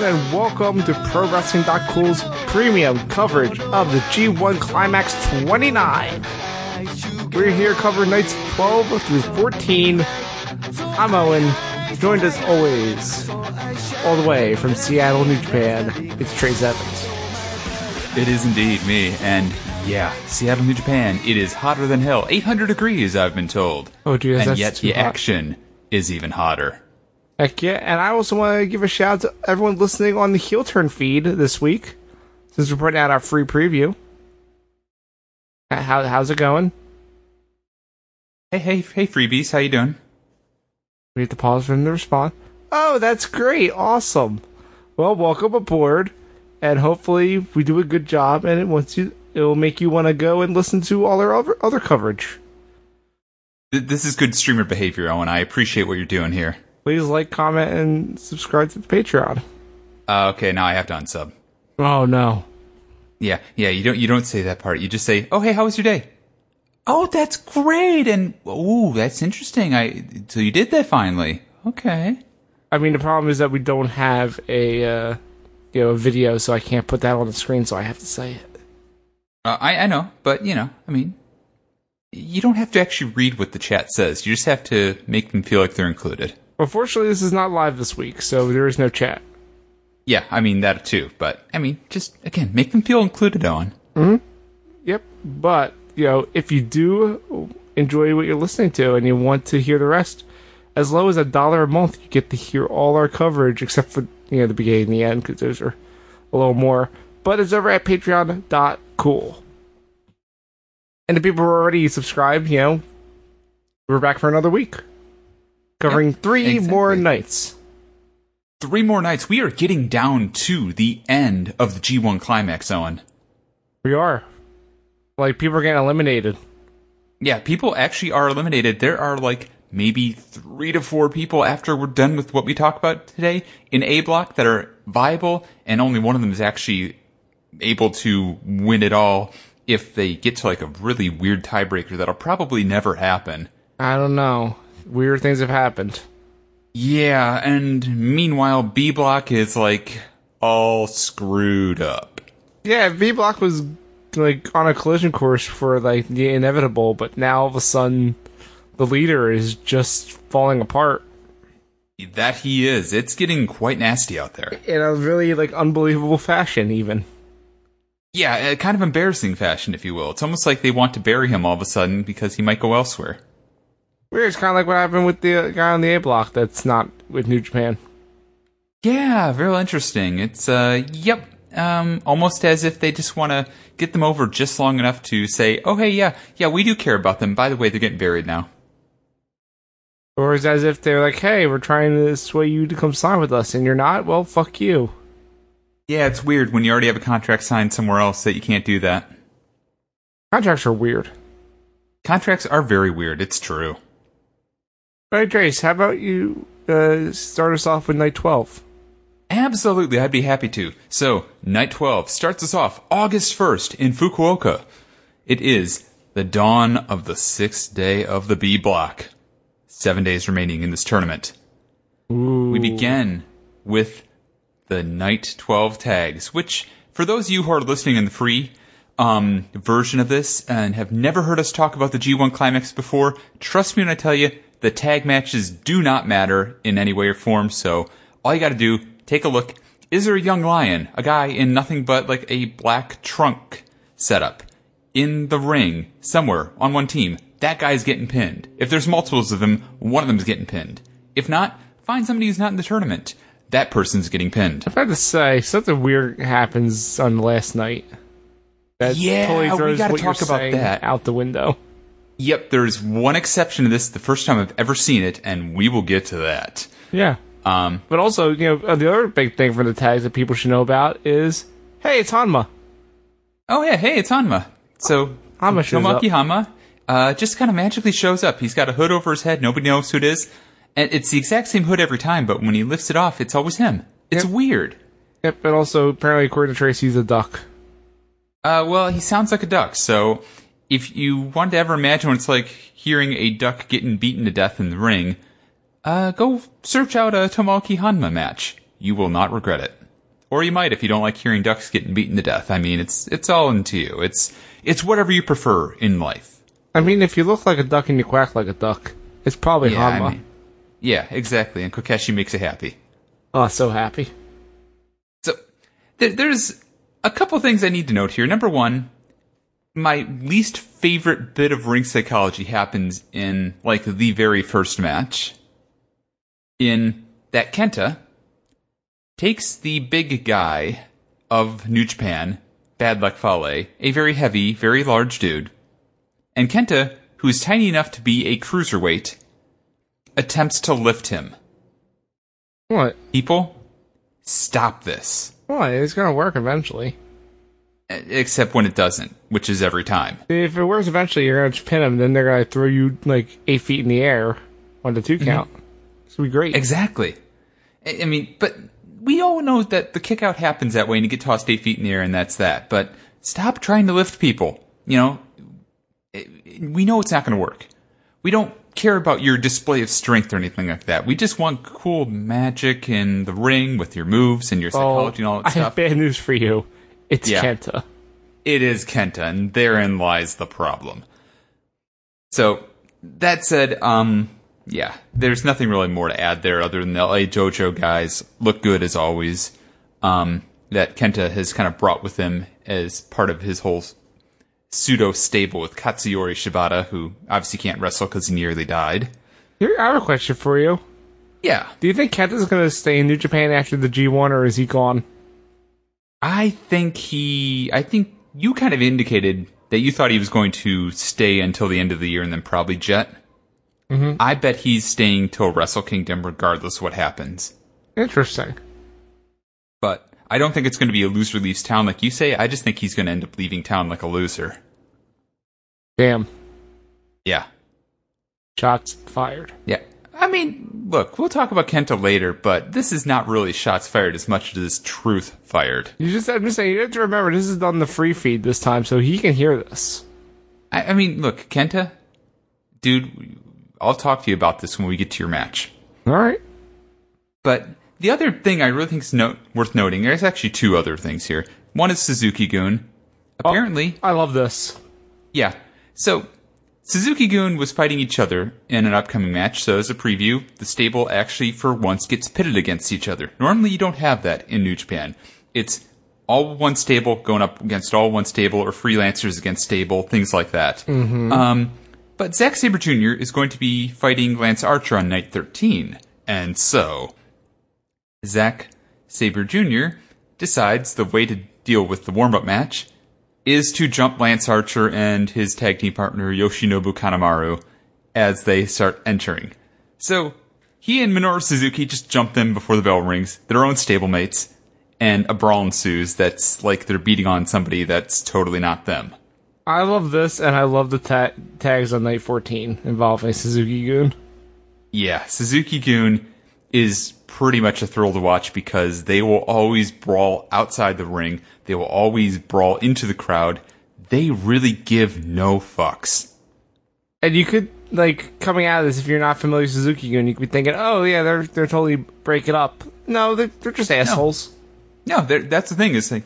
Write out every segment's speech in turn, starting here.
welcome to Pro Wrestling Cool's premium coverage of the G1 Climax 29. We're here covering nights 12 through 14. I'm Owen, joined as always, all the way from Seattle, New Japan. It's Trace Evans. It is indeed me, and yeah, Seattle, New Japan. It is hotter than hell. 800 degrees, I've been told. Oh, geez, and that's yet too the hot. action is even hotter. Heck yeah, and I also want to give a shout out to everyone listening on the Heel Turn feed this week, since we're putting out our free preview. Uh, How, how's it going? Hey, hey, hey, freebies, how you doing? We have to pause for them to respond. Oh, that's great. Awesome. Well, welcome aboard. And hopefully we do a good job and it wants you it will make you want to go and listen to all our other, other coverage. Th- This is good streamer behavior, Owen. I appreciate what you're doing here. Please like, comment, and subscribe to the Patreon. Uh, okay, now I have to unsub. Oh no. Yeah, yeah, you don't you don't say that part. You just say, "Oh, hey, how was your day?" "Oh, that's great." And "Ooh, that's interesting. I so you did that finally." Okay. I mean the problem is that we don't have a uh, you know a video so I can't put that on the screen so I have to say it. Uh, I I know, but you know, I mean, you don't have to actually read what the chat says. You just have to make them feel like they're included. Unfortunately this is not live this week, so there is no chat. Yeah, I mean that too, but I mean, just again, make them feel included, Owen. Yep. But, you know, if you do enjoy what you're listening to and you want to hear the rest, as low as a dollar a month, you get to hear all our coverage except for, you know, the beginning and the end because those are a little more. But it's over at patreon.cool. And the people who are already subscribed, you know, we're back for another week covering Yep, three more exactly. nights. Three more nights. We are getting down to the end of the G1 climax, Owen. We are. Like, people are getting eliminated. Yeah, people actually are eliminated. There are like maybe three to four people after we're done with what we talk about today in A block that are viable, and only one of them is actually able to win it all if they get to like a really weird tiebreaker that'll probably never happen. I don't know. Weird things have happened. Yeah, and meanwhile, B block is like all screwed up. Yeah, V Block was like on a collision course for like the inevitable, but now all of a sudden the leader is just falling apart. That he is. It's getting quite nasty out there. In a really like unbelievable fashion even. Yeah, uh, kind of embarrassing fashion, if you will. It's almost like they want to bury him all of a sudden because he might go elsewhere. Weird, it's kinda like what happened with the uh, guy on the A block that's not with New Japan. Yeah, real interesting. It's uh, yep, um, almost as if they just want to get them over just long enough to say, "Oh, hey, yeah, yeah, we do care about them." By the way, they're getting buried now. Or it's as if they're like, Hey, we're trying to sway you to come sign with us and you're not, well fuck you. Yeah, it's weird when you already have a contract signed somewhere else that you can't do that. Contracts are weird. Contracts are very weird. It's true. All right, Trace, how about you uh, start us off with night twelve? Absolutely, I'd be happy to. So, Night 12 starts us off August 1st in Fukuoka. It is the dawn of the sixth day of the B block. Seven days remaining in this tournament. We begin with the Night 12 tags, which, for those of you who are listening in the free um, version of this and have never heard us talk about the G1 Climax before, trust me when I tell you, the tag matches do not matter in any way or form, so all you gotta do, take a look. Is there a young lion, a guy in nothing but like a black trunk setup, in the ring, somewhere, on one team? That guy's getting pinned. If there's multiples of them, one of them's getting pinned. If not, find somebody who's not in the tournament. That person's getting pinned. I have to say, something weird happens on last night. That Yeah, totally we throws gotta what you're talk about saying that. out the window. Yep, there's one exception to this, the first time I've ever seen it, and we will get to that. Yeah, Um, but also, you know, the other big thing for the tags that people should know about is, hey, it's Hanma. oh yeah, hey, it's Hanma. So, Hanma shows up. Tomaki Hanma, uh, just kind of magically shows up. He's got a hood over his head, nobody knows who it is, and it's the exact same hood every time, but when he lifts it off, it's always him. It's Yep. weird. Yep, and also apparently, according to Tracy, he's a duck. Uh, well, he sounds like a duck, so if you want to ever imagine what it's like hearing a duck getting beaten to death in the ring, uh, go search out a Tomaki Hanma match. You will not regret it. Or you might if you don't like hearing ducks getting beaten to death. I mean, it's it's all into you. It's it's whatever you prefer in life. I mean, if you look like a duck and you quack like a duck, it's probably Yeah, I Hanma. mean- yeah, exactly. And Kokeshi makes you happy. Oh, so happy. So there, there's a couple things I need to note here. Number one, my least favorite bit of ring psychology happens in like the very first match. In that Kenta takes the big guy of New Japan, Bad Luck Fale, a very heavy, very large dude, and Kenta, who is tiny enough to be a cruiserweight, attempts to lift him. What? People, stop this. What? It's gonna work eventually. except when it doesn't, which is every time. If it works eventually, you're gonna just pin them. Then they're gonna throw you like eight feet in the air on the Mm-hmm. two count. It's gonna be great. Exactly. I I mean, but we all know that the kick out happens that way and you get tossed eight feet in the air and that's that. But stop trying to lift people. You know, It- it- we know it's not going to work. We don't care about your display of strength or anything like that. We just want cool magic in the ring with your moves and your psychology and all that I stuff. have bad news for you. It's Yeah. Kenta. it is Kenta, and therein lies the problem. So that said, um, yeah, there's nothing really more to add there other than the LA Jojo guys look good as always. Um, that Kenta has kind of brought with him as part of his whole pseudo stable with Katsuyori Shibata, who obviously can't wrestle because he nearly died. Here, I have a question for you. Yeah, Do you think Kenta's gonna stay in New Japan after the G1, or is he gone? I think he. I think you kind of indicated that you thought he was going to stay until the end of the year and then probably jet. Mm-hmm. I bet he's staying till Wrestle Kingdom, regardless of what happens. Interesting. But I don't think it's going to be a loser leaves town like you say. I just think he's going to end up leaving town like a loser. Damn. Yeah. Shots fired. Yeah. I mean, look, we'll talk about Kenta later, but this is not really shots fired as much as it is truth fired. You just, I'm just saying, you have to remember this is on the free feed this time, so he can hear this. I, I mean, look, Kenta, dude, I'll talk to you about this when we get to your match. All right. But the other thing I really think is no- worth noting, there's actually two other things here. One is Suzuki Goon. Apparently, I love this. yeah. So Suzuki Goon was fighting each other in an upcoming match. So as a preview, the stable actually for once gets pitted against each other. Normally, you don't have that in New Japan. It's all one stable going up against all one stable, or freelancers against stable, things like that. Um, but Zack Saber Jr. is going to be fighting Lance Archer on night 13, and so Zack Saber Jr. decides the way to deal with the warm-up match is to jump Lance Archer and his tag team partner Yoshinobu Kanemaru as they start entering. So he and Minoru Suzuki just jump them before the bell rings, their own stablemates, and a brawl ensues that's like they're beating on somebody that's totally not them. I love this, and I love the ta- tags on night 14 involving Suzuki Goon. Yeah, Suzuki Goon is pretty much a thrill to watch because they will always brawl outside the ring. They will always brawl into the crowd. They really give no fucks. And you could, like, coming out of this, if you're not familiar with Suzuki Goon, you could be thinking, oh, yeah, they're, they're totally breaking up. No, they're, they're just assholes. No, they're- that's the thing is like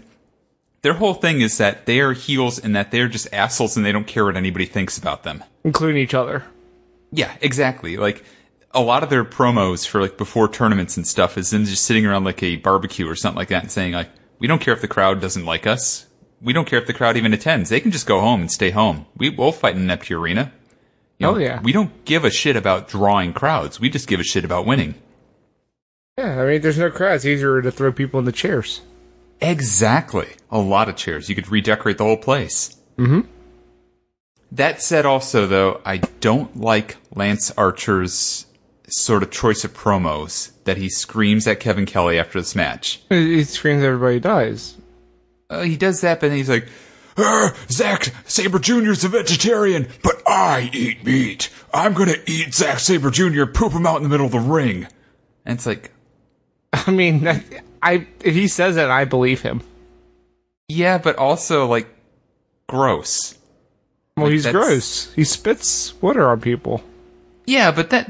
their whole thing is that they are heels and that they're just assholes and they don't care what anybody thinks about them. Including each other. Yeah, exactly. Like a lot of their promos for like before tournaments and stuff is them just sitting around like a barbecue or something like that and saying like, we don't care if the crowd doesn't like us. We don't care if the crowd even attends. They can just go home and stay home. We will fight in an empty arena. You Oh, yeah. We don't give a shit about drawing crowds. We just give a shit about winning. Yeah, I mean, there's no crowd. It's easier to throw people in the chairs. Exactly. A lot of chairs. You could redecorate the whole place. Mm-hmm. That said, also though, I don't like Lance Archer's sort of choice of promos that he screams at Kevin Kelly after this match. He he screams everybody dies. Uh, he does that, but then he's like, "Err, Zack Saber Jr.'s a vegetarian, but I eat meat. I'm gonna eat Zack Saber Jr. Poop him out in the middle of the ring." And it's like, I mean, that, I if he says it, I believe him. yeah, but also like, gross. Well, Like, he's that's- gross. He spits water on people. Yeah, but that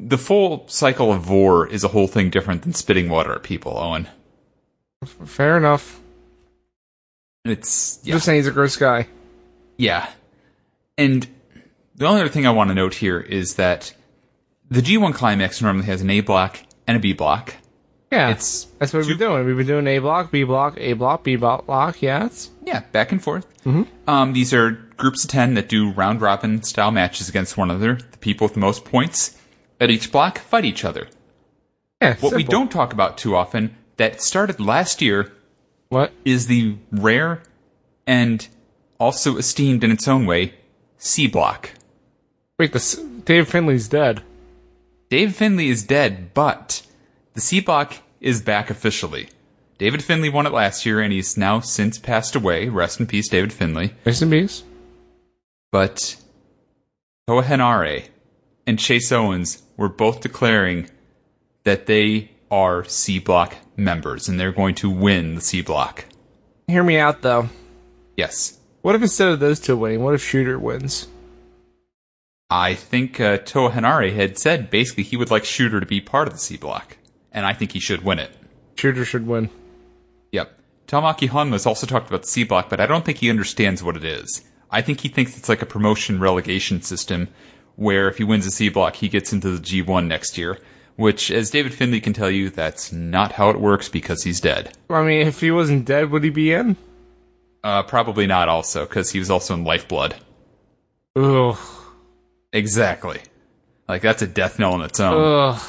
the full cycle of Vor is a whole thing different than spitting water at people, Owen. Fair enough. It's yeah, Just saying he's a gross guy. yeah. And the only other thing I want to note here is that the G1 climax normally has an A block and a B block. Yeah. It's that's what we've been doing. We've been doing A block, B block, A block, B block. Yeah, it's Yeah, back and forth. Um, these are groups of 10 that do round robin style matches against one another. The people with the most points at each block fight each other. yeah. What we simple. don't talk about too often that started last year what is the rare and also esteemed in its own way C block. wait the s- Dave Finley's dead. Dave Finley is dead, but the C block is back officially. David Finley won it last year and he's now since passed away. Rest in peace, David Finley. Rest in peace. but Toa Henare and Chase Owens were both declaring that they are C Block members and they're going to win the C Block. Hear me out though. Yes. What if instead of those two winning, what if Shooter wins? I think uh, Toa Henare had said basically he would like Shooter to be part of the C Block, and I think he should win it. Shooter should win. Yep. Tamaki Honma's also talked about the C Block, but I don't think he understands what it is. I think he thinks it's like a promotion relegation system where if he wins the C Block, he gets into the G1 next year, which, as David Finley can tell you, that's not how it works because he's dead. I mean, if he wasn't dead, would he be in? Uh, probably not also, because he was also in Lifeblood. Ugh. Exactly. Like, that's a death knell on its own. Ugh.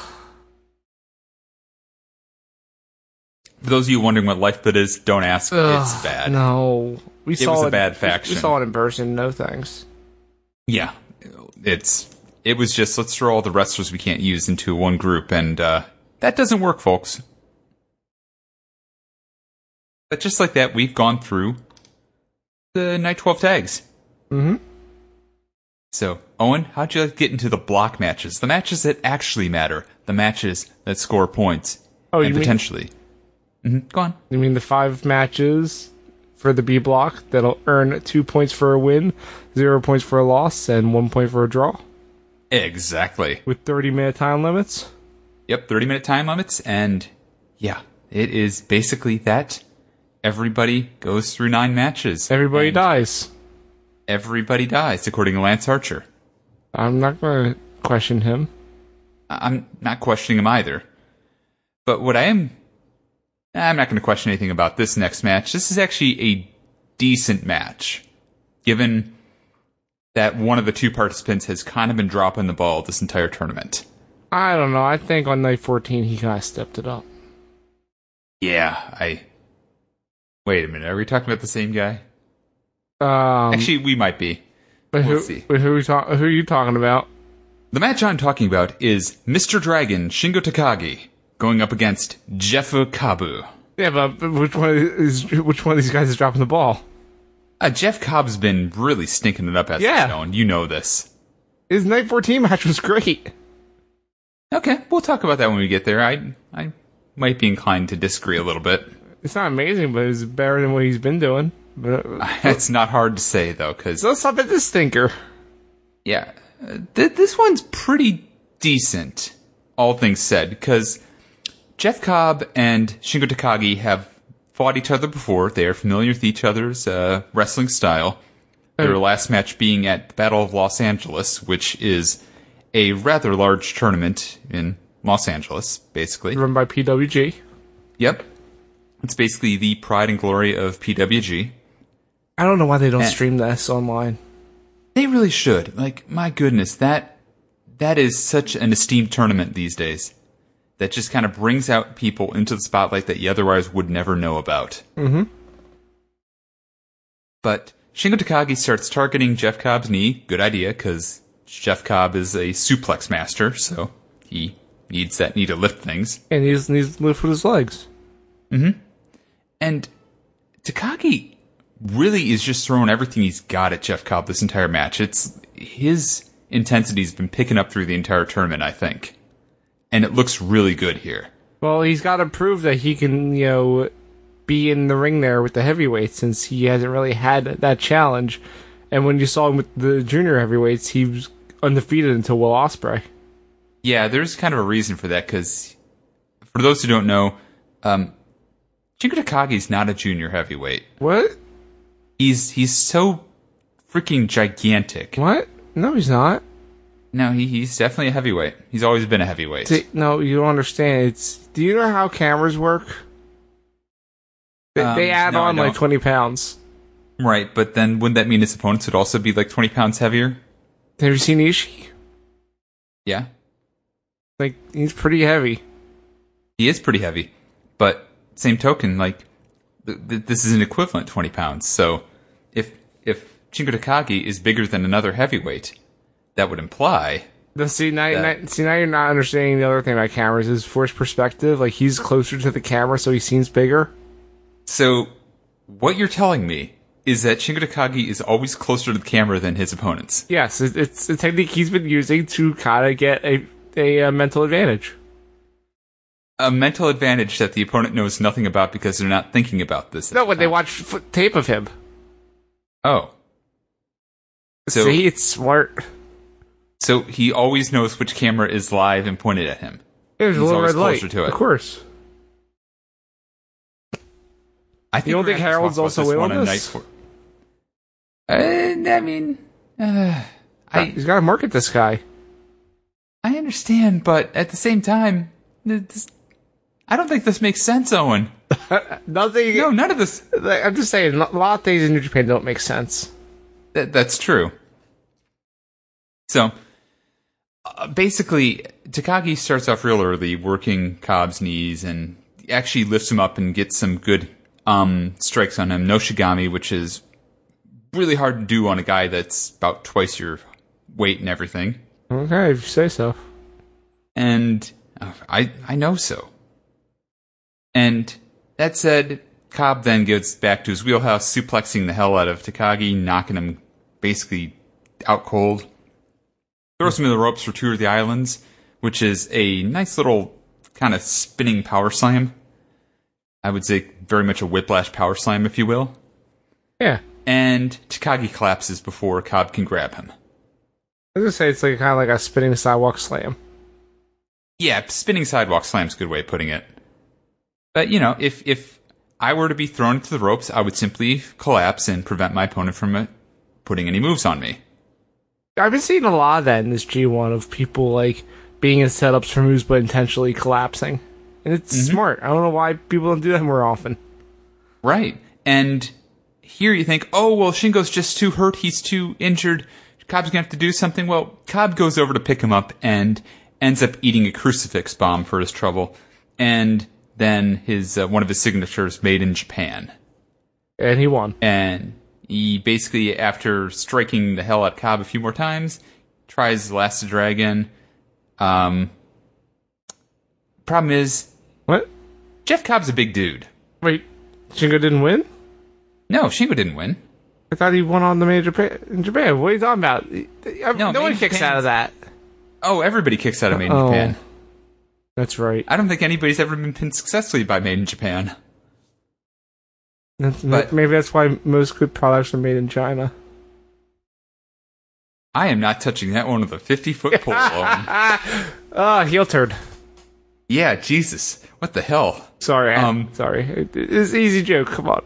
For those of you wondering what Lifeblood is, don't ask. it's Ugh, bad. No, we saw was a it- bad we- faction. We saw it in person. No thanks. Yeah. It's it was just let's throw all the wrestlers we can't use into one group and uh that doesn't work, folks. But just like that, we've gone through the night twelve tags. Mm-hmm. So, Owen, how'd you like to get into the block matches? The matches that actually matter, the matches that score points. Oh, and you mean- potentially. Mhm, Go on. You mean the five matches for the B block that'll earn two points for a win, zero points for a loss, and one point for a draw Exactly. with 30 minute time limits? Yep, 30 minute time limits. And yeah, it is basically that. Everybody goes through nine matches. Everybody And dies. Everybody dies, according to Lance Archer. I'm not going to question him. I- I'm not questioning him either. But what I am. I'm not going to question anything about this next match. This is actually a decent match, given that one of the two participants has kind of been dropping the ball this entire tournament. I don't know. I think on night 14 he kind of stepped it up. Yeah, I. Wait a minute, are we talking about the same guy? Um, Actually, we might be. but who, we'll see. But who, we talk, who are you talking about? The match I'm talking about is Mr. Dragon Shingo Takagi going up against Jeffu Kabu. Yeah, but but which one is which one of these guys is dropping the ball? Uh, Jeff Cobb's been really stinking it up as Yeah. yeah. stone. You know this. His night 14 match was great. Okay, we'll talk about that when we get there. I I might be inclined to disagree a little bit. It's not amazing, but it's better than what he's been doing. But uh, It's not hard to say though, because let's stop at this stinker. yeah, uh, th- this one's pretty decent, all things said, because Jeff Cobb and Shingo Takagi have fought each other before. They are familiar with each other's uh, wrestling style. Their last match being at the Battle of Los Angeles, which is a rather large tournament in Los Angeles, basically. run by PWG. Yep. It's basically the pride and glory of PWG. I don't know why they don't Eh. stream this online. They really should. Like, my goodness, that that is such an esteemed tournament these days. That just kind of brings out people into the spotlight that you otherwise would never know about. Mm-hmm. But Shingo Takagi starts targeting Jeff Cobb's knee. Good idea, because Jeff Cobb is a suplex master, so he needs that knee to lift things. And he just needs to lift with his legs. And Takagi really is just throwing everything he's got at Jeff Cobb this entire match. It's his intensity's been picking up through the entire tournament, I think. And it looks really good here. Well, he's got to prove that he can, you know, be in the ring there with the heavyweights since he hasn't really had that challenge. And when you saw him with the junior heavyweights, he was undefeated until Will Osprey. Yeah, there's kind of a reason for that because, for those who don't know, um, Chinkatakagi's not a junior heavyweight. What? He's he's so freaking gigantic. What? No, he's not. No, he, he's definitely a heavyweight. He's always been a heavyweight. See, no, you don't understand. It's. Do you know how cameras work? They, Um, they add no, I on like don't. twenty pounds. Right, but then wouldn't that mean his opponents would also be like 20 pounds heavier? Have you seen Ishii? Yeah. Like he's pretty heavy. He is pretty heavy, but same token, like th- th- this is an equivalent 20 pounds. So if if Chinko Takagi is bigger than another heavyweight, that would imply The, see now, That- now- see now you're not understanding the other thing about cameras is forced perspective. Like he's closer to the camera, so he seems bigger. So, what you're telling me is that Shingodakagi is always closer to the camera than his opponents. Yes, it, it's a technique he's been using to kind of get a a uh, mental advantage. A mental advantage that the opponent knows nothing about because they're not thinking about this. at No, the when they time. watch f- tape of him, Oh. So, see it's smart. so he always knows which camera is live and pointed at him. There's a He's little always red light. closer to it. Of course. I think You don't we're think gonna have to Harold's talk about also this in one on on this? Night four. Uh, I mean, uh, I he's got to market this guy. I understand, but at the same time, th- this, I don't think this makes sense, Owen. Nothing. No, none of this. Like, I'm just saying, a lot of things in New Japan don't make sense. That, that's true. So, uh, basically, Takagi starts off real early, working Cobb's knees, and actually lifts him up and gets some good um, strikes on him. No shigami, which is really hard to do on a guy that's about twice your weight and everything. Okay, if you say so. And uh, I, I know so. And that said, Cobb then goes back to his wheelhouse, suplexing the hell out of Takagi, knocking him basically out cold. Throws him in the ropes for two of the islands, which is a nice little kind of spinning power slam. I would say very much a whiplash power slam, if you will. Yeah. And Takagi collapses before Cobb can grab him. I was gonna say it's like kind of like a spinning sidewalk slam. Yeah, spinning sidewalk slam's a good way of putting it. But you know, if if I were to be thrown to the ropes, I would simply collapse and prevent my opponent from uh, putting any moves on me. I've been seeing a lot of that in this G1 of people like being in setups for moves but intentionally collapsing, and it's smart. I don't know why people don't do that more often. Right. And here you think, oh well, Shingo's just too hurt. He's too injured. Cobb's gonna have to do something. Well, Cobb goes over to pick him up and ends up eating a crucifix bomb for his trouble, and then his uh, one of his signatures made in Japan. And he won. and he basically, after striking the hell out Cobb a few more times, tries his last to drag in. Um, problem is, What? Jeff Cobb's a big dude. Wait, Shingo didn't win? No, Shingo didn't win. I thought he won on the major pa- in Japan. What are you talking about? No, No, no one Major kicks Japan- out of that. Oh, everybody kicks out of Made in Uh-oh. Japan. That's right. I don't think anybody's ever been pinned successfully by Made in Japan. That's, But- maybe that's why most good products are made in China. I am not touching that one with a 50 foot pole. Owen. Ah, heel turd. yeah, Jesus. What the hell? Sorry, Um, um, sorry. It- It's an easy joke. Come on.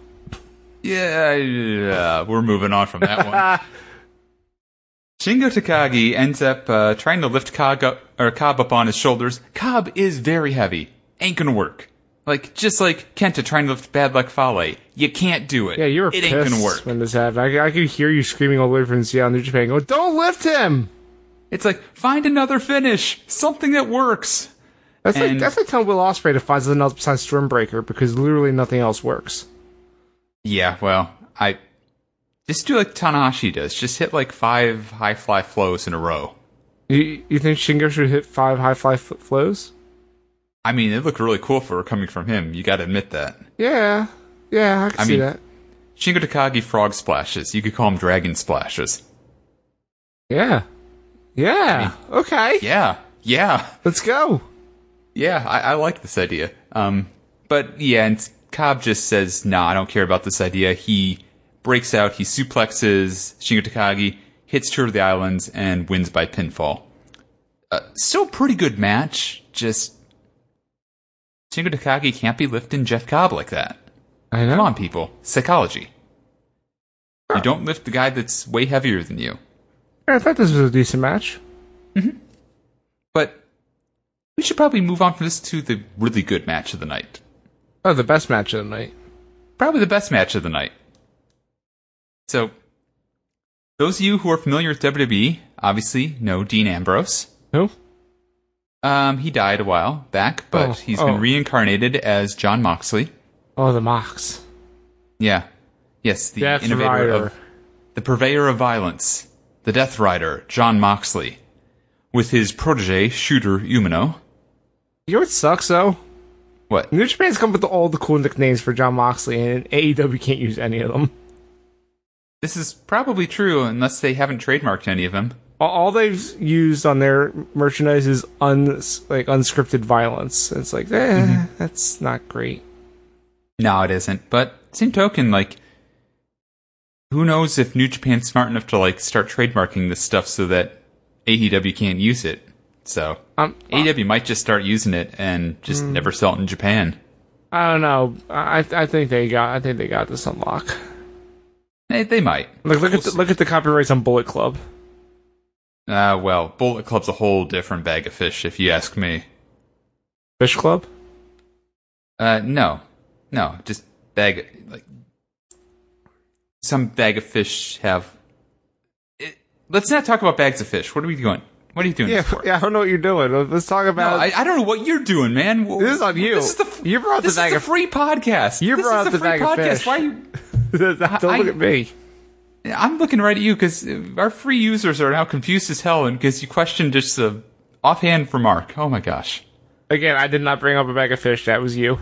Yeah, yeah, we're moving on from that one. Shingo Takagi ends up uh, trying to lift Cog up, or Cobb up on his shoulders. Cobb is very heavy. Ain't gonna work. Like, just like Kenta trying to lift Bad Luck Fale. You can't do it. Yeah, you were It pissed ain't gonna work. when this happened. I, I could hear you screaming all the way from Seattle, New Japan, going, "Don't lift him." It's like, find another finish. Something that works. That's like And- that's like telling Will Ospreay to find something else besides Stormbreaker because literally nothing else works. Yeah, well, I... Just do like Tanahashi does. Just hit like five high fly flows in a row. You, you think Shingo should hit five high fly fl- flows? I mean, it looked really cool for coming from him. You gotta admit that. Yeah, yeah, I can I see mean- that. Shingo Takagi frog splashes. You could call them dragon splashes. Yeah, yeah. okay, Yeah, yeah, let's go. yeah. I, I like this idea. Um, but yeah, and Cobb just says, "Nah, I don't care about this idea." He breaks out. He suplexes Shingo Takagi, hits Tour of the Islands, and wins by pinfall. Uh, still pretty good match. Just Shingo Takagi can't be lifting Jeff Cobb like that. I know. Come on, people. Psychology. You don't lift the guy that's way heavier than you. I thought this was a decent match. But we should probably move on from this to the really good match of the night. Oh, the best match of the night. probably the best match of the night. So, those of you who are familiar with WWE obviously know Dean Ambrose. Who? Um, he died a while back, but Oh, he's oh. been reincarnated as John Moxley. Oh, the Mox. Yeah, yes, the Death innovator Rider. of the purveyor of violence, the Death Rider, John Moxley, with his protege Shooter Umino. You know what sucks though? What? New Japan's come up with all the cool nicknames for John Moxley, and AEW can't use any of them. This is probably true unless they haven't trademarked any of them. All- All they've used on their merchandise is un like unscripted violence. It's like, eh, that's not great. No, it isn't. But same token, like, who knows if New Japan's smart enough to like start trademarking this stuff so that AEW can't use it. So Um, AEW might just start using it and just never sell it in Japan. I don't know. I I think they got I think they got this unlock. They, they might. Look look at the, look at the copyrights on Bullet Club. Uh, well, Bullet Club's a whole different bag of fish, if you ask me. Fish Club? Uh, no, no, just bag like some bag of fish have. It, let's not talk about bags of fish. What are we doing? What are you doing? Yeah, this for? yeah, I don't know what you're doing. Let's talk No, about I, I don't know what you're doing, man. Wh- This is on you. This is the f- You brought the this is bag the of- free podcast. You This brought is the free bag of podcast. fish. Why? You, don't look I- at me. I'm looking right at you because our free users are now confused as hell, and because you questioned just the offhand remark. Oh my gosh, Again, I did not bring up a bag of fish. That was you.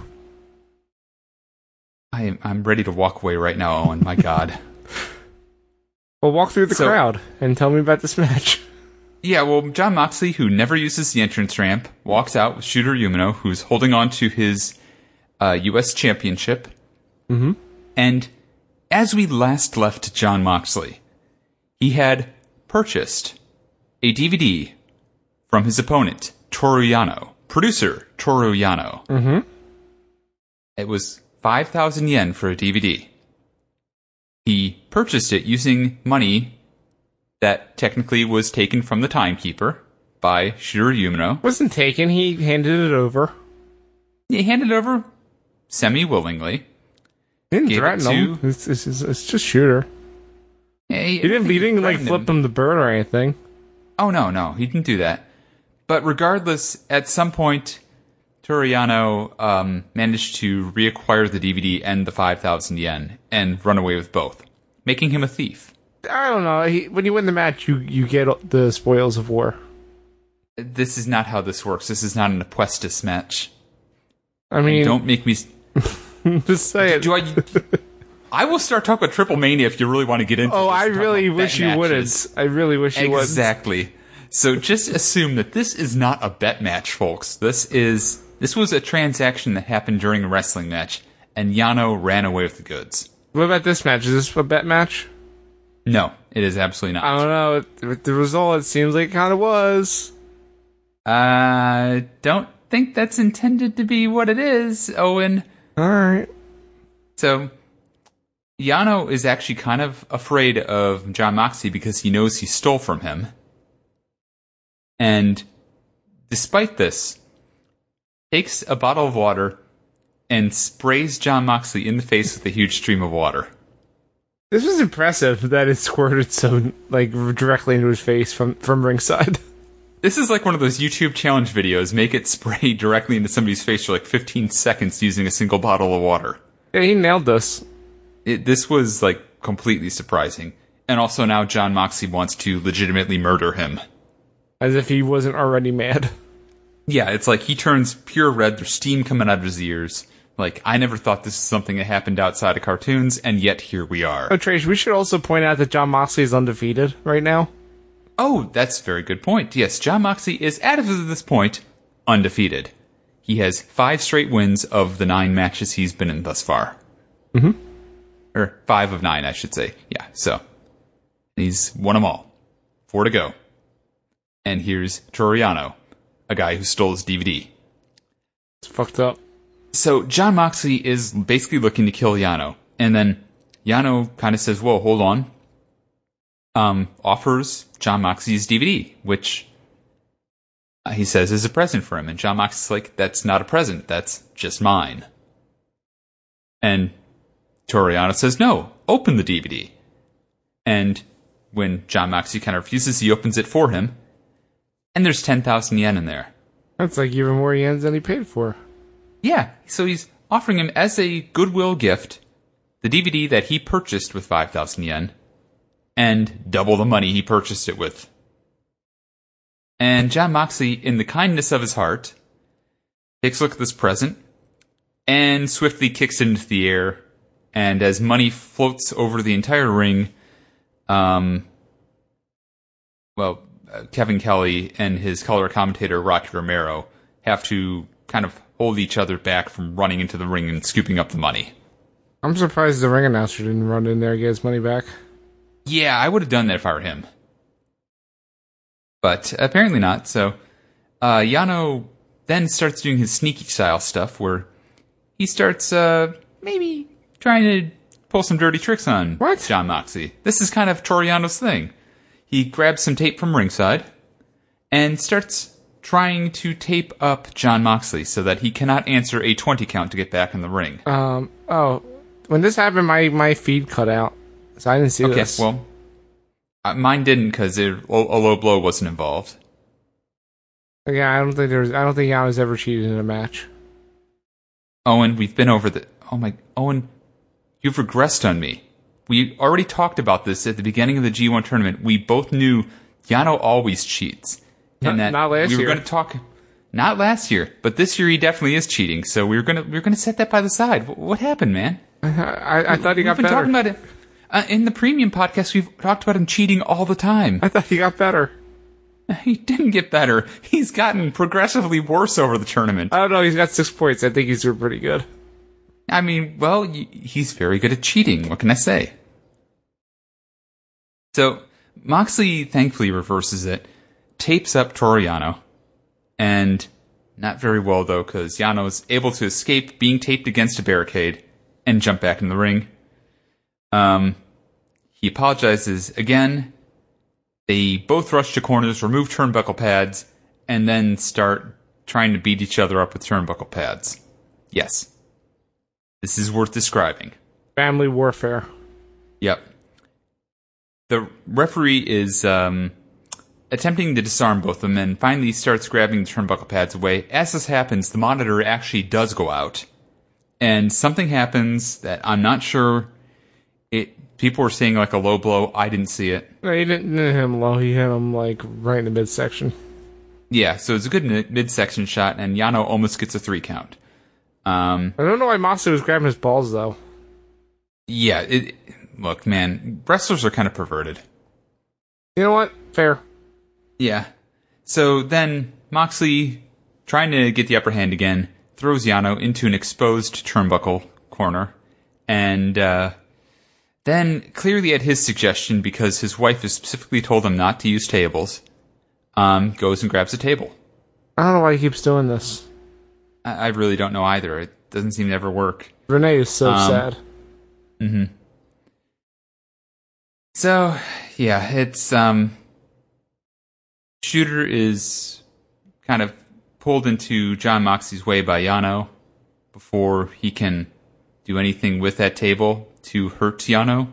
I am I'm ready to walk away right now, Owen. My God. Well, walk through the So- crowd and tell me about this match. Yeah, well, John Moxley, who never uses the entrance ramp, walks out with Shooter Umino, who's holding on to his uh, U.S. championship. Mm-hmm. And as we last left John Moxley, he had purchased a DVD from his opponent, Toru Yano, producer Toru Yano. Mm-hmm. It was 5,000 yen for a DVD. He purchased it using money that technically was taken from the timekeeper by Shiro Yumino. Wasn't taken. He handed it over. He handed it over semi willingly. He didn't Gave it threaten him. to- It's, it's, it's, it's just shooter. He didn't. He didn't like flip them the bird or anything. Oh no, no, he didn't do that. But regardless, at some point, Toriano um, managed to reacquire the DVD and the five thousand yen and run away with both, making him a thief. I don't know. He, when you win the match, you you get the spoils of war. This is not how this works. This is not an Apuestas match. I mean, Don't make me. s- just say it. Do I? I will start talking about Triple Mania if you really want to get into. oh, this, I talk about really bet wish you matches. wouldn't. I really wish you wouldn't. Exactly. So just assume that this is not a bet match, folks. This is this was a transaction that happened during a wrestling match, and Yano ran away with the goods. What about this match? Is this a bet match? No, it is absolutely I not. don't know. With the result, it seems like it kind of was. I Uh, don't think that's intended to be what it is, Owen. All right. So Yano is actually kind of afraid of John Moxley because he knows he stole from him. And despite this, takes a bottle of water and sprays John Moxley in the face with a huge stream of water. This was impressive that it squirted so like directly into his face from from ringside. This is like one of those YouTube challenge videos. Make it spray directly into somebody's face for like 15 seconds using a single bottle of water. yeah, he nailed this. It, this was like completely surprising. And also now John Moxley wants to legitimately murder him. As if he wasn't already mad. Yeah, it's like he turns pure red. There's steam coming out of his ears. Like I never thought this is something that happened outside of cartoons, and yet here we Oh, are. Trace, we should also point out that John Moxley is undefeated right now. Oh, that's a very good point. Yes, John Moxley is at this point undefeated. He has five straight wins of the nine matches he's been in thus far. Mm-hmm. Or five of nine, I should say. Yeah. So he's won them all. Four to go. And here's Toriano, a guy who stole his DVD. It's fucked up. So John Moxley is basically looking to kill Yano, and then Yano kind of says, "Whoa, hold on." Um, offers John Moxley's DVD, which uh, he says is a present for him, and John Moxley's like, "That's not a present. That's just mine." And Toriano says, "No, open the DVD." And when John Moxley kind of refuses, he opens it for him, and there's ten thousand yen in there. That's like even more yens than he paid for. Yeah, so he's offering him as a goodwill gift the DVD that he purchased with 5,000 yen and double the money he purchased it with. And John Moxley, in the kindness of his heart, takes a look at this present and swiftly kicks it into the air. And as money floats over the entire ring, um, well, uh, Kevin Kelly and his color commentator Rocky Romero have to kind of hold each other back from running into the ring and scooping up the money. I'm surprised the ring announcer didn't run in there and get his money back. Yeah, I would have done that if I were him. But apparently not, so uh, Yano then starts doing his sneaky style stuff where he starts uh, maybe trying to pull some dirty tricks on What? John Moxley. This is kind of Toriano's thing. He grabs some tape from ringside and starts trying to tape up John Moxley so that he cannot answer a 20 count to get back in the ring. Um. Oh, when this happened, my my feed cut out, so I didn't see Okay, this. well, uh, mine didn't because a low blow wasn't involved. yeah, I don't think there was. I don't think I was ever cheated in a match. Owen, we've been over the. Oh my. Owen, you've regressed on me. We already talked about this at the beginning of the G1 tournament. We both knew Yano always cheats. Not- not last we were year. going to talk. Not last year, but this year he definitely is cheating. So we were gonna we were gonna set that by the side. Wh- what happened, man? I, I thought he We've got been better. talking about it uh, in the premium podcast. We've talked about him cheating all the time. I thought he got better. He didn't get better. He's gotten progressively worse over the tournament. I don't know. He's got six points. I think he's doing pretty good. I mean, well, y- he's very good at cheating. What can I say? So Moxley thankfully reverses it, tapes up Toriano, and not very well though, because Yano is able to escape being taped against a barricade and jump back in the ring. Um, he apologizes again. They both rush to corners, remove turnbuckle pads, and then start trying to beat each other up with turnbuckle pads. Yes, this is worth describing. Family warfare. Yep. The referee is um, attempting to disarm both of them and finally starts grabbing the turnbuckle pads away. As this happens, the monitor actually does go out. And something happens that I'm not sure. It people were saying like a low blow. I didn't see it. No, he didn't hit him low. He hit him like right in the midsection. Yeah, so it's a good mid- midsection shot, and Yano almost gets a three count. Um, I don't know why Moxley was grabbing his balls though. yeah, it, look, man, wrestlers are kind of perverted. You know what? Fair. Yeah. So then Moxley, trying to get the upper hand again, throws Yano into an exposed turnbuckle corner. And uh, then, clearly at his suggestion, because his wife has specifically told him not to use tables, um, goes and grabs a table. I don't know why he keeps doing this. I, I really don't know either. It doesn't seem to ever work. Renee is so Um, sad. So, yeah, it's um Shooter is kind of pulled into John Moxley's way by Yano before he can do anything with that table to hurt Yano.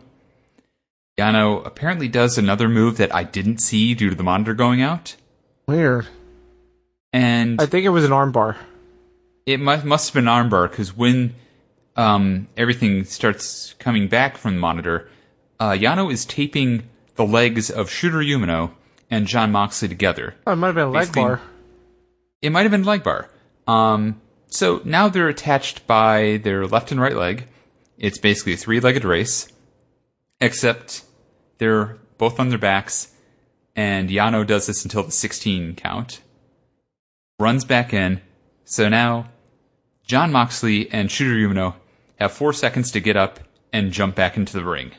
Yano apparently does another move that I didn't see due to the monitor going out. Weird. And I think it was an armbar. it must must have been armbar because when um, everything starts coming back from the monitor, uh, Yano is taping the legs of Shooter Umino and John Moxley together. Oh, it might have been a leg Basically- bar. It might have been leg bar. Um, so now they're attached by their left and right leg. It's basically a three-legged race, except they're both on their backs, and Yano does this until the 16 count. Runs back in. So now John Moxley and Shooter Umino have four seconds to get up and jump back into the ring.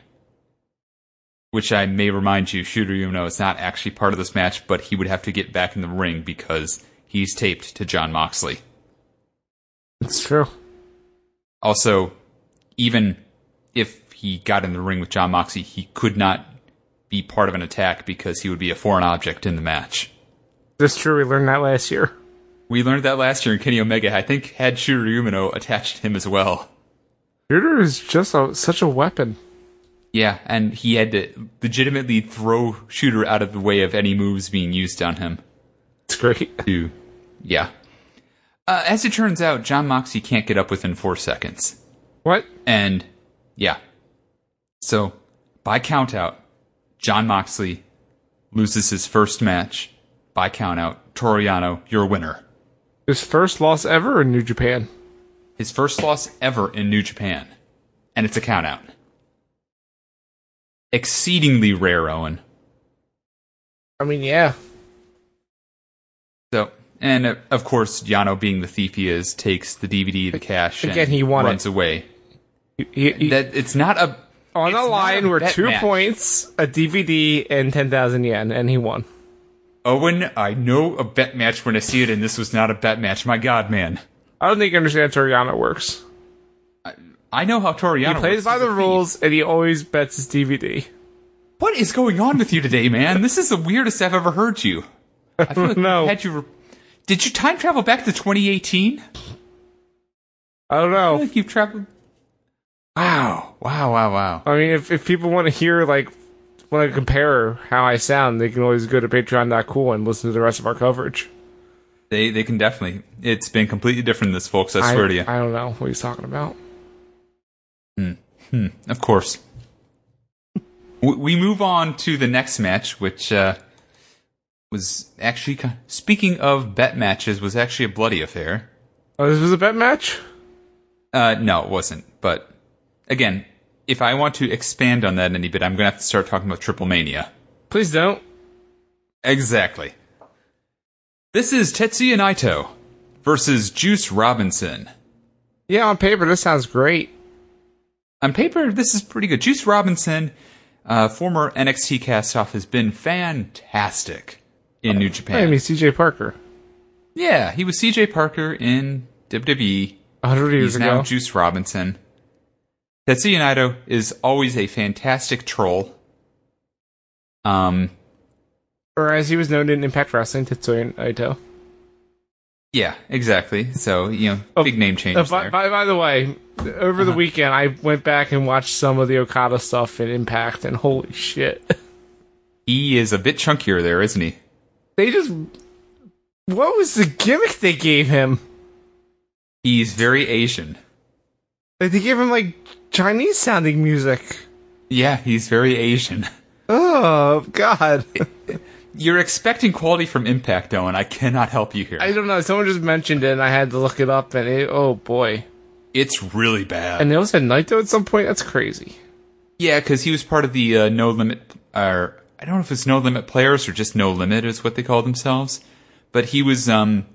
which I may remind you, Shooter Umino is not actually part of this match, but he would have to get back in the ring because he's taped to John Moxley. It's true. Also, even if he got in the ring with John Moxley, he could not be part of an attack because he would be a foreign object in the match. That's true. We learned that last year. We learned that last year, and Kenny Omega, I think, had Shooter Umino attached to him as well. Shooter is just a, such a weapon. Yeah, and he had to legitimately throw Shooter out of the way of any moves being used on him. It's great. To, yeah. Uh, as it turns out, John Moxie can't get up within four seconds. What? And yeah. So by countout, John Moxley loses his first match. By countout, Toriano, your winner. His first loss ever in New Japan. His first loss ever in New Japan. And it's a countout. Exceedingly rare, Owen. I mean, yeah. So, and uh, of course, Yano, being the thief he is, takes the DVD, the cash, Again, and he won runs away. He- he- That it's not a on it's the not line a were bet two match. points, a DVD, and 10,000 yen, and he won. Owen, I know a bet match when I see it, and this was not a bet match. My God, man. I don't think you understand how Toriano works. I know how He Toriano plays works. by He's a the thief. rules, and he always bets his DVD. What is going on with you today, man? This is the weirdest I've ever heard you. I feel like know. Had you re- did you time travel back to 2018? I don't know. Like you've traveled. Wow! Wow! Wow! Wow! I mean, if, if people want to hear, like, want to compare how I sound, they can always go to patreon.cool and listen to the rest of our coverage. They they can definitely. It's been completely different than this, folks. I swear to you. I don't know what he's talking about. Of course. we, we move on to the next match, which uh, was actually ki- speaking of bet matches, was actually a bloody affair. Oh, this was a bet match? Uh, no, it wasn't. But again, if I want to expand on that any bit, I'm going to have to start talking about Triple Mania. Please don't. Exactly. This is Tetsuya Naito versus Juice Robinson. Yeah, on paper, this sounds great. on paper, this is pretty good. Juice Robinson, uh, former NXT castoff, has been fantastic in New Oh, I Japan. mean, CJ Parker. yeah, he was CJ Parker in WWE. 100 years He's ago. now Juice Robinson. Tetsuya Naito is always a fantastic troll. Um, or as he was known in Impact Wrestling, Tetsuya Naito. yeah, exactly. So you know, big name Uh, change by, there. Uh-huh. by, by the way, over the weekend, I went back and watched some of the Okada stuff in Impact, and holy shit. he is a bit chunkier there, isn't he? They just. What was the gimmick they gave him? He's very Asian. Like, they gave him, like, Chinese sounding music. Yeah, he's very Asian. Oh, God. You're expecting quality from Impact, Owen. I cannot help you here. I don't know. Someone just mentioned it, and I had to look it up, and it, oh boy. It's really bad. And they also had Naito at some point? That's crazy. yeah, because he was part of the uh, No Limit, or I don't know if it's No Limit Players or just No Limit is what they call themselves, but he was um,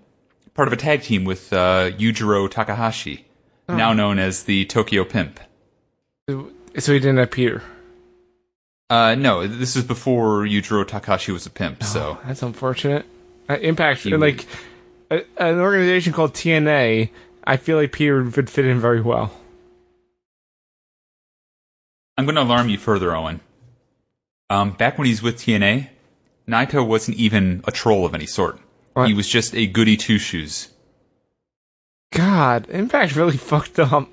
part of a tag team with uh, Yujiro Takahashi, now known as the Tokyo Pimp. So he didn't have Peter. Uh, no, this is before Yujiro Takahashi was a pimp, so That's unfortunate. Uh, Impact, like a, an organization called TNA, I feel like Peter would fit in very well. I'm going to alarm you further, Owen. Um, back when he's with TNA, Naito wasn't even a troll of any sort. What? He was just a goody two shoes. God, Impact really fucked up.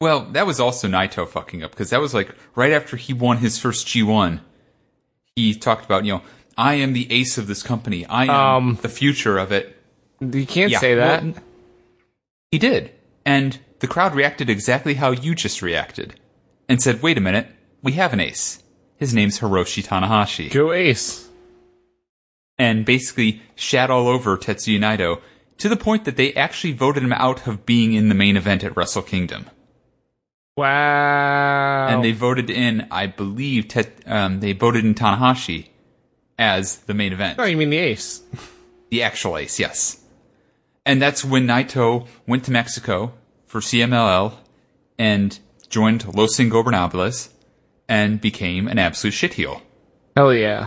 Well, that was also Naito fucking up because that was like right after he won his first G1. He talked about, you know, I am the ace of this company. I am Um, the future of it. You can't say that. well, he did. And the crowd reacted exactly how you just reacted and said, wait a minute, we have an ace. His name's Hiroshi Tanahashi. Go Ace. And basically shat all over Tetsuya Naito to the point that they actually voted him out of being in the main event at Wrestle Kingdom. Wow. and they voted in, I believe, Tet um, they voted in Tanahashi as the main event, no, you mean the Ace. the actual ace, yes. And that's when Naito went to Mexico for CMLL and joined Los Ingobernables and became an absolute shitheel Hell yeah.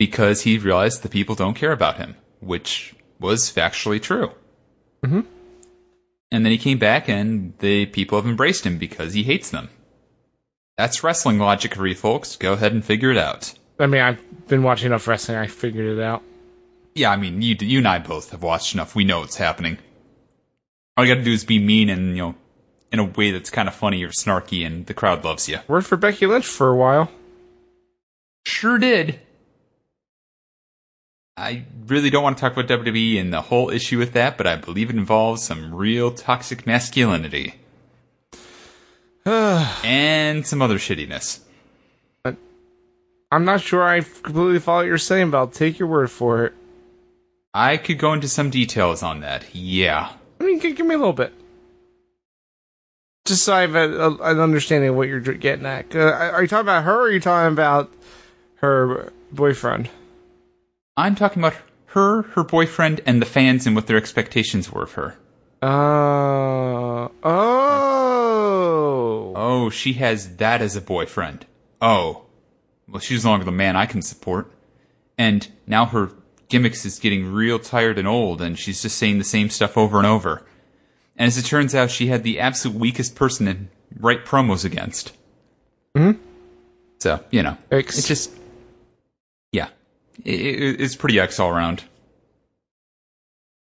because he realized the people don't care about him, which was factually true. Mm-hmm. And then he came back, and the people have embraced him because he hates them. That's wrestling logic for you folks. Go ahead and figure it out. I mean, I've been watching enough wrestling. I figured it out. Yeah, I mean, you, you and I both have watched enough. We know what's happening. All you got to do is be mean and you know, in a way that's kind of funny or snarky, and the crowd loves you. Worked for Becky Lynch for a while. Sure did. I really don't want to talk about WWE and the whole issue with that, but I believe it involves some real toxic masculinity and some other shittiness. I'm not sure I completely follow what you're saying, but I'll take your word for it. I could go into some details on that. Yeah. I mean, g- give me a little bit. Just so I have a, a, an understanding of what you're dr- getting at. Uh, are you talking about her or are you talking about her boyfriend? I'm talking about her, her boyfriend, and the fans and what their expectations were of her. Uh, oh. Oh, she has that as a boyfriend. Oh. Well, she's no longer the man I can support. And now her gimmicks is getting real tired and old, and she's just saying the same stuff over and over. And as it turns out, she had the absolute weakest person to write promos against. Mm-hmm. So, you know. X. It's just. Yeah. It, it, it's pretty X all around.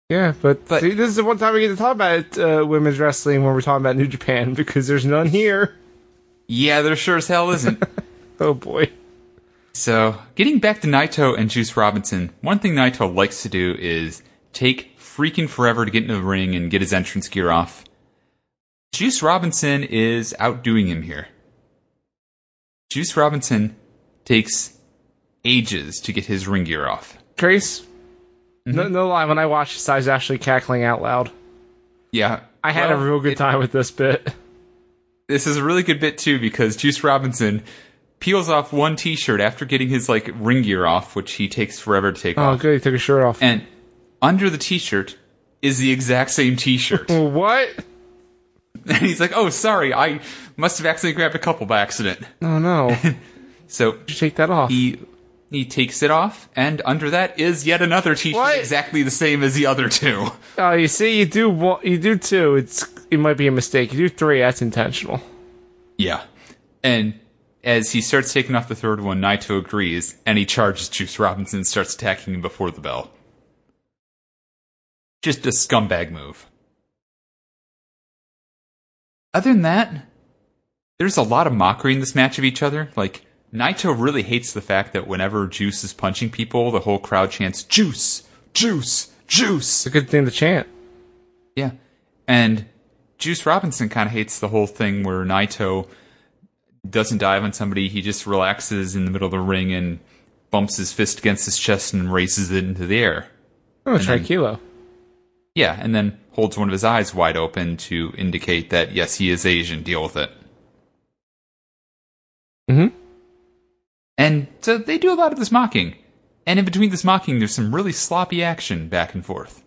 Yeah, but, But- see, this is the one time we get to talk about uh, women's wrestling when we're talking about New Japan because there's none here. Yeah, there sure as hell isn't. Oh boy. So, getting back to Naito and Juice Robinson, one thing Naito likes to do is take freaking forever to get into the ring and get his entrance gear off. Juice Robinson is outdoing him here. Juice Robinson takes ages to get his ring gear off. Trace, no, no lie, when I watched this, I was actually cackling out loud. Yeah. I had well, a real good it- time with this bit. this is a really good bit too because Juice Robinson peels off one t-shirt after getting his like ring gear off, which he takes forever to take Oh, off. good, he took his shirt off. And under the t-shirt is the exact same t-shirt. Mm. what? And he's like, "Oh, sorry, I must have accidentally grabbed a couple by accident." Oh no. So you take that off. he he takes it off, and under that is yet another T-shirt What? exactly the same as the other two. Oh, you see, you do one, you do two. It's it might be a mistake. You do three. That's intentional. Yeah, and as he starts taking off the third one, Naito agrees, and he charges Juice Robinson and starts attacking him before the bell. Just a scumbag move. Other than that, there's a lot of mockery in this match of each other. Like, Naito really hates the fact that whenever Juice is punching people, the whole crowd chants, Juice! Juice! Juice! It's a good thing to chant. Yeah. And Juice Robinson kind of hates the whole thing where Naito doesn't dive on somebody. He just relaxes in the middle of the ring and bumps his fist against his chest and raises it into the air. Oh, try kilo. Yeah, and then holds one of his eyes wide open to indicate that, yes, he is Asian. Deal with it. Mhm. And so they do a lot of this mocking. And in between this mocking, there's some really sloppy action back and forth.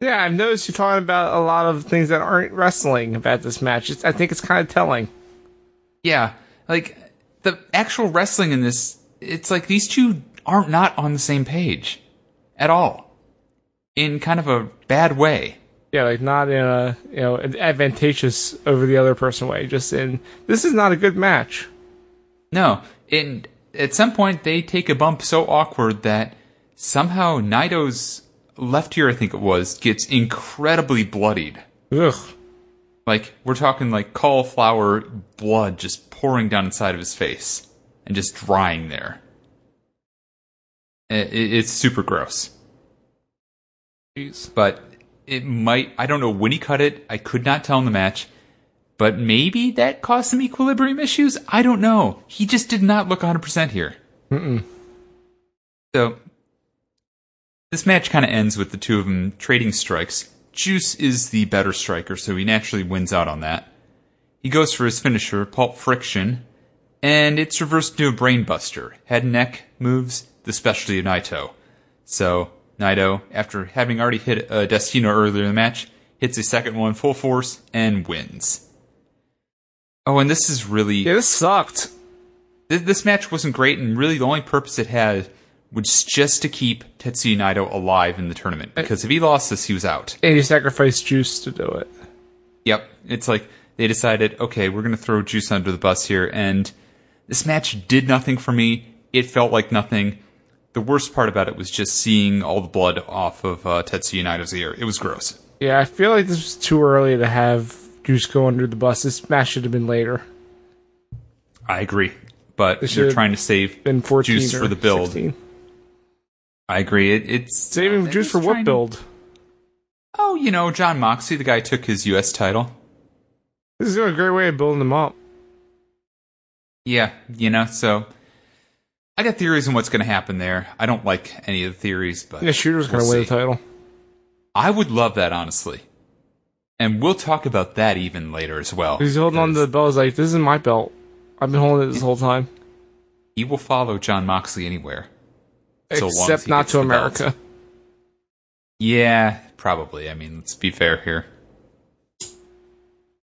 Yeah, I've noticed you're talking about a lot of things that aren't wrestling about this match. It's, I think it's kind of telling. Yeah, like the actual wrestling in this, it's like these two aren't not on the same page at all, in kind of a bad way. Yeah, like not in a you know an advantageous over the other person way. Just in this is not a good match. No, and at some point they take a bump so awkward that somehow Naito's left ear, I think it was, gets incredibly bloodied. Ugh. Like we're talking like cauliflower blood just pouring down inside of his face and just drying there. I- i- It's super gross. Jeez. but it might I don't know when he cut it. I could not tell in the match. But maybe that caused some equilibrium issues. I don't know. He just did not look 100% here. So this match kind of ends with the two of them trading strikes. Juice is the better striker, so he naturally wins out on that. He goes for his finisher, pulp friction, and it's reversed to a brainbuster. Head and neck moves, the specialty of Naito. So Naito, after having already hit uh, Destino earlier in the match, hits a second one full force and wins. Oh, and this is really Yeah, this sucked. Th- this match wasn't great, and really the only purpose it had was just to keep Tetsuya Naito alive in the tournament. Because if he lost this, he was out. And you sacrifice juice to do it. Yep. It's like they decided, okay, we're going to throw Juice under the bus here. And this match did nothing for me. It felt like nothing. The worst part about it was just seeing all the blood off of uh, Tetsuya Naito's ear. It was gross. Yeah, I feel like this was too early to have Juice go under the bus. This match should have been later. I agree. But This they're should've trying to save Been 14 Juice or for the build. 16. I agree. It, it's Saving they're Juice just for what trying to- build? oh, you know, John Moxley, the guy who took his U.S. title. This is a great way of building them up. Yeah, you know, so I got theories on what's going to happen there. I don't like any of the theories, but Yeah, Shooter's going to we'll win see. the title. I would love that, honestly. And we'll talk about that even later as well. He's holding on to the belt. He's like, this is my belt. I've been holding it this whole time. He will follow John Moxley anywhere. So long as Except he not gets to the belt. America. Yeah, probably. I mean, let's be fair here.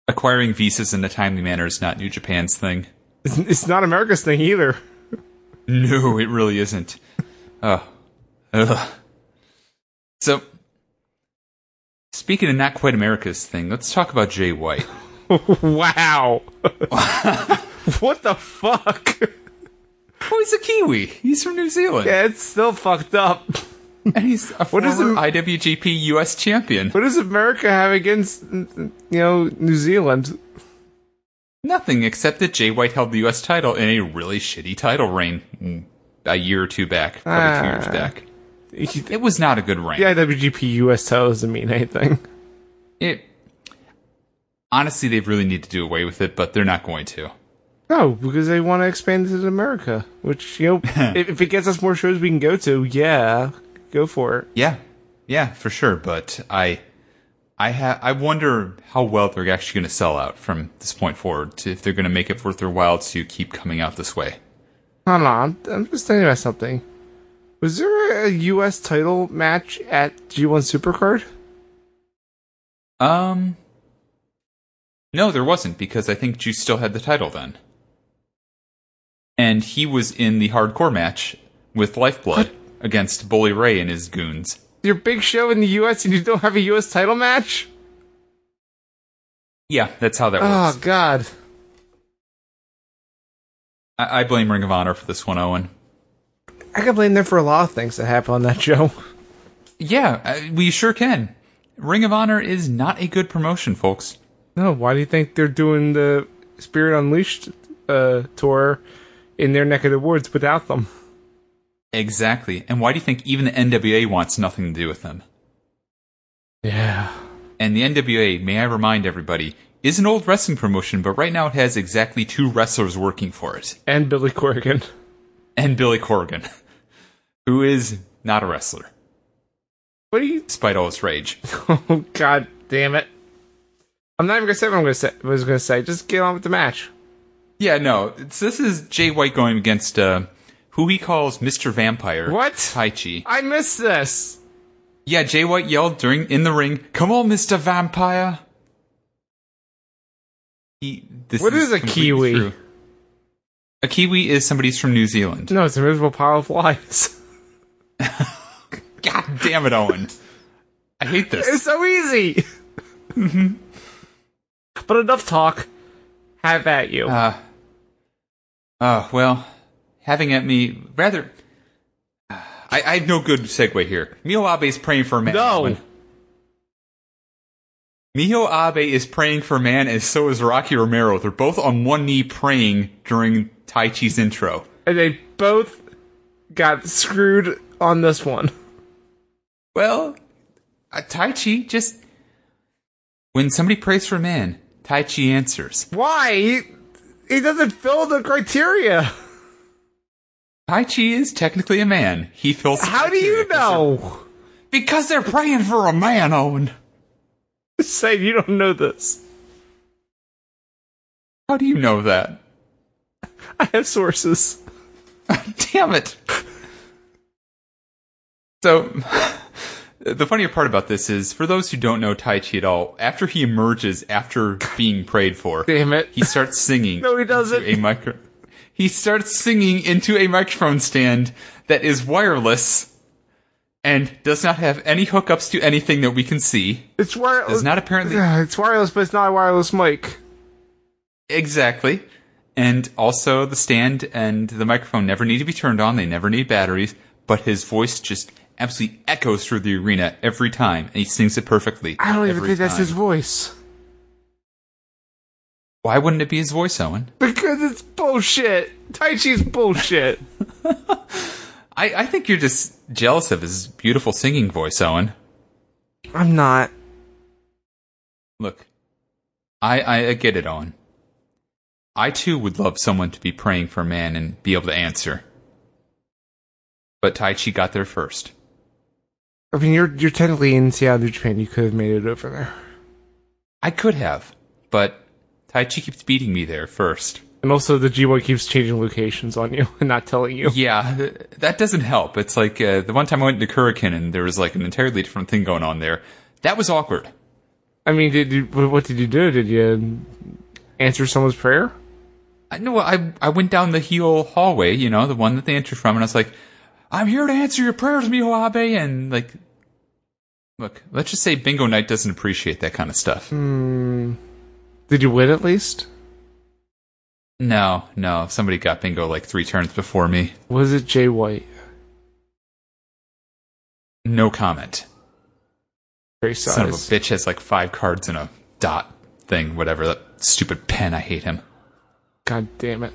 Acquiring visas in a timely manner is not New Japan's thing. It's, it's not America's thing either. No, it really isn't. Oh. Ugh. So, speaking of not quite America's thing, let's talk about Jay White. wow. what the fuck? Oh, he's a Kiwi. He's from New Zealand. Yeah, it's still fucked up. And he's a What former is the- IWGP US champion. What does America have against, you know, New Zealand? Nothing except that Jay White held the U.S. title in a really shitty title reign mm, a year or two back, probably two years Ah. back. The It was not a good reign. IWGP US title doesn't mean anything. It honestly, they really need to do away with it, but they're not going to. No, because they want to expand it to America, which, you know, if, if it gets us more shows we can go to, yeah, go for it. Yeah, yeah, for sure. But I, I ha- I wonder how well they're actually going to sell out from this point forward. to- If they're going to make it worth their while to keep coming out this way. Hold on, I'm, I'm just thinking about something. Was there a US title match at G1 Supercard? Um, no, there wasn't because I think Juice still had the title then, and he was in the hardcore match with Lifeblood against Bully Ray and his goons. Your big show in the US and you don't have a US title match? Yeah, that's how that Oh, works. God. I-, I blame Ring of Honor for this one, Owen. I can blame them for a lot of things that happen on that show. Yeah, I- we sure can. Ring of Honor is not a good promotion, folks. No, why do you think they're doing the Spirit Unleashed uh, tour in their neck of the woods without them? Exactly. And why do you think even the NWA wants nothing to do with them? Yeah. And the NWA, may I remind everybody, is an old wrestling promotion, but right now it has exactly two wrestlers working for it. And Billy Corrigan. and Billy Corrigan, who is not a wrestler, What do you? despite all his rage. Oh God, damn it! I'm not even gonna say what I'm gonna say. What I was gonna say. Just get on with the match. yeah, no, it's, this is Jay White going against uh, who he calls Mr. Vampire. What? Tai Chi. I missed this. Yeah, Jay White yelled during in the ring, "Come on, Mr. Vampire." He, this What is a completely kiwi? true. A kiwi is somebody who's from New Zealand. No, it's a miserable pile of lies. God damn it, Owen! I hate this. It's so easy. but enough talk. Have at you. Uh, uh, well, having at me, rather, I, I have no good segue here. Miho Abe is praying for a man. no. Miho Abe is praying for a man, and so is Rocky Romero. They're both on one knee praying during Tai Chi's intro. And they both got screwed on this one. Well, uh, Tai Chi just. When somebody prays for a man, Tai Chi answers. Why? He, he doesn't fill the criteria. Tai Chi is technically a man. He feels. How do you know? Because they're praying for a man, Owen. Say you don't know this. How do you know that? I have sources. Damn it. So, the funnier part about this is, for those who don't know Tai Chi at all, after he emerges after being prayed for, Damn it. he starts singing. No, he doesn't. into A micro- he starts singing into a microphone stand that is wireless and does not have any hookups to anything that we can see. It's wireless. Does not apparently Yeah, it's wireless, but it's not a wireless mic. exactly. And also, the stand and the microphone never need to be turned on. They never need batteries. But his voice just absolutely echoes through the arena every time, and he sings it perfectly. I don't even every think that's time. his voice. Why wouldn't it be his voice, Owen? Because it's bullshit. Tai Chi's bullshit. I, I think you're just jealous of his beautiful singing voice, Owen. I'm not. Look, I, I I get it, Owen. I too would love someone to be praying for a man and be able to answer. But Tai Chi got there first. I mean, you're you're technically in Seattle, New Japan. You could have made it over there. I could have, but Tai Chi keeps beating me there first. And also, the G1 keeps changing locations on you and not telling you. Yeah, th- that doesn't help. It's like uh, the one time I went to Kurikan and there was like an entirely different thing going on there. That was awkward. I mean, did you, what did you do? Did you answer someone's prayer? I know I I went down the heel hallway, you know, the one that they entered from, and I was like, I'm here to answer your prayers, Miwabe, and like look, let's just say Bingo Knight doesn't appreciate that kind of stuff. Did you win at least? No, no, somebody got bingo like three turns before me. Was it Jay White? No comment. Very Son of a size. bitch has like five cards in a dot thing, whatever, that stupid pen, I hate him. God damn it.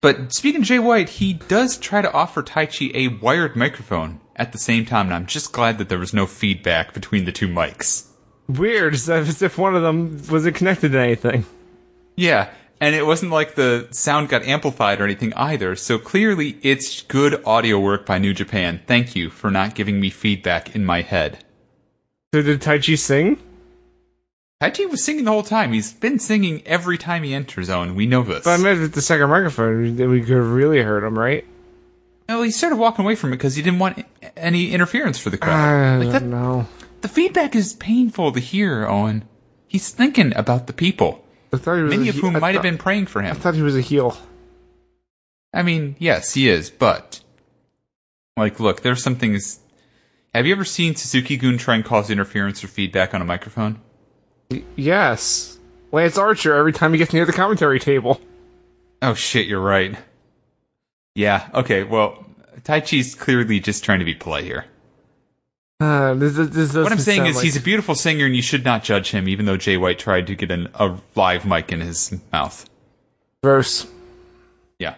But speaking of Jay White, he does try to offer Tai Chi a wired microphone at the same time, and I'm just glad that there was no feedback between the two mics. Weird, as if as if one of them wasn't connected to anything. Yeah, and it wasn't like the sound got amplified or anything either, so clearly it's good audio work by New Japan. Thank you for not giving me feedback in my head. So did Tai Chi sing? Taichi was singing the whole time. He's been singing every time he enters, Owen. We know this. But I meant with the second microphone, then we could have really heard him, right? well, he started walking away from it because he didn't want a- any interference for the crowd. I Like, that- don't know. The feedback is painful to hear, Owen. He's thinking about the people, I thought he was many a of he- whom I might thought- have been praying for him. I thought he was a heel. I mean, yes, he is, but like, look, there's some things. Have you ever seen Suzuki Goon try and cause interference or feedback on a microphone? Yes. Lance Archer every time he gets near the commentary table. Oh shit, you're right. Yeah. Okay. Well, Tai Chi's clearly just trying to be polite here. Uh, this, this, this What I'm saying is, he's a beautiful singer, and you should not judge him, even though Jay White tried to get an, a live mic in his mouth. verse. Yeah.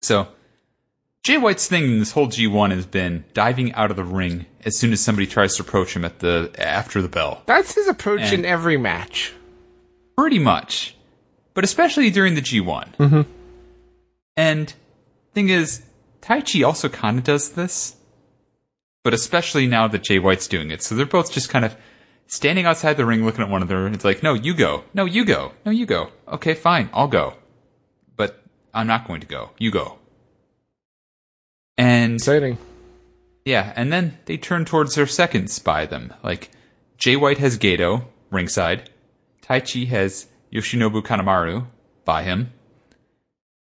So, Jay White's thing in this whole G1 has been diving out of the ring as soon as somebody tries to approach him at the after the bell. That's his approach in And- every match. Pretty much, but especially during the G1. Mm-hmm. And thing is, Tai Chi also kind of does this, but especially now that Jay White's doing it. So they're both just kind of standing outside the ring, looking at one another. and It's like, no, you go. No, you go. No, you go. Okay, fine, I'll go, but I'm not going to go. You go. And Exciting. yeah, and then they turn towards their seconds by them. Like, Jay White has Gato, ringside. Taichi has Yoshinobu Kanemaru, by him.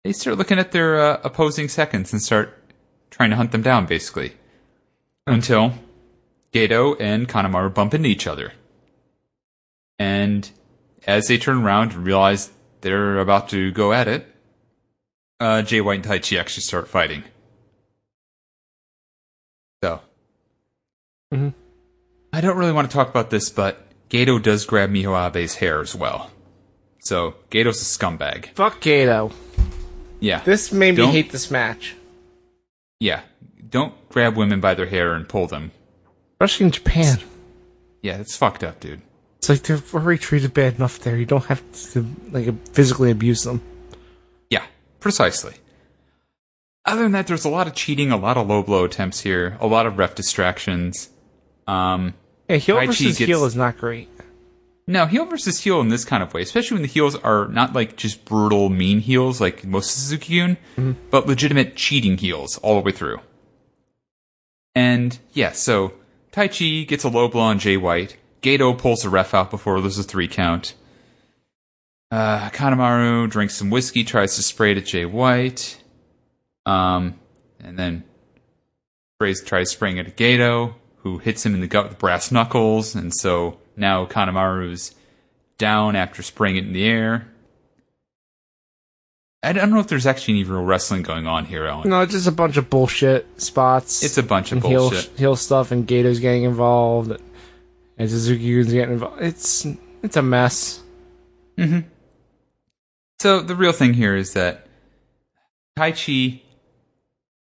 They start looking at their uh, opposing seconds and start trying to hunt them down, basically. Until Gato and Kanemaru bump into each other. And as they turn around and realize they're about to go at it, uh, Jay White and Taichi actually start fighting. So, Mhm. I don't really want to talk about this, but Gato does grab Mihoabe's hair as well. So, Gato's a scumbag. Fuck Gato. Yeah. This made me Don't- hate this match. yeah. Don't grab women by their hair and pull them. Especially in Japan. Yeah, it's fucked up, dude. It's like they're already treated bad enough there. You don't have to like physically abuse them. Yeah, precisely. Other than that, there's a lot of cheating, a lot of low blow attempts here, a lot of ref distractions. Um, Yeah, heel Tai Chi versus gets- heel is not great. Now, heel versus heel in this kind of way, especially when the heels are not like just brutal, mean heels like most Suzuki Yun, but legitimate cheating heels all the way through. And yeah, so Tai Chi gets a low blow on Jay White. Gato pulls the ref out before there's a three count. Uh, Kanemaru drinks some whiskey, tries to spray it at Jay White. Um, and then sprays, tries spraying it at Gato, who hits him in the gut with brass knuckles. And so now Kanemaru's down after spraying it in the air. I don't know if there's actually any real wrestling going on here, Ellen. No, it's just a bunch of bullshit spots. It's a bunch of and heel, bullshit. heel stuff, and Gato's getting involved, and Suzuki Gun's getting involved. It's it's a mess. So the real thing here is that Tai Chi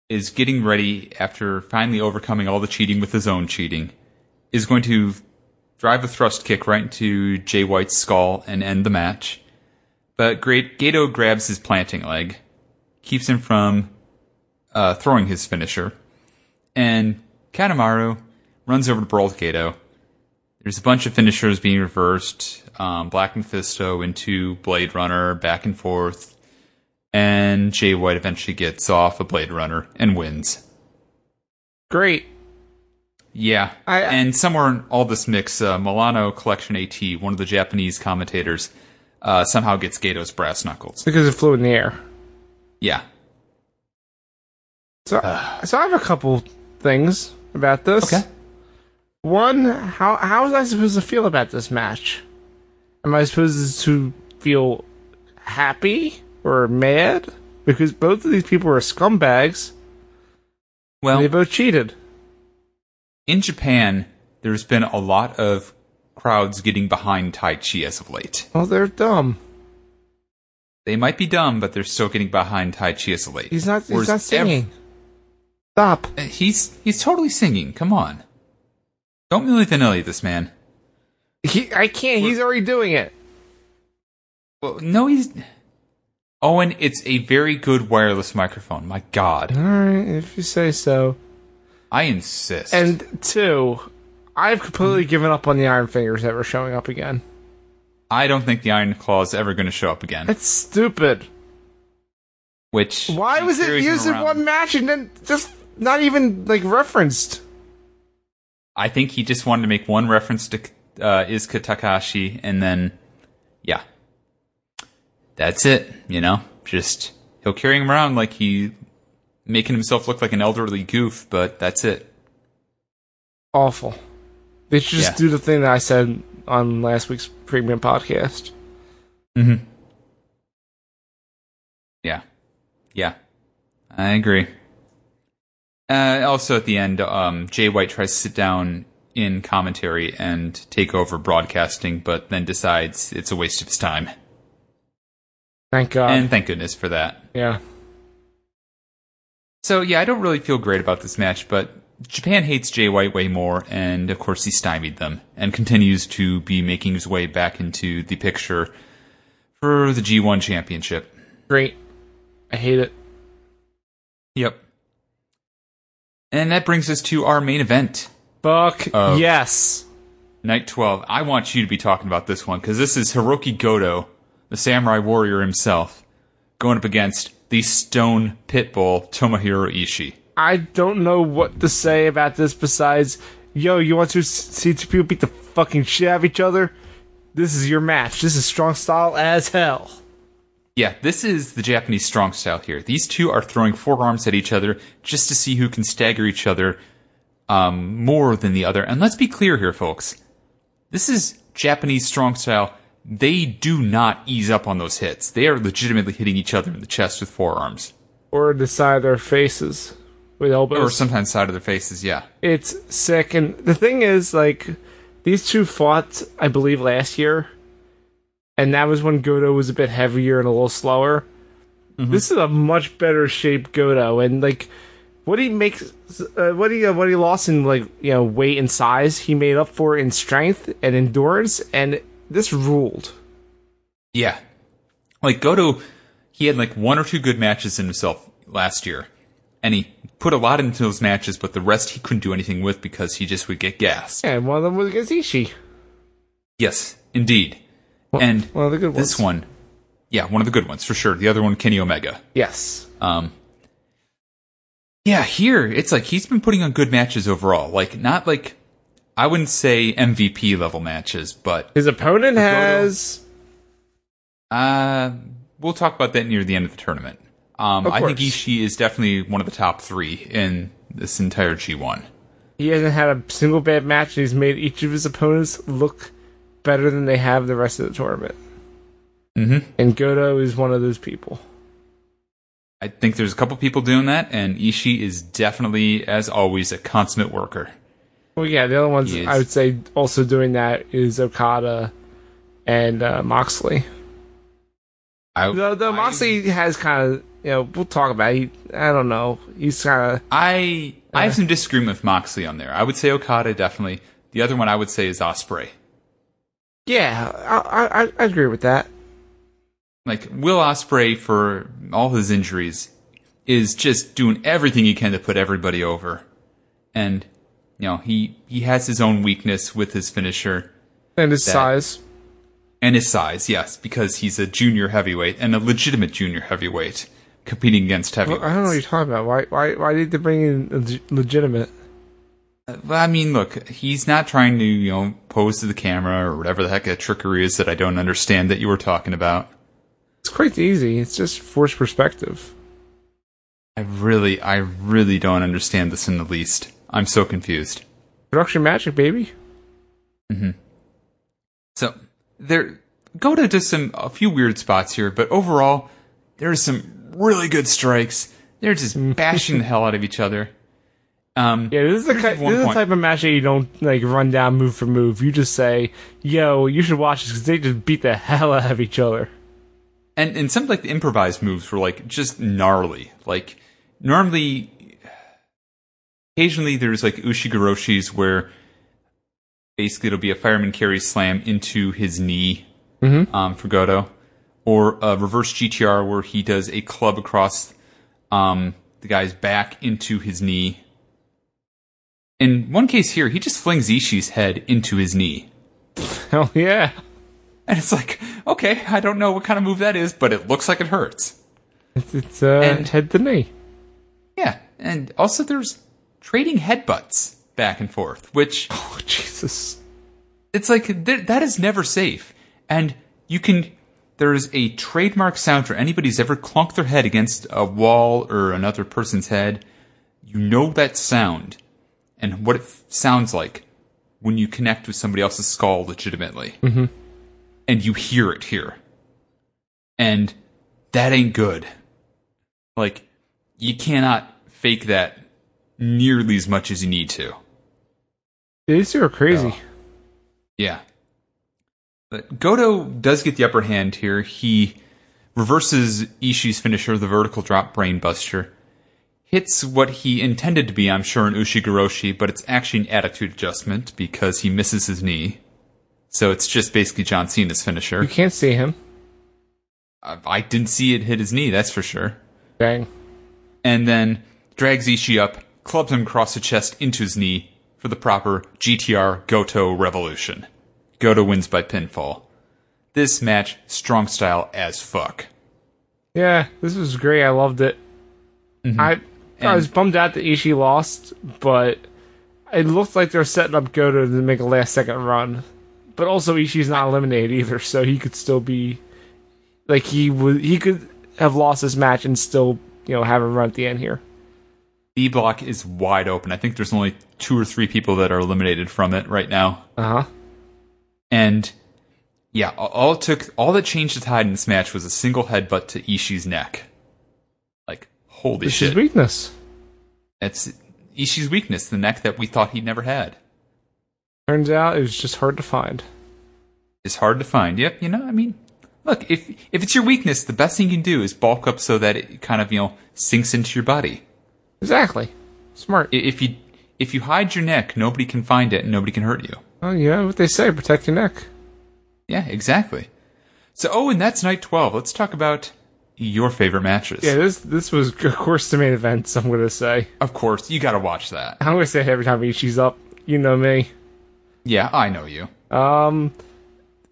is getting ready after finally overcoming all the cheating with his own cheating, is going to drive a thrust kick right into Jay White's skull and end the match. But Great Gato grabs his planting leg, keeps him from uh, throwing his finisher, and Katamaru runs over to Brawl Gato. There's a bunch of finishers being reversed. Um, Black Mephisto into Blade Runner, back and forth. And Jay White eventually gets off a Blade Runner and wins. Great. Yeah. I- and somewhere in all this mix, uh, Milano Collection AT, one of the Japanese commentators, uh, somehow gets Gato's brass knuckles. Because it flew in the air. Yeah. So, so I have a couple things about this. Okay. One, how how was I supposed to feel about this match? Am I supposed to feel happy or mad? Because both of these people are scumbags. and Well, they both cheated. in Japan, there's been a lot of crowds getting behind Tai Chi as of late. Well, they're dumb. They might be dumb, but they're still getting behind Tai Chi as a lead. He's not. He's Whereas not ev- singing. Stop. Uh, he's he's totally singing. Come on, don't milli vanilli this man. He, I can't. He's already doing it. Well, no, he's Owen. It's a very good wireless microphone. My God, All right, if you say so. I insist. And two, I've completely Mm. given up on the Iron Fingers ever showing up again. I don't think the Iron Claw is ever going to show up again. That's stupid. Which Why he was it carries him used in around. one match and then just not even like referenced? I think he just wanted to make one reference to uh, Iska Takashi, and then yeah, that's it. You know, just he'll carry him around like he making himself look like an elderly goof, but that's it. Awful. They should just Yeah. do the thing that I said on last week's premium podcast. Mm-hmm. Yeah, yeah, I agree. Uh, also, at the end, um, Jay White tries to sit down in commentary and take over broadcasting, but then decides it's a waste of his time. Thank God. And thank goodness for that. yeah. So yeah, I don't really feel great about this match, but Japan hates Jay White way more, and of course he stymied them and continues to be making his way back into the picture for the G1 championship. Great. I hate it. Yep. And that brings us to our main event, Fuck. Uh, yes. night 12. I want you to be talking about this one because this is Hiroki Goto, the samurai warrior himself, going up against the stone pitbull Tomohiro Ishii. I don't know what to say about this besides, yo, you want to s- see two people beat the fucking shit out of each other? This is your match. This is strong style as hell. Yeah, this is the Japanese strong style here. These two are throwing forearms at each other just to see who can stagger each other um, more than the other. And let's be clear here, folks. This is Japanese strong style. They do not ease up on those hits. They are legitimately hitting each other in the chest with forearms, Or the side of their faces with elbows. or sometimes side of their faces. Yeah, it's sick. And the thing is, like, these two fought, I believe, last year, and that was when Goto was a bit heavier and a little slower. Mm-hmm. This is a much better shaped Goto, and like, what he makes, uh, what he uh, what he lost in like you know weight and size, he made up for in strength and endurance, and this ruled. yeah. Like Goto, he had like one or two good matches in himself last year, and he put a lot into those matches, but the rest he couldn't do anything with because he just would get gassed. And one of them was against Ishii, Yes, indeed. and one of the good ones. this one, yeah, one of the good ones for sure. The other one, Kenny Omega. yes. Um, yeah, here it's like he's been putting on good matches overall. Like not like I wouldn't say MVP level matches, but His opponent has Uh, we'll talk about that near the end of the tournament. Um, Of I think course. Ishii is definitely one of the top three in this entire G1. He hasn't had a single bad match, and he's made each of his opponents look better than they have the rest of the tournament. Mm-hmm. And Goto is one of those people. I think there's a couple people doing that, and Ishii is definitely, as always, a consummate worker. Well, yeah, the other ones Yes. I would say also doing that is Okada and uh, Moxley. I, Though, though I- Moxley has kind of, you know, we'll talk about it. He, I don't know. He's kind of. I I have some disagreement with Moxley on there. I would say Okada definitely. The other one I would say is Osprey. Yeah, I, I, I- I agree with that. Like Will Osprey for all his injuries is just doing everything he can to put everybody over, and you know he he has his own weakness with his finisher And his size. and his size. Yes, because he's a junior heavyweight and a legitimate junior heavyweight competing against heavyweights. I don't know what you're talking about. Why why why did they bring in leg- legitimate? Uh, Well, I mean, look, he's not trying to, you know, pose to the camera or whatever the heck that trickery is that I don't understand that you were talking about. It's quite easy. It's just forced perspective. I really, I really don't understand this in the least. I'm so confused. Production magic, baby. So there, go to just some a few weird spots here, but overall, there are some really good strikes. They're just bashing the hell out of each other. Um, Yeah, this is the, ki- this one is the point. type of match that you don't like run down move for move. You just say, "Yo, you should watch this because they just beat the hell out of each other." and and some like the improvised moves were like just gnarly. Like normally, occasionally there's like ushigoroshis where basically it'll be a fireman carry slam into his knee um, for Goto, or a reverse GTR where he does a club across um, the guy's back into his knee. In one case here, he just flings Ishii's head into his knee. Hell yeah! And it's like, okay, I don't know what kind of move that is, but it looks like it hurts. It's, it's uh, And- head to knee. Yeah, and also there's trading headbutts back and forth, which Oh Jesus! it's like th- that is never safe. And you can there is a trademark sound for anybody who's ever clunked their head against a wall or another person's head. You know that sound and what it f- sounds like when you connect with somebody else's skull legitimately, mm-hmm. and you hear it here, and that ain't good. Like you cannot fake that nearly as much as you need to. These two are crazy. Yeah. But Goto does get the upper hand here. He reverses Ishii's finisher, the vertical drop brainbuster, hits what he intended to be, I'm sure, an Ushigoroshi, but it's actually an attitude adjustment because he misses his knee. So it's just basically John Cena's finisher. You can't see him. I I didn't see it hit his knee, that's for sure. Dang. And then drags Ishii up, clubs him across the chest into his knee for the proper GTR Goto Revolution. Goto wins by pinfall. This match, strong style as fuck. Yeah, this was great. I loved it. I I was bummed out that Ishii lost, but it looked like they're setting up Goto to make a last second run. But also Ishii's not eliminated either, so he could still be like he would he could have lost this match and still, you know, have a run at the end here. B block is wide open. I think there's only two or three people that are eliminated from it right now. Uh-huh. And yeah, all- all it took all that changed the tide in this match was a single headbutt to Ishii's neck. Like, holy This shit. is weakness. That's Ishii's weakness, the neck that we thought he never had. Turns out it was just hard to find. is hard to find. Yep, you know, I mean, look, if if it's your weakness, the best thing you can do is bulk up so that it kind of you know sinks into your body. Exactly. Smart. I- If you if you hide your neck, nobody can find it and nobody can hurt you. oh yeah, what they say, protect your neck. Yeah, exactly. So, oh, and that's night twelve. Let's talk about your favorite matches. Yeah, this this was of course the main event, so I'm gonna say. Of course, you got to watch that. I'm gonna say it every time Ishii's up. You know me. Yeah, I know you. Um,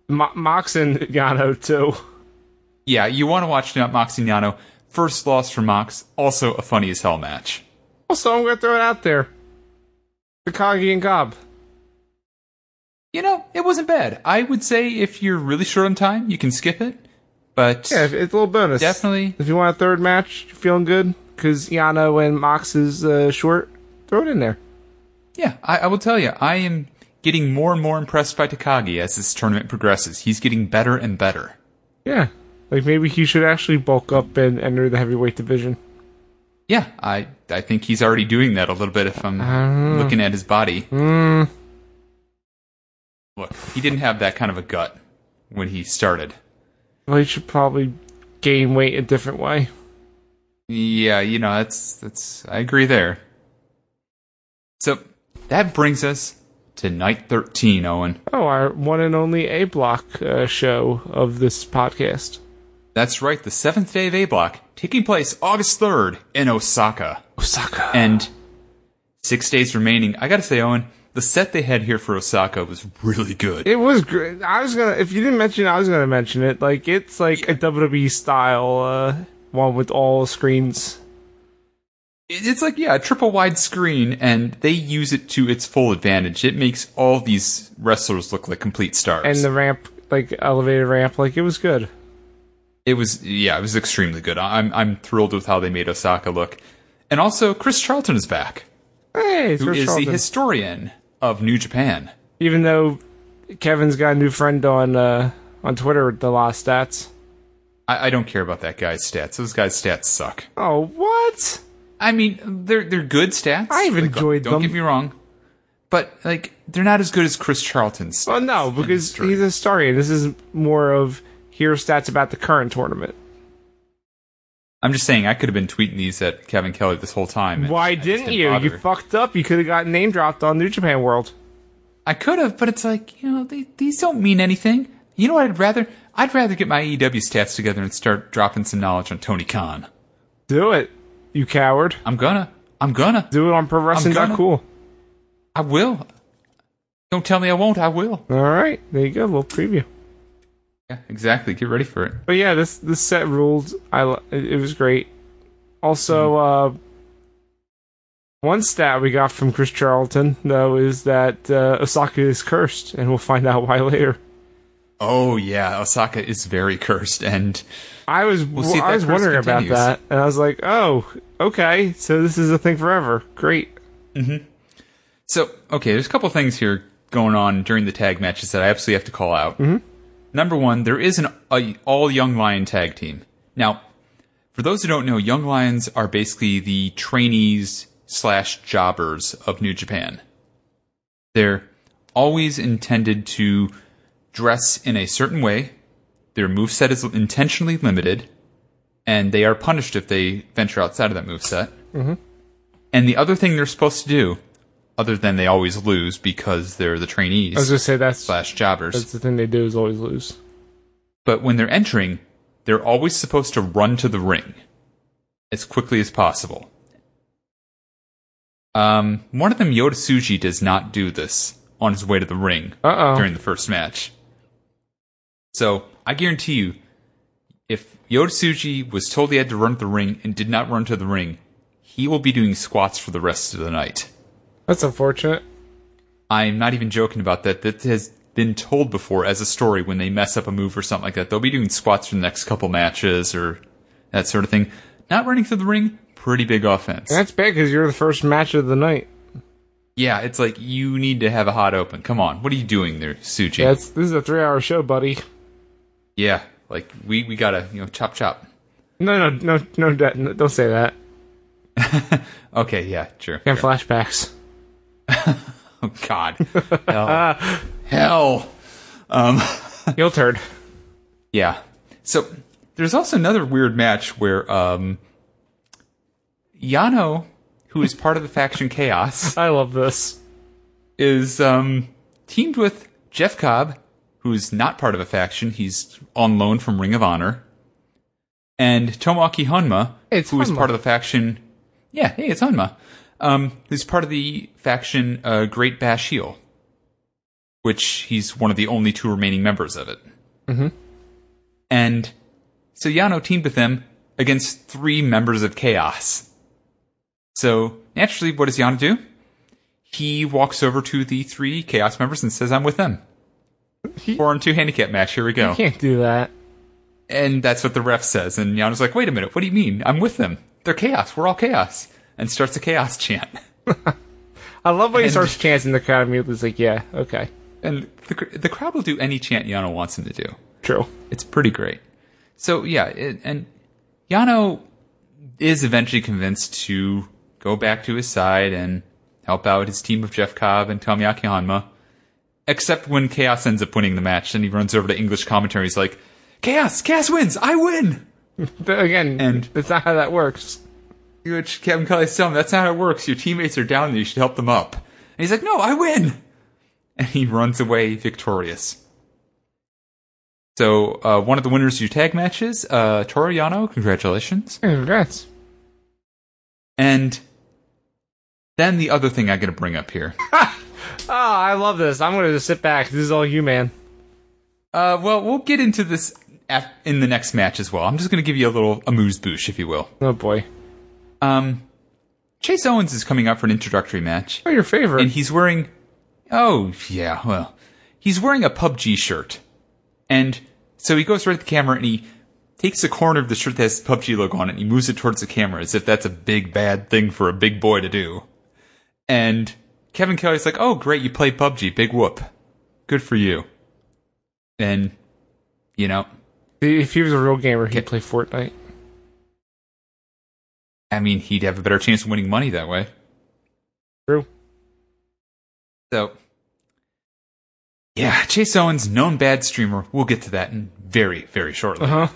Mo- Mox and Yano too. Yeah, you want to watch Moxignano. First loss for Mox. Also a funny as hell match. Also, I'm gonna throw it out there. Takagi and Gob. You know, it wasn't bad. I would say if you're really short on time, you can skip it. But Yeah, it's a little bonus. definitely, If you want a third match, you're feeling good because Yana and Mox is uh, short. Throw it in there. yeah, I, I will tell you, I am getting more and more impressed by Takagi as this tournament progresses. He's getting better and better. Yeah, like maybe he should actually bulk up and enter the heavyweight division. Yeah, I I think he's already doing that a little bit if I'm looking at his body. Look, he didn't have that kind of a gut when he started. Well, he should probably gain weight a different way. Yeah, you know, that's that's I agree there. So that brings us to night 13, Owen. Oh, our one and only A Block uh, show of this podcast. That's right, the 7th day of A block, taking place August 3rd in Osaka. Osaka. And 6 days remaining. I got to say, Owen, the set they had here for Osaka was really good. It was great. I was gonna. If you didn't mention, it, I was gonna mention it. Like it's like a WWE style uh, one with all screens. It- It's like, yeah, a triple wide screen, and they use it to its full advantage. It makes all these wrestlers look like complete stars. and the ramp, like elevated ramp, like it was good. it was, yeah, it was extremely good. I- I'm, I'm thrilled with how they made Osaka look. And also, Chris Charlton is back, Hey, it's who Rich is Charlton. the historian of New Japan. Even though Kevin's got a new friend on uh, on Twitter, with the last stats. I, I don't care about that guy's stats. Those guys' stats suck. Oh, what? I mean, they're they're good stats. I've Like, enjoyed don't them. get me wrong, but like they're not as good as Chris Charlton's. Well, stats. Oh, no, because true. he's a historian. This is more of here are stats about the current tournament. I'm just saying I could have been tweeting these at Kevin Kelly this whole time. and I Why just didn't you? bother. You fucked up. You could have gotten name dropped on New Japan World. I could have, but it's like you know they, these don't mean anything. You know what I'd rather? I'd rather get my EW stats together and start dropping some knowledge on Tony Khan. Do it, you coward. I'm gonna. I'm gonna. Do it on I'm gonna. ProWrestling.cool. I will. Don't tell me I won't. I will. All right, there you go. A little preview. Yeah, exactly. Get ready for it. But yeah, this this set ruled. I lo- it it was great. Also, Hmm. uh, one stat we got from Chris Charlton though is that uh, Osaka is cursed, and we'll find out why later. Oh yeah, Osaka is very cursed, and I was see if I that was curse wondering continues. about that, and I was like, oh, okay, so this is a thing forever. Great. So, okay, there's a couple things here going on during the tag matches that I absolutely have to call out. Mm-hmm. Number one, there is an a, all Young Lion tag team. Now, for those who don't know, Young Lions are basically the trainees slash jobbers of New Japan. They're always intended to dress in a certain way. Their moveset is intentionally limited, and they are punished if they venture outside of that moveset. Mm-hmm. And the other thing they're supposed to do, other than they always lose because they're the trainees I was gonna say that's slash jobbers, that's the thing they do is always lose. but when they're entering, they're always supposed to run to the ring as quickly as possible. Um, one of them, Yoda Suji, does not do this on his way to the ring Uh oh. during the first match. So I guarantee you, if Yoda Suji was told he had to run to the ring and did not run to the ring, he will be doing squats for the rest of the night. That's unfortunate. I'm not even joking about that. That has been told before as a story when they mess up a move or something like that. They'll be doing squats for the next couple matches or that sort of thing. Not running through the ring, pretty big offense. That's bad because you're the first match of the night. Yeah, it's like you need to have a hot open. Come on, what are you doing there, Suji? Yeah, it's, this is a three-hour show, buddy. Yeah, like we we gotta you know chop chop. No, no, no, no, that- no don't say that. Okay, yeah, sure. And flashbacks. Oh God, hell, hell. Um, Heel turd. Yeah. So there's also another weird match where um Yano, who is part of the faction Chaos, I love this. is um teamed with Jeff Cobb, who's not part of a faction. He's on loan from Ring of Honor. And Tomoaki Honma, Hey, it's who is Honma. part of the faction Yeah, hey, it's Honma. Um, who's part of the faction uh, Great Bash Heel. Which he's one of the only two remaining members of it. Mm-hmm. And so Yano teamed with them against three members of Chaos. So naturally, what does Yano do? He walks over to the three Chaos members and says, I'm with them. Four on two handicap match, here we go. Can't do that. And that's what the ref says. And Yano's like, wait a minute, what do you mean? I'm with them. They're chaos. We're all chaos. And starts a chaos chant. I love when he And- starts chanting the crowd immediately. It's like, yeah, okay, And the, cr- the crowd will do any chant Yano wants them to do. true. It's pretty great. So yeah, it, and Yano is eventually convinced to go back to his side and help out his team of Jeff Cobb and Tomiaki Hanma. Except when Chaos ends up winning the match, then he runs over to English commentary. He's like, "Chaos, Chaos wins! I win!" But again, And- that's not how that works. Which Kevin Kelly's telling him, "That's not how it works. Your teammates are down there. You should help them up." And he's like, "No, I win!" And he runs away victorious. So uh, one of the winners of your tag matches, uh, Toru Yano. Congratulations! Congrats. And then the other thing I'm going to bring up here. Oh, I love this. I'm gonna just sit back. This is all you, man. Uh, well, we'll get into this af- in the next match as well. I'm just going to give you a little amuse bouche, if you will. Oh boy. Um, Chase Owens is coming up for an introductory match, Oh, your favorite. and he's wearing. Oh yeah, well, he's wearing a PUBG shirt, and so he goes right at the camera and he takes a corner of the shirt that has the PUBG logo on it and he moves it towards the camera as if that's a big bad thing for a big boy to do. And Kevin Kelly's like, "Oh great, you play PUBG, big whoop, good for you." And you know, if he was a real gamer, he'd play Fortnite. I mean, he'd have a better chance of winning money that way. True. So, yeah, Chase Owens, known bad streamer. We'll get to that in very, very shortly. Uh huh.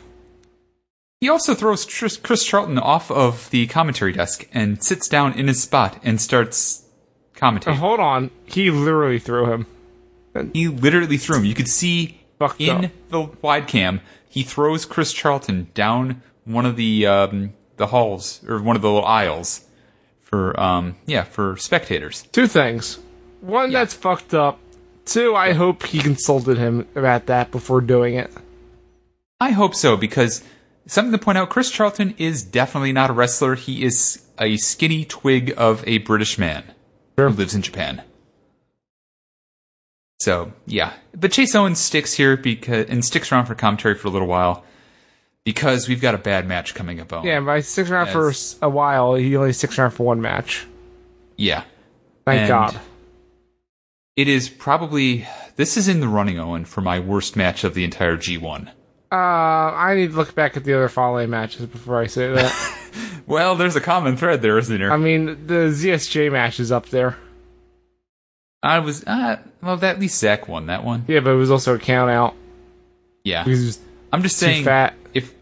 He also throws Tris- Chris Charlton off of the commentary desk and sits down in his spot and starts commentating. Hold on. He literally threw him. He literally threw him. You could see Fucked in up. the wide cam, he throws Chris Charlton down one of the um, the halls or one of the little aisles for um, yeah for spectators. Two things. One, that's fucked up. Two, I hope he consulted him about that before doing it. I hope so because something to point out: Chris Charlton is definitely not a wrestler. He is a skinny twig of a British man Sure. who lives in Japan. So yeah, but Chase Owens sticks here because and sticks around for commentary for a little while because we've got a bad match coming up. Owen. Yeah, by six around for s- a while, he only sticks around for one match. yeah. Thank And- God. It is probably this is in the running, Owen, for my worst match of the entire G1. Uh, I need to look back at the other following matches before I say that. Well, there's a common thread there, isn't I there? mean, the ZSJ match is up there. I was uh, well, that- at least Zach won that one. Yeah, but it was also a count out Yeah, because he was I'm just too saying fat. if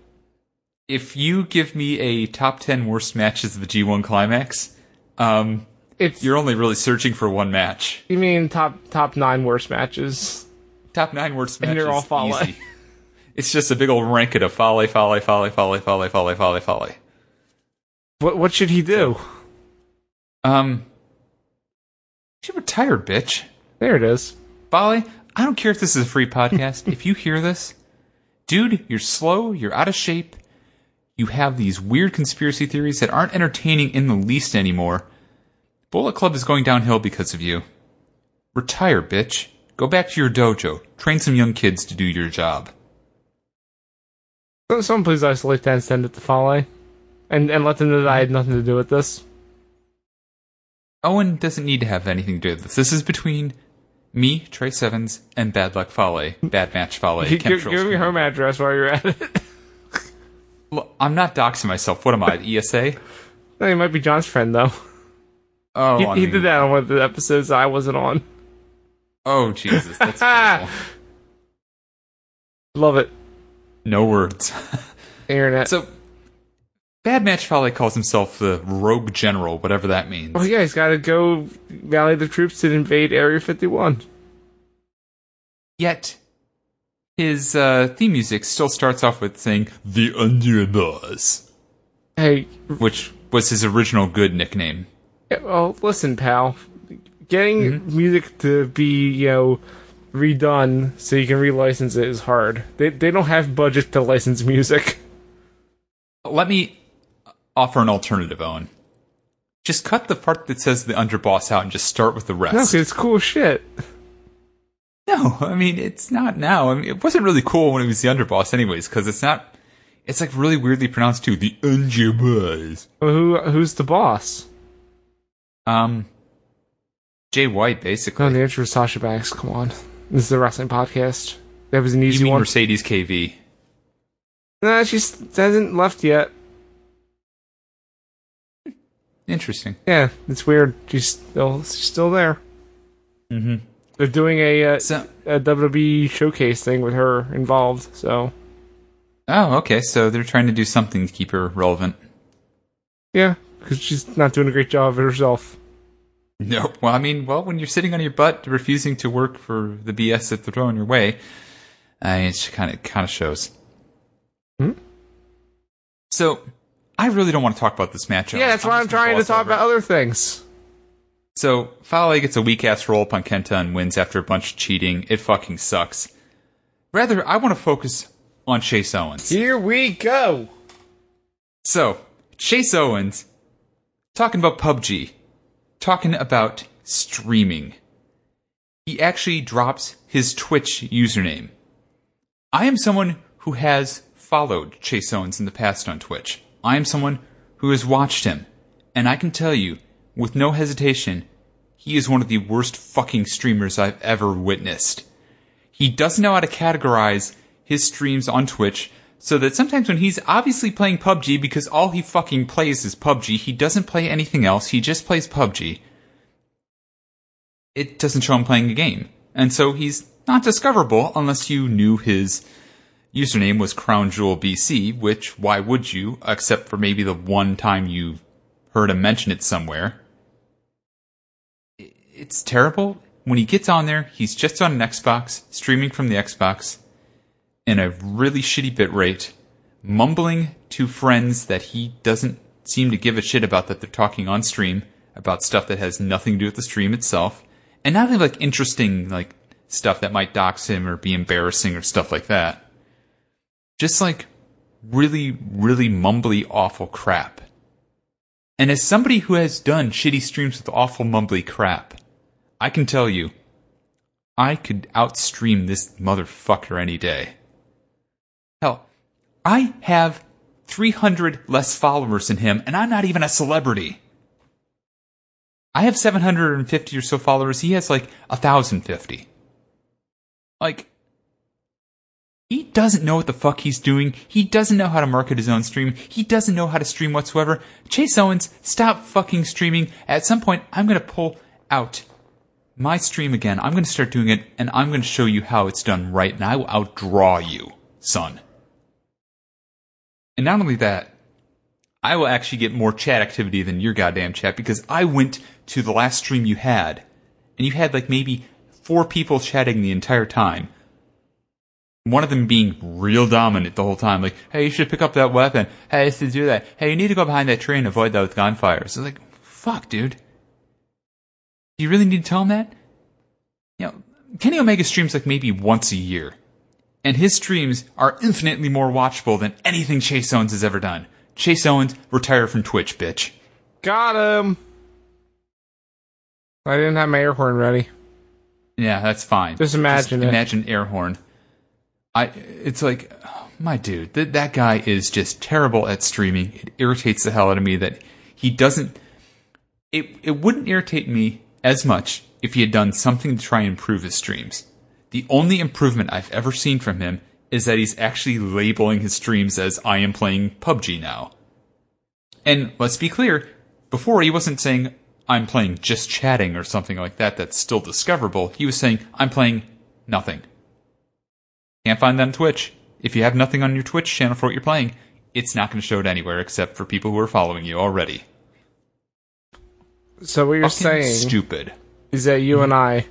if you give me a top ten worst matches of the G1 climax, um, It's you're only really searching for one match. you mean top top nine worst matches? Top nine worst matches. And they're all Fale. easy. It's just a big old ranket of folly, folly, folly, folly, folly, folly, folly, folly. What what should he do? Um, she retired, bitch. There it is. Bali, I don't care if this is a free podcast. if you hear this, dude, you're slow, you're out of shape, you have these weird conspiracy theories that aren't entertaining in the least anymore. Bullet Club is going downhill because of you. Retire, bitch. Go back to your dojo. Train some young kids to do your job. Someone please isolate that and send it to Fale. And and let them know that I had nothing to do with this. Owen doesn't need to have anything to do with this. This is between me, Trey Sevens, and Bad Luck Fale. Bad Match Fale. Give, Chemtrails give me your Community. home address while you're at it. Look, I'm not doxing myself. What am I, E the ESA? he might be John's friend though. Oh, He, I he mean- did that on one of the episodes I wasn't on. Oh Jesus, that's terrible. Ah. Love it. no words. Internet. so, Bad Match probably calls himself the Rogue General, whatever that means. oh yeah, he's gotta go rally the troops and invade Area fifty one. Yet, his uh, theme music still starts off with saying "The Underboss," Hey which was his original good nickname. yeah, well listen, pal. Getting music to be, you know, redone so you can relicense it is hard. They they don't have budget to license music. Let me offer an alternative, Owen. Just cut the part that says "The Underboss" out and just start with the rest. No, 'cause it's cool shit. No, I mean it's not now. I mean it wasn't really cool when it was the underboss, anyways, because it's not. It's like really weirdly pronounced too. The underboss. Well, Who who's the boss? Um, Jay White No, basically. the answer is Sasha Banks. Come on, this is a wrestling podcast. That was an you easy mean one. Mercedes KV? Nah, she s- hasn't left yet. Interesting. Yeah, it's weird. She's still she's still there. Mm-hmm. They're doing a, uh, So, a WWE showcase thing with her involved. So oh, okay. So they're trying to do something to keep her relevant. yeah, because she's not doing a great job of it herself. No. Well, I mean, well, when you're sitting on your butt refusing to work for the BS that they're throwing your way, I mean, it kind of kind of shows. Hmm? So, I really don't want to talk about this matchup. Yeah, that's why I'm just gonna trying to gloss talk over it. about other things. So Fale gets a weak ass roll up on Kenta and wins after a bunch of cheating. It fucking sucks. Rather, I want to focus on Chase Owens. Here we go. So, Chase Owens, talking about PUBG, talking about streaming. He actually drops his Twitch username. I am someone who has followed Chase Owens in the past on Twitch. I am someone who has watched him. And I can tell you, with no hesitation, he is one of the worst fucking streamers I've ever witnessed he doesn't know how to categorize his streams on Twitch so that sometimes when he's obviously playing PUBG because all he fucking plays is PUBG, he doesn't play anything else, he just plays PUBG. It doesn't show him playing a game. And so he's not discoverable unless you knew his username was Crown Jewel BC, which why would you, except for maybe the one time you heard him mention it somewhere. I- It's terrible. When he gets on there, he's just on an Xbox, streaming from the Xbox, in a really shitty bitrate, mumbling to friends that he doesn't seem to give a shit about that they're talking on stream about stuff that has nothing to do with the stream itself, and not even like interesting like stuff that might dox him or be embarrassing or stuff like that. Just like really, really mumbly, awful crap. And as somebody who has done shitty streams with awful mumbly crap, I can tell you, I could outstream this motherfucker any day. Hell, I have 300 less followers than him, and I'm not even a celebrity. I have 750 or so followers. He has like 1,050. Like, he doesn't know what the fuck he's doing. He doesn't know how to market his own stream. He doesn't know how to stream whatsoever. Chase Owens, stop fucking streaming. At some point, I'm gonna pull out my stream again. I'm gonna start doing it, and I'm gonna show you how it's done right, and I will outdraw you, son. And not only that, I will actually get more chat activity than your goddamn chat because I went to the last stream you had, and you had like maybe four people chatting the entire time one of them being real dominant the whole time, like, hey, you should pick up that weapon. Hey, you should do that. Hey, you need to go behind that tree and avoid those gunfires. So like, fuck, dude. Do you really need to tell him that? You know, Kenny Omega streams like maybe once a year. And his streams are infinitely more watchable than anything Chase Owens has ever done. Chase Owens, retire from Twitch, bitch. Got him. I didn't have my air horn ready. Yeah, that's fine. Just imagine it. imagine air horn. I. It's like, oh, my dude, that that guy is just terrible at streaming. It irritates the hell out of me that he doesn't. It it wouldn't irritate me as much if he had done something to try and improve his streams. The only improvement I've ever seen from him is that he's actually labeling his streams as I am playing PUBG now. And let's be clear, before he wasn't saying, I'm playing just chatting or something like that that's still discoverable. He was saying, I'm playing nothing. Can't find that on Twitch. If you have nothing on your Twitch channel for what you're playing, it's not going to show it anywhere except for people who are following you already. So what you're Fucking saying Stupid. is that you and I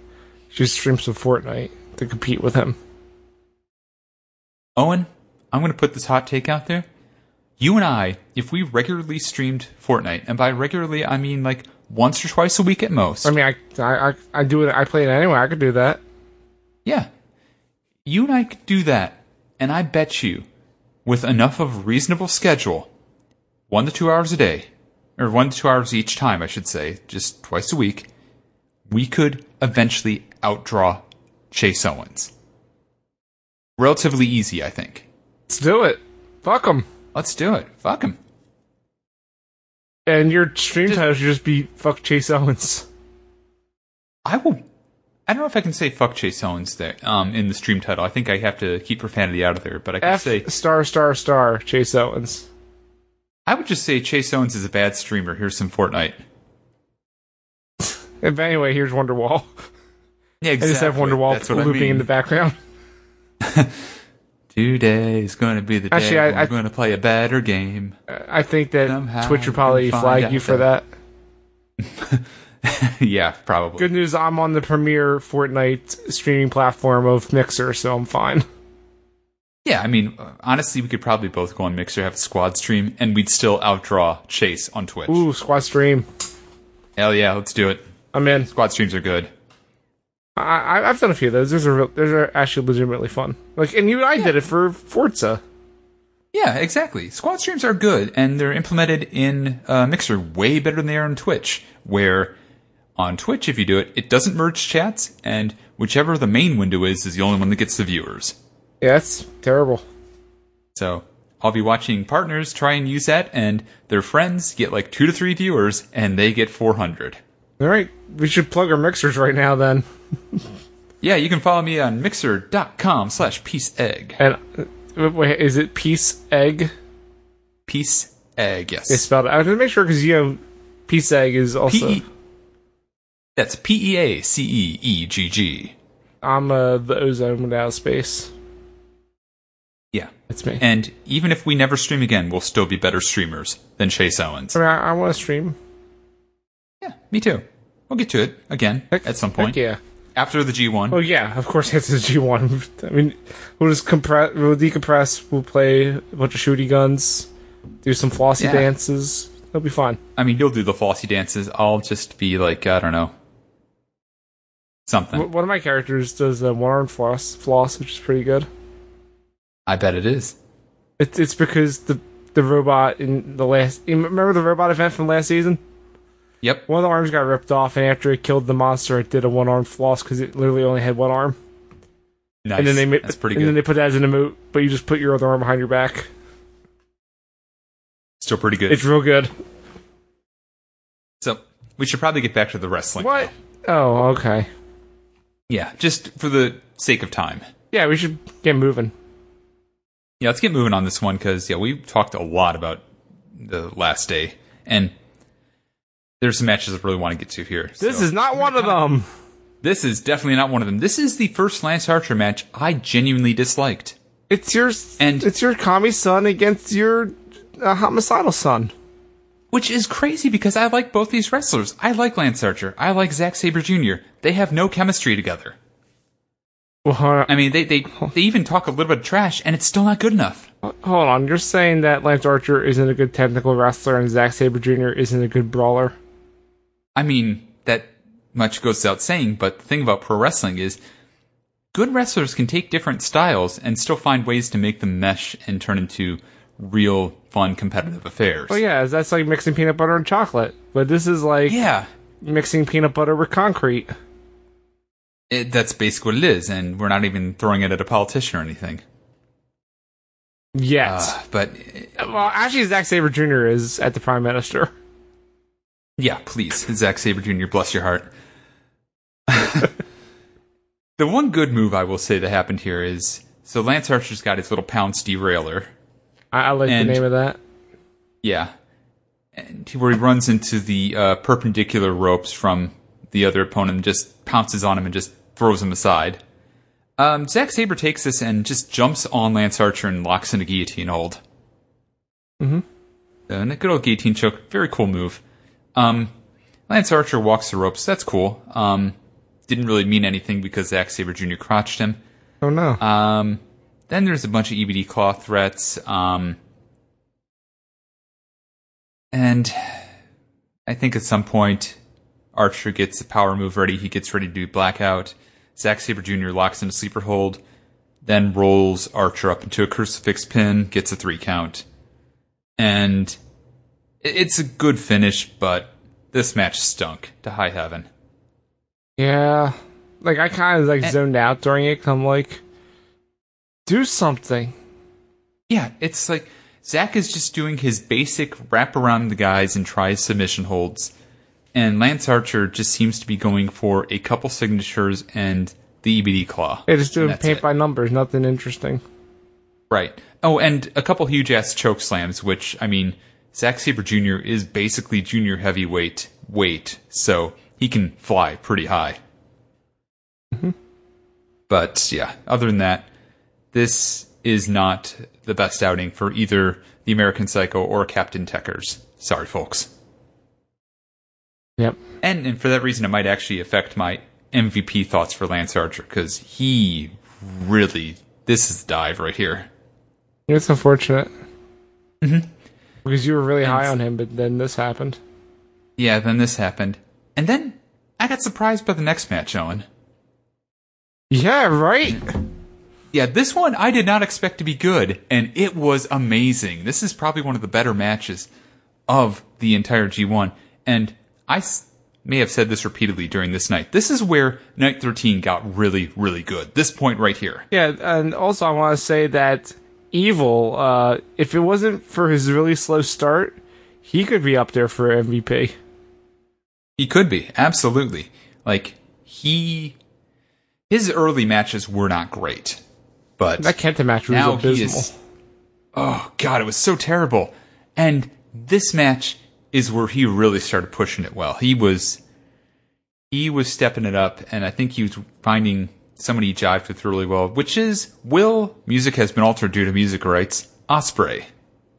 should stream some Fortnite to compete with him. Owen, I'm going to put this hot take out there. You and I, if we regularly streamed Fortnite, and by regularly I mean like once or twice a week at most. I mean, I I I, I do it. I play it anyway. I could do that. Yeah. You and I could do that, and I bet you, with enough of a reasonable schedule, one to two hours a day, or one to two hours each time, I should say, just twice a week, we could eventually outdraw Chase Owens. Relatively easy, I think. Let's do it. Fuck them. Let's do it. Fuck him. And your stream title should just be "Fuck Chase Owens." I will. I don't know if I can say fuck Chase Owens there um, in the stream title. I think I have to keep profanity out of there, but I can F say star star star Chase Owens. I would just say Chase Owens is a bad streamer. Here's some Fortnite. And anyway, here's Wonderwall. Yeah, I exactly. just have Wonderwall That's what I looping in mean. the background. Today is going to be the Actually, day I- I, I- am going to play a better game. Uh, I think that Somehow Twitch would we probably can flag find you out for that. that- yeah, probably. Good news, I'm on the premier Fortnite streaming platform of Mixer, so I'm fine. Yeah, I mean, uh, honestly, we could probably both go on Mixer, have a squad stream, and we'd still outdraw Chase on Twitch. Ooh, squad stream. Hell yeah, let's do it. I'm in. Squad streams are good. I, I- I've done a few of those. Those are real, those are actually legitimately fun. Like, and you and I did it for Forza. Yeah, exactly. Squad streams are good, and they're implemented in uh, Mixer way better than they are on Twitch, where on Twitch, if you do it, it doesn't merge chats, and whichever the main window is, is the only one that gets the viewers. Yeah, that's terrible. So I'll be watching partners try and use that, and their friends get like two to three viewers, and they get 400. All right, we should plug our mixers right now then. Yeah, you can follow me on mixer.com slash piece egg. And uh, wait, is it Peace Egg? Piece egg, yes. E They spelled it. I was gonna make sure because you know, Peace Egg is also. P-E- That's P E A C E E G G. I'm uh, the ozone without space. Yeah. That's me. And even if we never stream again, we'll still be better streamers than Chase Owens. I mean, I, I want to stream. Yeah, me too. We'll get to it again Heck- at some heck point. yeah. After the G1. Well, yeah, of course it's a G1. I mean, we'll just compress, we'll decompress, we'll play a bunch of shooty guns, do some flossy Yeah. dances. It'll be fun. I mean, you'll do the flossy dances. I'll just be like, I don't know. Something. W- One of my characters does a one arm floss, floss, which is pretty good. I bet it is. It's it's because the the robot in the last you remember the robot event from last season. Yep. One of the arms got ripped off, and after it killed the monster, it did a one arm floss because it literally only had one arm. Nice. And then they ma- That's pretty and good. then they put that as an emote, but you just put your other arm behind your back. Still pretty good. It's real good. so we should probably get back to the wrestling. What? Oh, okay. Yeah, just for the sake of time. Yeah, we should get moving. Yeah, let's get moving on this one because yeah, we talked a lot about the last day, and there's some matches I really want to get to here. This is not one of them. this is definitely not one of them. This is the first Lance Archer match I genuinely disliked. It's your And- it's your commie son against your uh, homicidal son. Which is crazy because I like both these wrestlers. I like Lance Archer. I like Zack Sabre Jr. They have no chemistry together. Well, hold I on, mean, they, they, they even talk a little bit of trash and it's still not good enough. hold on. You're saying that Lance Archer isn't a good technical wrestler and Zack Saber Jr. isn't a good brawler. I mean, that much goes without saying, but the thing about pro wrestling is good wrestlers can take different styles and still find ways to make them mesh and turn into real, fun, competitive affairs. Well, Oh, yeah, that's like mixing peanut butter and chocolate. But this is like Yeah, mixing peanut butter with concrete. it, that's basically what it is, and we're not even throwing it at a politician or anything. Yet, Uh, but uh, well, actually, Zack Saber Jr. is at the prime minister. yeah, please, Zack Saber Jr., bless your heart. the one good move I will say that happened here is so Lance Archer's got his little pounce derailer. I, I like And- the name of that. Yeah. And he- where he runs into the uh, perpendicular ropes from the other opponent and just pounces on him and just throws him aside. Um, Zack Sabre takes this and just jumps on Lance Archer and locks in a guillotine hold. Mm-hmm. And a good old guillotine choke. Very cool move. Um, Lance Archer walks the ropes. That's cool. Um, didn't really mean anything because Zack Sabre Jr. crotched him. Oh no! Um, then there's a bunch of EBD claw threats. Um, and I think at some point, Archer gets the power move ready. He gets ready to do blackout. Zack Sabre Jr. locks in a sleeper hold, then rolls Archer up into a crucifix pin, gets a three count. And i- it's a good finish, but this match stunk to high heaven. yeah, Like I kind of like zoned out during it. i I'm like, do something. Yeah, it's like Zach is just doing his basic wrap around the guys and try submission holds, and Lance Archer just seems to be going for a couple signatures and the EBD claw. They're just doing That's paint it. by numbers. Nothing interesting. Right. Oh, and a couple huge ass choke slams, which I mean, Zack Saber Jr. is basically junior heavyweight weight, so he can fly pretty high. But yeah, other than that, this is not the best outing for either the American Psycho or Captain Techers. Sorry, folks. Yep. And, and for that reason, it might actually affect my MVP thoughts for Lance Archer, because he really, this is the dive right here. It's unfortunate. Mm-hmm. Because you were really high on him, but then this happened. Yeah, then this happened. And then I got surprised by the next match, Owen. Yeah, right. Yeah, this one I did not expect to be good, and it was amazing. This is probably one of the better matches of the entire G1. And I s- may have said this repeatedly during this night. This is where Night 13 got really, really good. This point right here. Yeah, and also I want to say that Evil, uh, if it wasn't for his really slow start, he could be up there for MVP. He could be, absolutely. Like, he. His early matches were not great, but. That Kenta match was now he abysmal. is. Oh God, it was so terrible. And this match is where he really started pushing it well. He was, he was stepping it up, and I think he was finding somebody he jived with really well, which is Will. Music has been altered due to music rights. Osprey,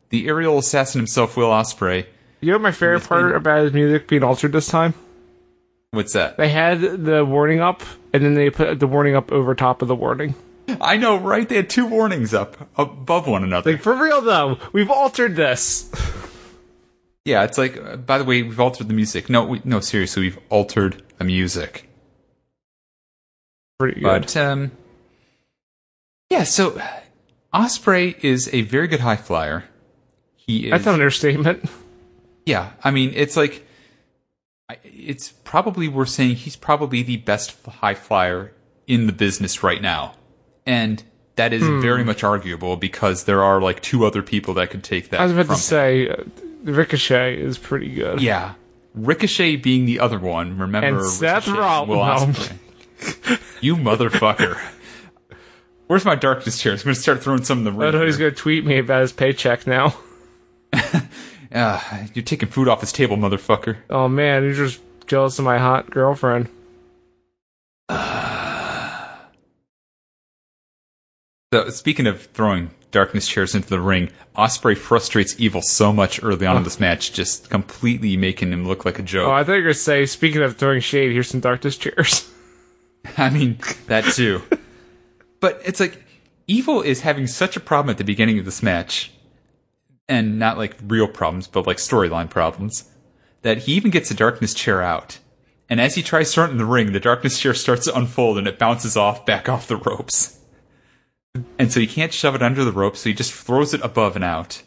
the aerial assassin himself, Will Osprey. You know what my favorite part about his music being altered this time? What's that? They had the warning up, and then they put the warning up over top of the warning. I know, right? They had two warnings up above one another. Like, for real though, we've altered this. Yeah, it's like. Uh, by the way, we've altered the music. No, we, no, seriously, we've altered the music. Pretty good. But um, yeah, so Osprey is a very good high flyer. He is. That's an understatement. yeah, I mean, it's like I- it's probably worth saying he's probably the best high flyer in the business right now, and that is Hmm. very much arguable because there are like two other people that could take that. I was about from to say, uh, Ricochet is pretty good. him. yeah, Ricochet being the other one. Remember, And Seth Ricochet, Rollins. Will Ospreay. you motherfucker. Where's my darkness chairs? I'm gonna start throwing some in the room. I know he's here. gonna tweet me about his paycheck now. Ah, you're taking food off his table, motherfucker. Oh man, he's just jealous of my hot girlfriend. So, speaking of throwing darkness chairs into the ring, Osprey frustrates Evil so much early on in this match, just completely making him look like a Oh, joke. I thought you were gonna say, speaking of throwing shade, here's some darkness chairs. Oh, I mean, that too. but it's like Evil is having such a problem at the beginning of this match, and not like real problems, but like storyline problems, that he even gets a darkness chair out. And as he tries to run in the ring, the darkness chair starts to unfold and it bounces off back off the ropes. And so he can't shove it under the rope, so he just throws it above and out.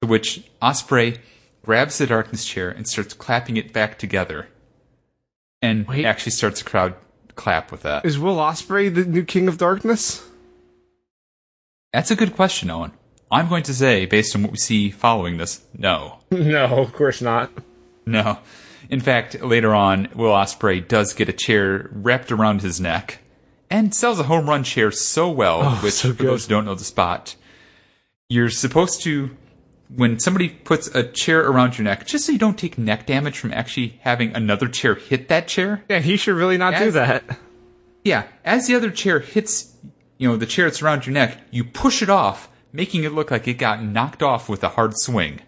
To which Osprey grabs the darkness chair and starts clapping it back together. And Wait. actually starts a crowd clap with that. Is Will Osprey the new king of darkness? That's a good question, Owen. I'm going to say, based on what we see following this, no. no, of course not. No. In fact, later on, Will Osprey does get a chair wrapped around his neck and sells a home run chair so well, which, Oh, so for good. those who don't know the spot, you're supposed to, when somebody puts a chair around your neck, just so you don't take neck damage from actually having another chair hit that chair, Yeah, he should really not do As- that. yeah, as the other chair hits, you know, the chair that's around your neck, you push it off, making it look like it got knocked off with a hard swing.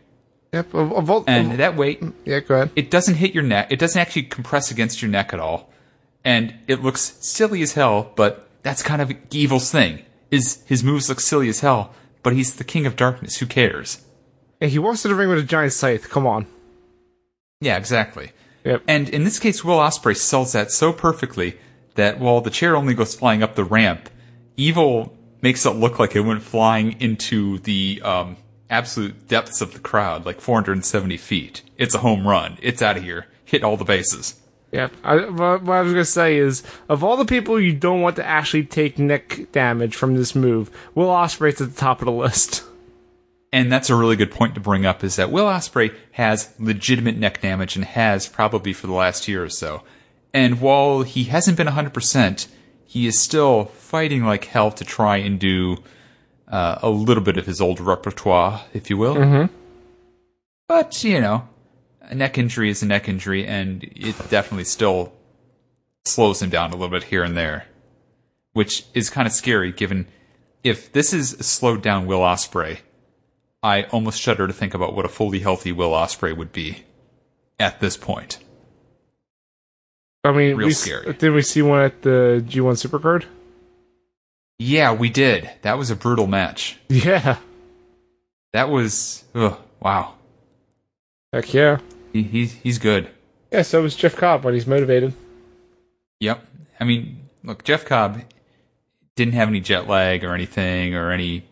Yep, of, of all, And that way, yeah, go ahead. it doesn't hit your neck. It doesn't actually compress against your neck at all. And it looks silly as hell, but that's kind of Evil's thing. Is his moves look silly as hell, but he's the king of darkness. Who cares? Yeah, he walks to the ring with a giant scythe. Come on. Yeah, exactly. Yep. And in this case, Will Osprey sells that so perfectly that while the chair only goes flying up the ramp, Evil makes it look like it went flying into the um, absolute depths of the crowd, like 470 feet. It's a home run. It's out of here. Hit all the bases. Yeah, I, what what I was gonna say is, of all the people you don't want to actually take neck damage from this move, Will Ospreay's at the top of the list. And that's a really good point to bring up is that Will Osprey has legitimate neck damage and has probably for the last year or so. And while he hasn't been 100%, he is still fighting like hell to try and do uh, a little bit of his old repertoire, if you will. But, you know, a neck injury is a neck injury, and it definitely still slows him down a little bit here and there, which is kind of scary given if this is slowed down Will Osprey. I almost shudder to think about what a fully healthy Will Osprey would be at this point. I mean, Real we s- scary. Did we see one at the G1 Supercard? Yeah, we did. That was a brutal match. Yeah, That was ugh, wow. heck yeah. He, he he's good. Yeah, so is Jeff Cobb when he's motivated. Yep. I mean, look, Jeff Cobb didn't have any jet lag or anything or any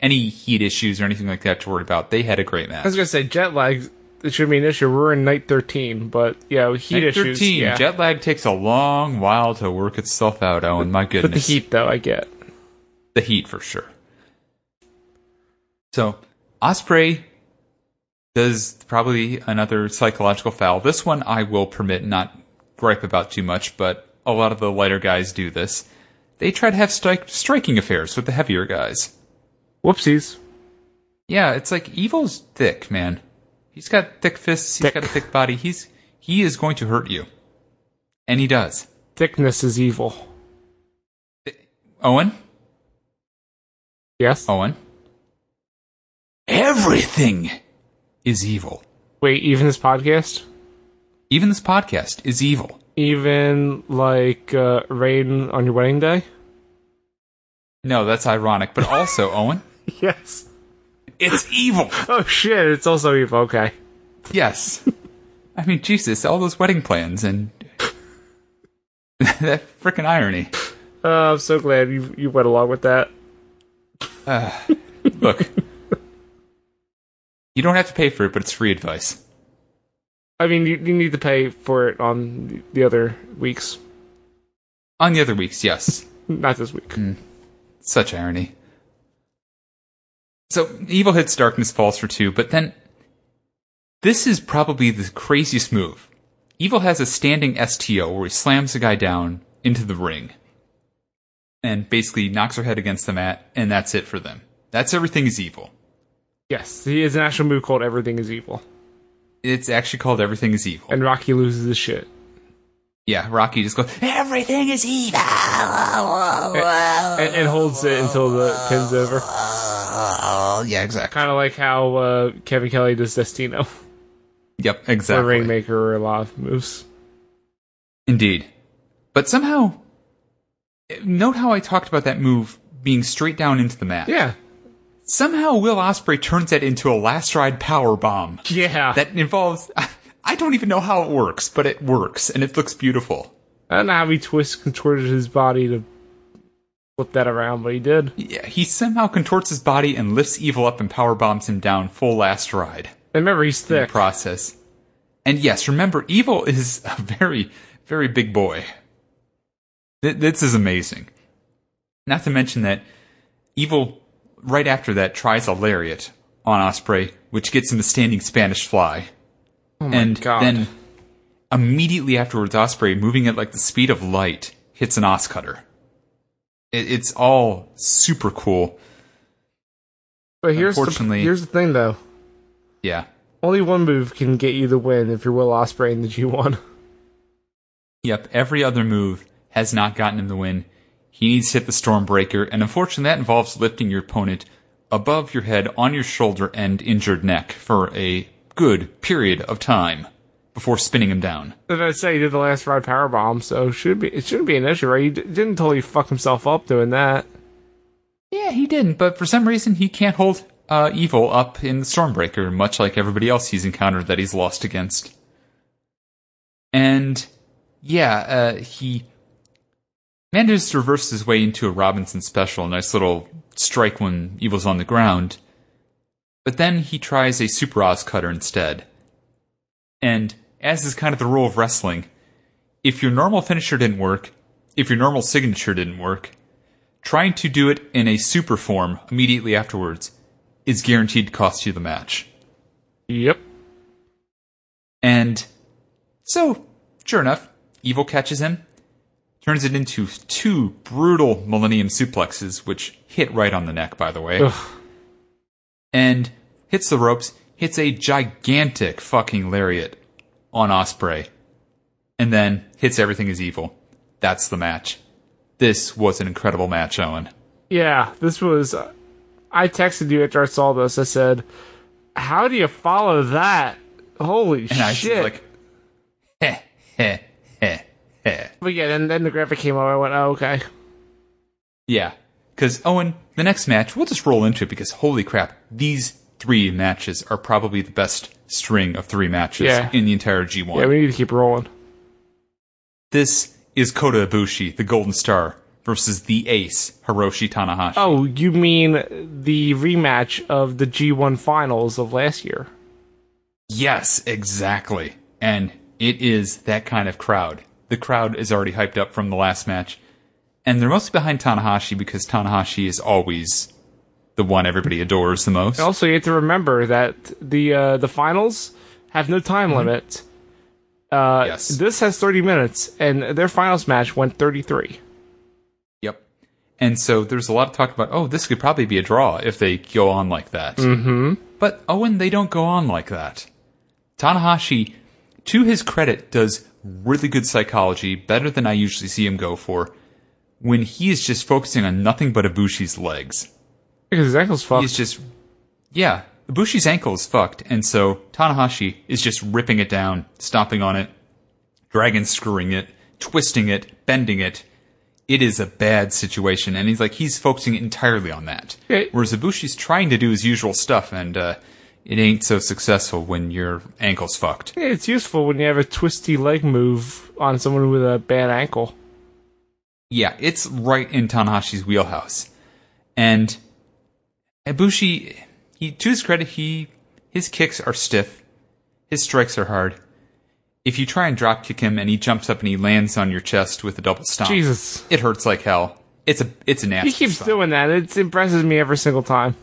any heat issues or anything like that to worry about. They had a great I was match. gonna say jet lag. It should be an issue. We're in night thirteen, but yeah, heat Night issues. 13. yeah. Jet lag takes a long while to work itself out, Owen. My goodness. but the heat though, I get. the heat for sure. So Osprey does probably another psychological foul. This one I will permit not gripe about too much, but a lot of the lighter guys do this. They try to have stri- striking affairs with the heavier guys. Whoopsies. Yeah, it's like Evil's thick, man. He's got thick fists. He's Thick. got a thick body. He's he is going to hurt you, and he does. Thickness is evil. Owen, Yes. Owen, everything is evil. Wait, even this podcast, Even this podcast is evil. even like uh, rain on your wedding day. No, that's ironic, but also, Owen, Yes. it's evil. Oh shit! It's also evil. Okay. Yes. I mean, Jesus, all those wedding plans and that freaking irony. Uh, I'm so glad you you went along with that. Look, you don't have to pay for it, but it's free advice. I mean, you, you need to pay for it on the other weeks, On the other weeks, yes. not this week. Hmm. Such irony. So, Evil hits Darkness Falls for two, but then this is probably the craziest move. Evil has a standing STO where he slams the guy down into the ring and basically knocks her head against the mat, and that's it for them. That's everything is evil. Yes, he has an actual move called "Everything Is Evil," It's actually called Everything is Evil. and Rocky loses his shit. yeah, Rocky just goes, Everything is evil! and, and holds it until the pin's over. yeah, exactly. Kind of like how uh, Kevin Kelly does Destino, Yep, the exactly. Rainmaker, or Love moves. Indeed. But somehow, note how I talked about that move being straight down into the mat. Yeah, Somehow Will Osprey turns that into a last ride power bomb yeah. that involves. I don't even know how it works, but it works and it looks beautiful. I don't know how he twisted, contorted his body to flip that around, but he did. Yeah, he somehow contorts his body and lifts Evil up and power bombs him down full last ride And remember, he's thick. process. And yes, remember, Evil is a very, very big boy. Th- this is amazing. Not to mention that Evil, right after that, tries a lariat on Osprey, which gets him a standing Spanish fly. and God. then immediately afterwards, Osprey, moving at like the speed of light, hits an os cutter. It- it's all super cool. but here's the, unfortunately- here's the thing, though. Yeah. Only one move can get you the win if you're Will Ospreay in the G1. Yep, every other move has not gotten him the win. He needs to hit the Stormbreaker, and unfortunately, that involves lifting your opponent above your head, on your shoulder, and injured neck for a good period of time before spinning him down. As I say, he did the last ride power bomb, so should be it shouldn't be an issue, right? He d- didn't totally fuck himself up doing that. Yeah, he didn't, but for some reason, he can't hold uh, Evil up in the Stormbreaker, much like everybody else he's encountered that he's lost against. And yeah, uh, he manages to reverse his way into a Robinson special, a nice little strike when Evil's on the ground. But then he tries a Super Oz cutter instead. And as is kind of the rule of wrestling, if your normal finisher didn't work, if your normal signature didn't work, trying to do it in a super form immediately afterwards is guaranteed to cost you the match. Yep. And so, sure enough, Evil catches him, turns it into two brutal Millennium suplexes, which hit right on the neck, by the way, Ugh. and hits the ropes, hits a gigantic fucking lariat on Osprey, and then hits everything as evil. That's the match. This was an incredible match, Owen. Yeah, this was. I texted you after I saw this. I said, "How do you follow that? Holy And I was shit!" like, heh, heh, heh, heh. but yeah, then then the graphic came up. I went, "Oh, okay." Yeah. Because, Owen, the next match, we'll just roll into it because holy crap, these three matches are probably the best string of three matches Yeah. in the entire G1. Yeah, we need to keep rolling. this is Kota Ibushi, the Golden Star, versus the ace, Hiroshi Tanahashi. Oh, you mean the rematch of the G1 finals of last year? Yes, exactly. And it is that kind of crowd. The crowd is already hyped up from the last match. And they're mostly behind Tanahashi because Tanahashi is always the one everybody adores the most. Also, you have to remember that the uh, the finals have no time limit. Uh, Mm-hmm. Yes. This has 30 minutes, and their finals match went 33. Yep. And so there's a lot of talk about, oh, this could probably be a draw if they go on like that. Mm-hmm. But Owen, they don't go on like that. Tanahashi, to his credit, does really good psychology, better than I usually see him go for, when he is just focusing on nothing but Ibushi's legs. Because his ankle's fucked. He's just, yeah, Ibushi's ankle is fucked, and so Tanahashi is just ripping it down, stomping on it, dragon screwing it, twisting it, bending it. It is a bad situation, and he's like he's focusing entirely on that. Okay. Whereas Ibushi's trying to do his usual stuff, and uh, it ain't so successful when your ankle's fucked. It's useful when you have a twisty leg move on someone with a bad ankle. Yeah, it's right in Tanahashi's wheelhouse. And Ibushi, he to his credit, he his kicks are stiff, his strikes are hard. If you try and drop kick him and he jumps up and he lands on your chest with a double stomp, Jesus. it hurts like hell. It's a it's a nasty. He keeps stomp. doing that. It impresses me every single time.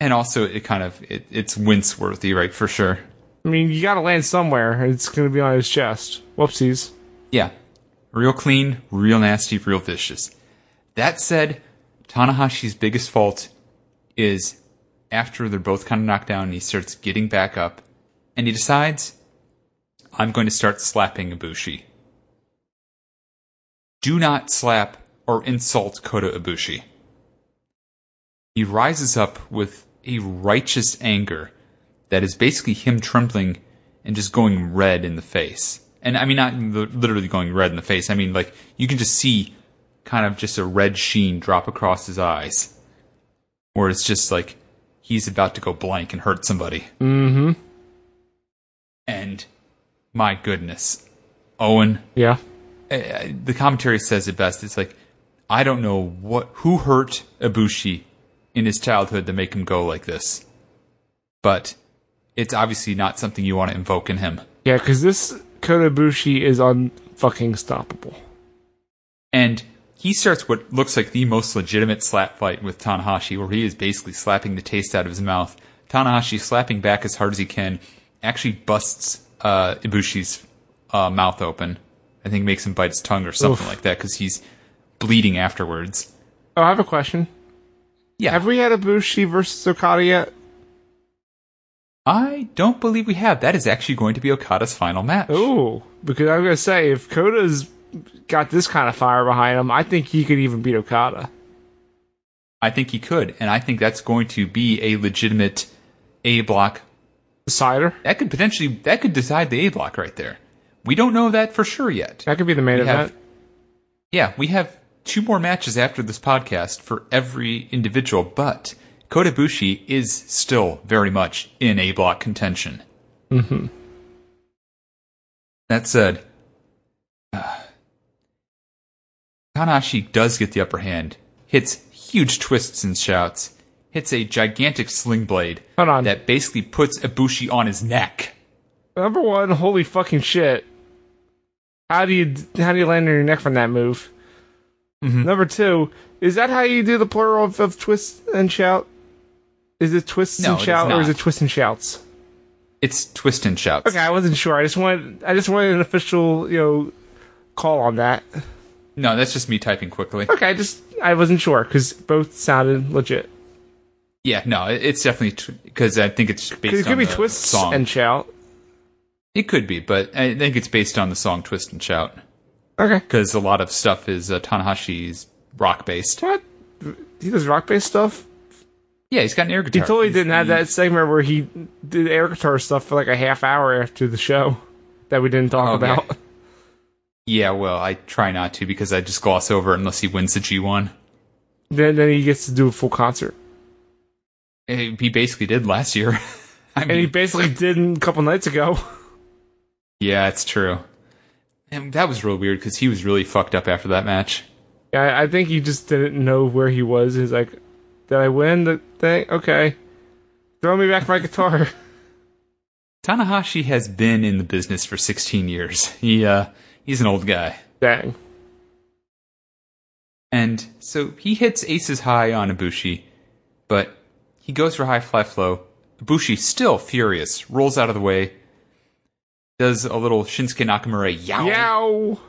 and also it kind of it, it's wince worthy, right? For sure. I mean, you gotta land somewhere. It's gonna be on his chest. Whoopsies. Yeah. Real clean, real nasty, real vicious. That said, Tanahashi's biggest fault is after they're both kind of knocked down, he starts getting back up and he decides, I'm going to start slapping Ibushi. Do not slap or insult Kota Ibushi. He rises up with a righteous anger that is basically him trembling and just going red in the face. And I mean, not li- literally going red in the face. I mean, like, you can just see kind of just a red sheen drop across his eyes. Or it's just like he's about to go blank and hurt somebody. Mm hmm. And my goodness, Owen, Yeah. uh, the commentary says it best. It's like, I don't know what who hurt Ibushi in his childhood to make him go like this, but it's obviously not something you want to invoke in him. Yeah, because this Kotobushi is unfucking stoppable. And he starts what looks like the most legitimate slap fight with Tanahashi, where he is basically slapping the taste out of his mouth. Tanahashi slapping back as hard as he can, actually busts uh, Ibushi's uh, mouth open. I think makes him bite his tongue or something like that because he's bleeding afterwards. Oh, I have a question. Yeah. Have we had Ibushi versus Okada yet? I don't believe we have. That is actually going to be Okada's final match. Ooh, because I was gonna say if Kota's got this kind of fire behind him, I think he could even beat Okada. I think he could, and I think that's going to be a legitimate A block. Cider That could potentially that could decide the A block right there. We don't know that for sure yet. that could be the main We event. have- yeah, we have two more matches after this podcast for every individual, but Kota Ibushi is still very much in A block contention. Mm-hmm. That said, uh, Tanahashi does get the upper hand, hits huge twists and shouts, hits a gigantic sling blade Hold on. that basically puts Ibushi on his neck. Number one, holy fucking shit. How do you how do you land on your neck from that move? Mm-hmm. Number two, is that how you do the plural of, of twist and shout? Is it twists No, and it is shout, or is not. it twist and shouts? It's twist and shouts. Okay, I wasn't sure. I just wanted I just wanted an official you know call on that. No, that's just me typing quickly. Okay, I just I wasn't sure because both sounded legit. Yeah, no, it- it's definitely because I think it's based. 'Cause it on could be the twists song. and shout. It could be, but I think it's based on the song "Twist and Shout" Okay, because a lot of stuff is uh, Tanahashi's rock based. what he does rock based stuff. Yeah, he's got an air He guitar. totally He's didn't have the- that segment where he did air guitar stuff for like a half hour after the show that we didn't talk Okay. about. Yeah, well, I try not to because I just gloss over it unless he wins the G one. Then then he gets to do a full concert, Eh, He basically did last year. I mean, and he basically did a couple nights ago. yeah, it's true. And that was real weird because he was really fucked up after that match. Yeah, I, I think he just didn't know where he was. He's like, "Did I win the thing? Okay, throw me back my guitar." Tanahashi has been in the business for 16 years. He uh, he's an old guy. Dang. And so he hits aces high on Ibushi, but he goes for high fly flow. Ibushi, still furious, rolls out of the way, does a little Shinsuke Nakamura yow, Yow.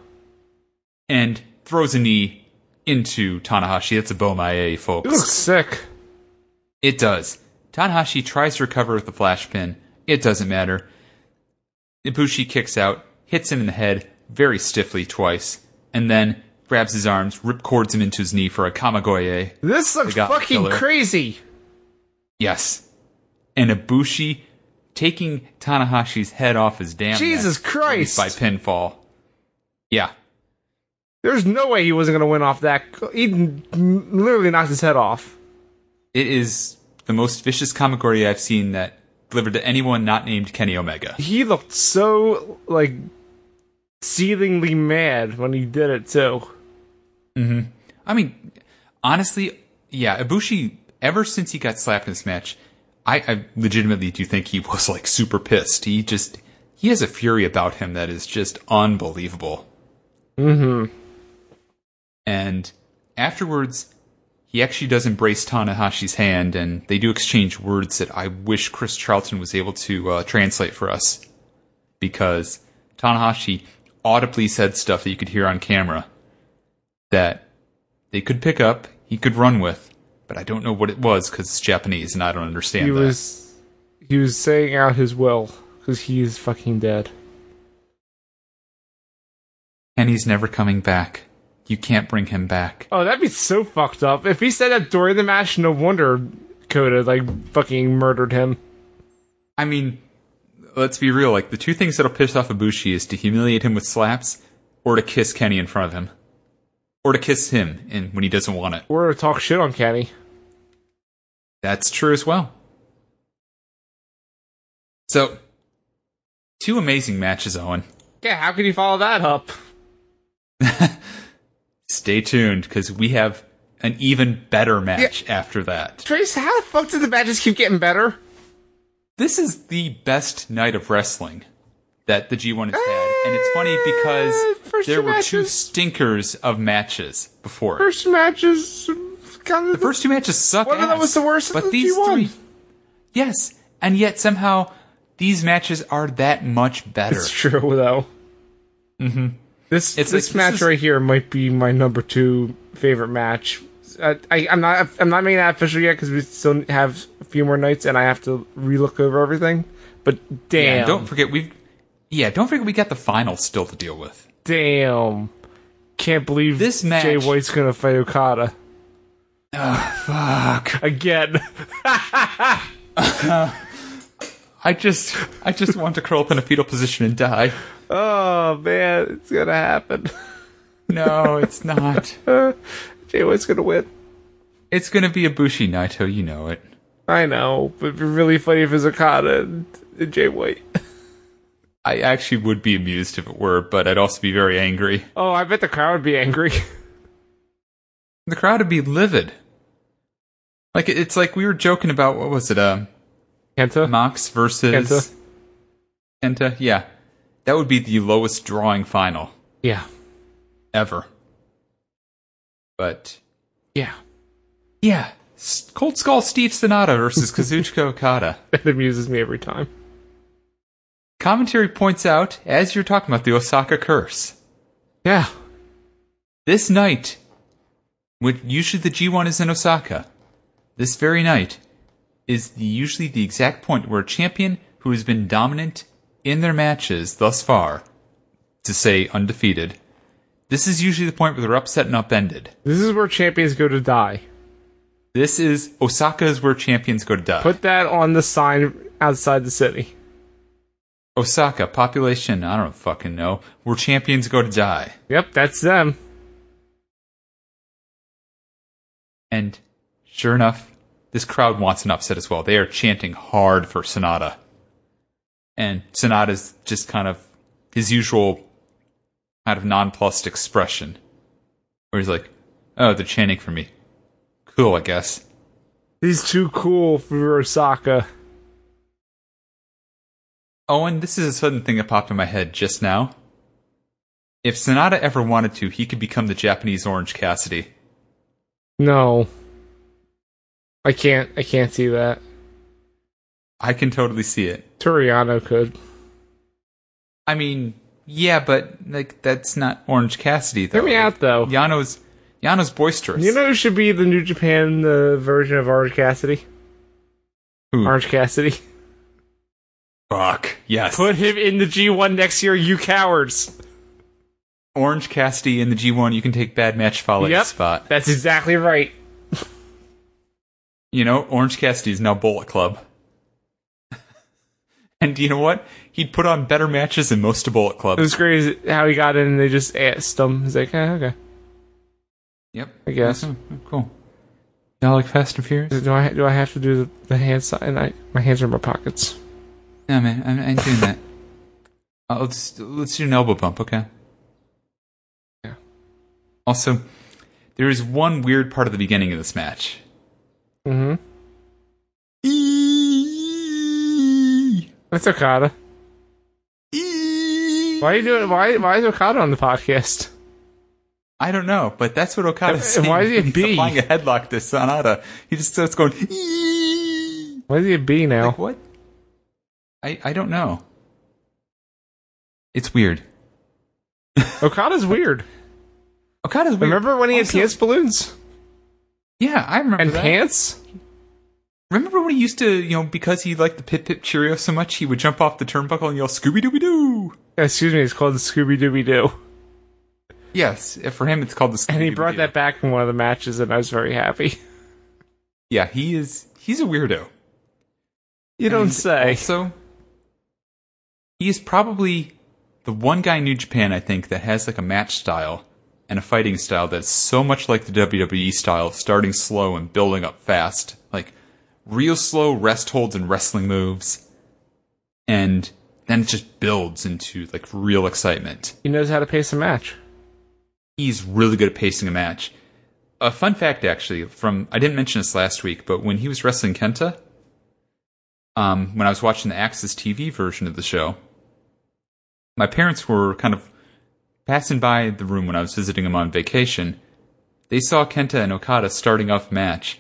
and throws a knee into Tanahashi. That's a Bomae, It looks folks. sick. It does. Tanahashi tries to recover with the flash pin. It doesn't matter. Ibushi kicks out, hits him in the head very stiffly twice, and then grabs his arms, ripcords him into his knee for a Kamagoye. This looks got fucking killer. crazy. Yes. And Ibushi taking Tanahashi's head off his damn Jesus neck Christ. by pinfall. Yeah. There's no way he wasn't gonna win off that. He literally knocked his head off. It is the most vicious Kamagori I've seen that delivered to anyone not named Kenny Omega. He looked so like seethingly mad when he did it too. I mean, honestly, yeah, Ibushi, ever since he got slapped in this match, I, I legitimately do think he was like super pissed. He just, he has a fury about him that is just unbelievable. Mm hmm. And afterwards, he actually does embrace Tanahashi's hand and they do exchange words that I wish Chris Charlton was able to uh, translate for us because Tanahashi audibly said stuff that you could hear on camera that they could pick up, he could run with, but I don't know what it was because it's Japanese and I don't understand He that. was he was saying out his will because he is fucking dead. And he's never coming back. You can't bring him back. Oh, that'd be so fucked up. If he said that during the match, no wonder Coda like fucking murdered him. I mean, let's be real. Like the two things that'll piss off Ibushi is to humiliate him with slaps, or to kiss Kenny in front of him, or to kiss him and when he doesn't want it. Or to talk shit on Kenny. That's true as well. So, two amazing matches, Owen. Yeah, how could you follow that up? Stay tuned because we have an even better match after that. Trace, how the fuck did the matches keep getting better? This is the best night of wrestling that the G1 has had, and it's funny Eh, because first there two were two matches. stinkers of matches before. it. First matches kind of The first two matches suck. One of them ass, was the worst But of the these G1. three, yes, and yet somehow these matches are that much better. It's true though. Mm-hmm. This It's this like- this match is- right here might be my number two favorite match. I, I I'm not I'm not making that official yet because we still have a few more nights and I have to relook over everything. But damn, And don't forget we've, yeah, don't forget we got the finals still to deal with. damn, can't believe This match- Jay White's gonna fight Okada Fuck. again. I just, I just want to curl up in a fetal position and die. oh man, it's gonna happen. No, it's not. Jay White's gonna win. It's gonna be a Bushi Naito, you know it. I know, but it'd be really funny if it's Okada and, and Jay White. I actually would be amused if it were, but I'd also be very angry. Oh, I bet the crowd would be angry. The crowd would be livid. Like it- it's like we were joking about what was it? Um, Kenta. Mox versus Kenta. Kenta, yeah, that would be the lowest drawing final. Yeah. ever. But Yeah. yeah, S- Cold Skull Steve Sonata versus Kazuchika Okada. It amuses me every time. Commentary points out, as you're talking about the Osaka curse, Yeah. this night, when usually the G1 is in Osaka, this very night is the, usually the exact point where a champion who has been dominant in their matches thus far, to say undefeated, this is usually the point where they're upset and upended. This is where champions go to die. This is Osaka is where champions go to die. Put that on the sign outside the city. Osaka, population, I don't fucking know, where champions go to die. Yep, that's them. And sure enough, this crowd wants an upset as well. They are chanting hard for Sonata. And Sonata's just kind of his usual kind of nonplussed expression. Where he's like, Oh, they're chanting for me. Cool, I guess. He's too cool for Osaka. Owen, this is a sudden thing that popped in my head just now. If Sonata ever wanted to, he could become the Japanese Orange Cassidy. No. I can't I can't see that. I can totally see it. Turiano could. I mean, yeah, but like that's not Orange Cassidy though. Hear me out though. Yano's Yano's boisterous. You know who should be the New Japan uh, version of Orange Cassidy? Who? Orange Cassidy. Fuck. Yes. Put him in the G1 next year, you cowards. Orange Cassidy in the G1. You can take bad match Fale's yep. spot. That's exactly right. You know, Orange Cassidy is now Bullet Club. and you know what? He'd put on better matches than most of Bullet Club. It was great is how he got in and they just asked him. He's like, eh, okay. yep. I guess. Oh, cool. Y'all like Fast and Furious? Do I do I have to do the, the hand sign? I, my hands are in my pockets. No, man. I ain't doing that. Uh, let's let's do an elbow bump, okay? Yeah. Also, there is one weird part of the beginning of this match. Mm-hmm. E-, That's Okada. E-, Why are you doing? Why why is Okada on the podcast? I don't know, but that's what Okada's And saying. why is he a He's bee? applying a headlock to Sanada. He just starts going. "Ee." Why is he a B now? Like what? I I don't know. It's weird. Okada's weird. Okada's weird. Remember when he had Also- pants balloons Yeah, I remember and that. pants? Remember when he used to, you know, because he liked the Pip Pip Cheerio so much, he would jump off the turnbuckle and yell Scooby Dooby Doo. Excuse me, it's called the Scooby Dooby Doo. Yes, for him it's called the. Scooby And he brought that back in one of the matches, and I was very happy. Yeah, he is. He's a weirdo. You don't And say. Also, he is probably the one guy in New Japan I think that has like a match style and a fighting style that's so much like the WWE style, of starting slow and building up fast, like real slow rest holds and wrestling moves, and then it just builds into like real excitement. He knows how to pace a match. he's really good at pacing a match. A fun fact, actually, from I didn't mention this last week, but when he was wrestling Kenta, um, when I was watching the Axis TV version of the show, my parents were kind of passing by the room when I was visiting them on vacation. They saw Kenta and Okada starting off a match,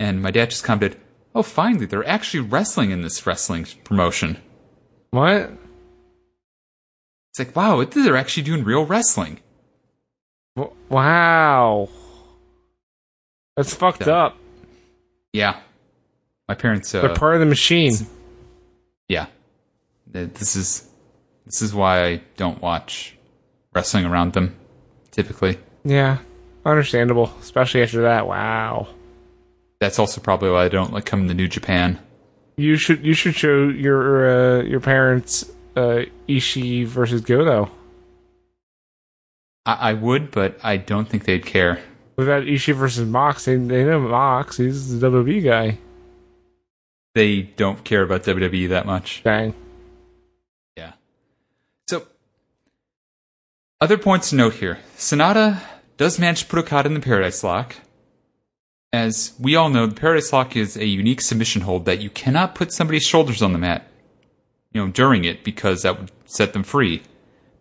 and my dad just commented, "Oh, finally, they're actually wrestling in this wrestling promotion." What? It's like, wow, they're actually doing real wrestling. W- Wow. That's fucked Done. up. Yeah, my parents. Uh, They're part of the machine. yeah Th- this is this is why i don't watch wrestling around them typically Yeah. Understandable. Especially after that. Wow. that's also probably why i don't like coming to new japan You should you should show your uh, your parents uh, Ishii versus Goto. I, I would but i don't think they'd care What about Ishii versus Mox? They, they know Mox. He's the WWE guy. they don't care about wwe that much Dang. yeah so other points to note here sonata does manage to put okada in the paradise lock as we all know the paradise lock is a unique submission hold that you cannot put somebody's shoulders on the mat you know, during it because that would set them free.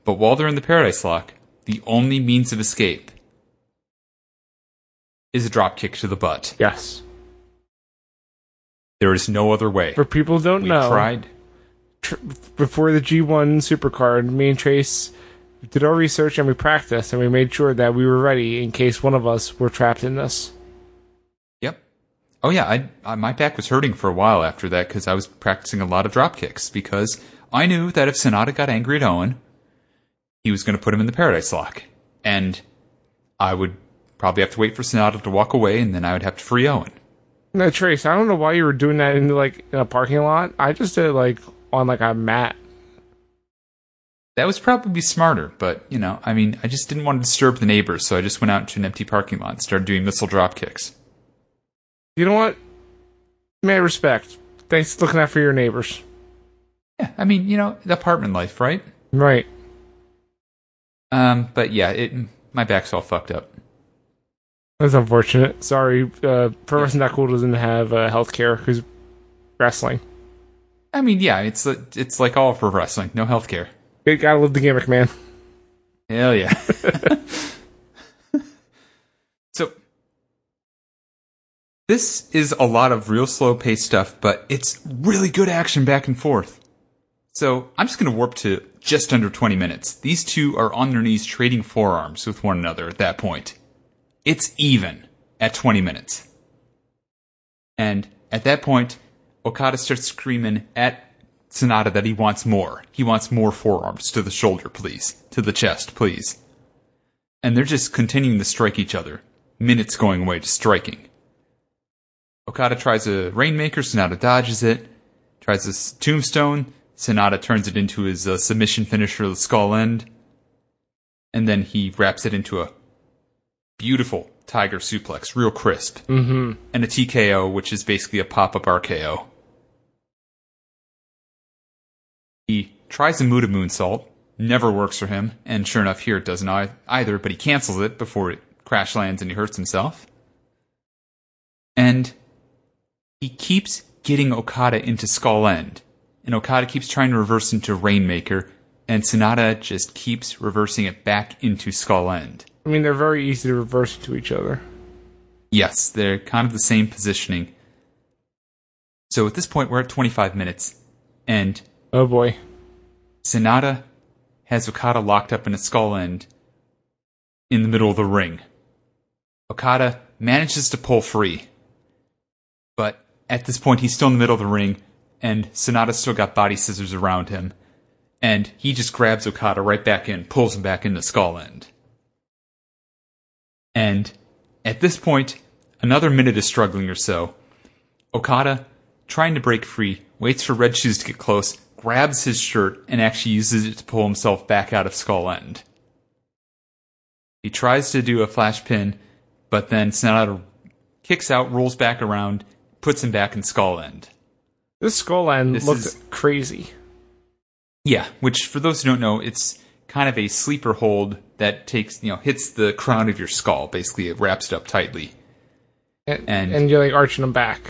But while they're in the Paradise Lock, the only means of escape is a drop kick to the butt. Yes. There is no other way. For people who don't we know, tried. tr- before the G1 Supercard, me and Trace did our research and we practiced and we made sure that we were ready in case one of us were trapped in this. Yep. Oh yeah, I, I my back was hurting for a while after that because I was practicing a lot of drop kicks because I knew that if Sonata got angry at Owen, he was going to put him in the Paradise Lock, and I would probably have to wait for Sonata to walk away, and then I would have to free Owen. No, Trace, I don't know why you were doing that in like in a parking lot. I just did it like on like a mat. That was probably smarter, but you know, I mean, I just didn't want to disturb the neighbors, so I just went out to an empty parking lot and started doing missile drop kicks. You know what? May I respect. Thanks for looking out for your neighbors. Yeah, I mean, you know, the apartment life, right? Right. Um, but yeah, it my back's all fucked up. That's unfortunate. Sorry, uh, Pro Wrestling Not Cool doesn't have uh, healthcare because wrestling. I mean, yeah, it's uh, it's like all for wrestling, no healthcare. You gotta love the gimmick, man. Hell yeah. so this is a lot of real slow paced stuff, but it's really good action back and forth. So I'm just going to warp to just under 20 minutes. These two are on their knees trading forearms with one another at that point. It's even at 20 minutes. And at that point, Okada starts screaming at Sonata that he wants more. He wants more forearms to the shoulder, please. To the chest, please. And they're just continuing to strike each other. Minutes going away to striking. Okada tries a Rainmaker, Sonata dodges it, tries a s- Tombstone, Sonata turns it into his uh, submission finisher, the Skull End, and then he wraps it into a beautiful Tiger Suplex, real crisp, mm-hmm. and a TKO, which is basically a pop-up RKO. He tries a Muda moonsault, never works for him, and sure enough, here it doesn't ei- either, but he cancels it before it crash lands and he hurts himself. And he keeps getting Okada into Skull End, and Okada keeps trying to reverse into Rainmaker, and Sonata just keeps reversing it back into Skull End. I mean, they're very easy to reverse to each other. Yes, they're kind of the same positioning. So at this point, we're at 25 minutes, and Oh boy. Sonata has Okada locked up in a skull end in the middle of the ring. Okada manages to pull free, but at this point, he's still in the middle of the ring, and Sonata's still got body scissors around him, and he just grabs Okada right back in, pulls him back into skull end. And at this point, another minute is struggling or so. Okada, trying to break free, waits for Red Shoes to get close, grabs his shirt, and actually uses it to pull himself back out of Skull End. He tries to do a flash pin, but then Sonata kicks out, rolls back around, puts him back in Skull End. This skull end This looked is- crazy. Yeah, which for those who don't know, it's kind of a sleeper hold that takes, you know, hits the crown of your skull. Basically, it wraps it up tightly. And, And- and you're like arching them back.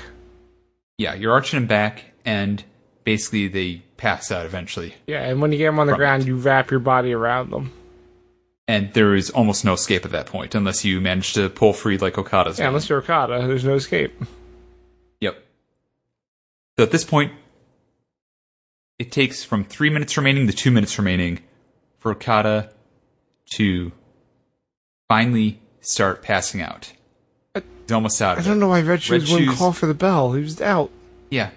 Yeah, you're arching him back, and basically they pass out eventually. Yeah, and when you get them on the Right. ground, you wrap your body around them. And there is almost no escape at that point, unless you manage to pull free like Okada's. Yeah, unless you're Okada, there's no escape. Yep. So at this point, it takes from three minutes remaining to two minutes remaining for Okada to finally start passing out. He's almost out I of it. don't know why Red Shoes wouldn't Shoes- call for the bell. He was out. Yeah.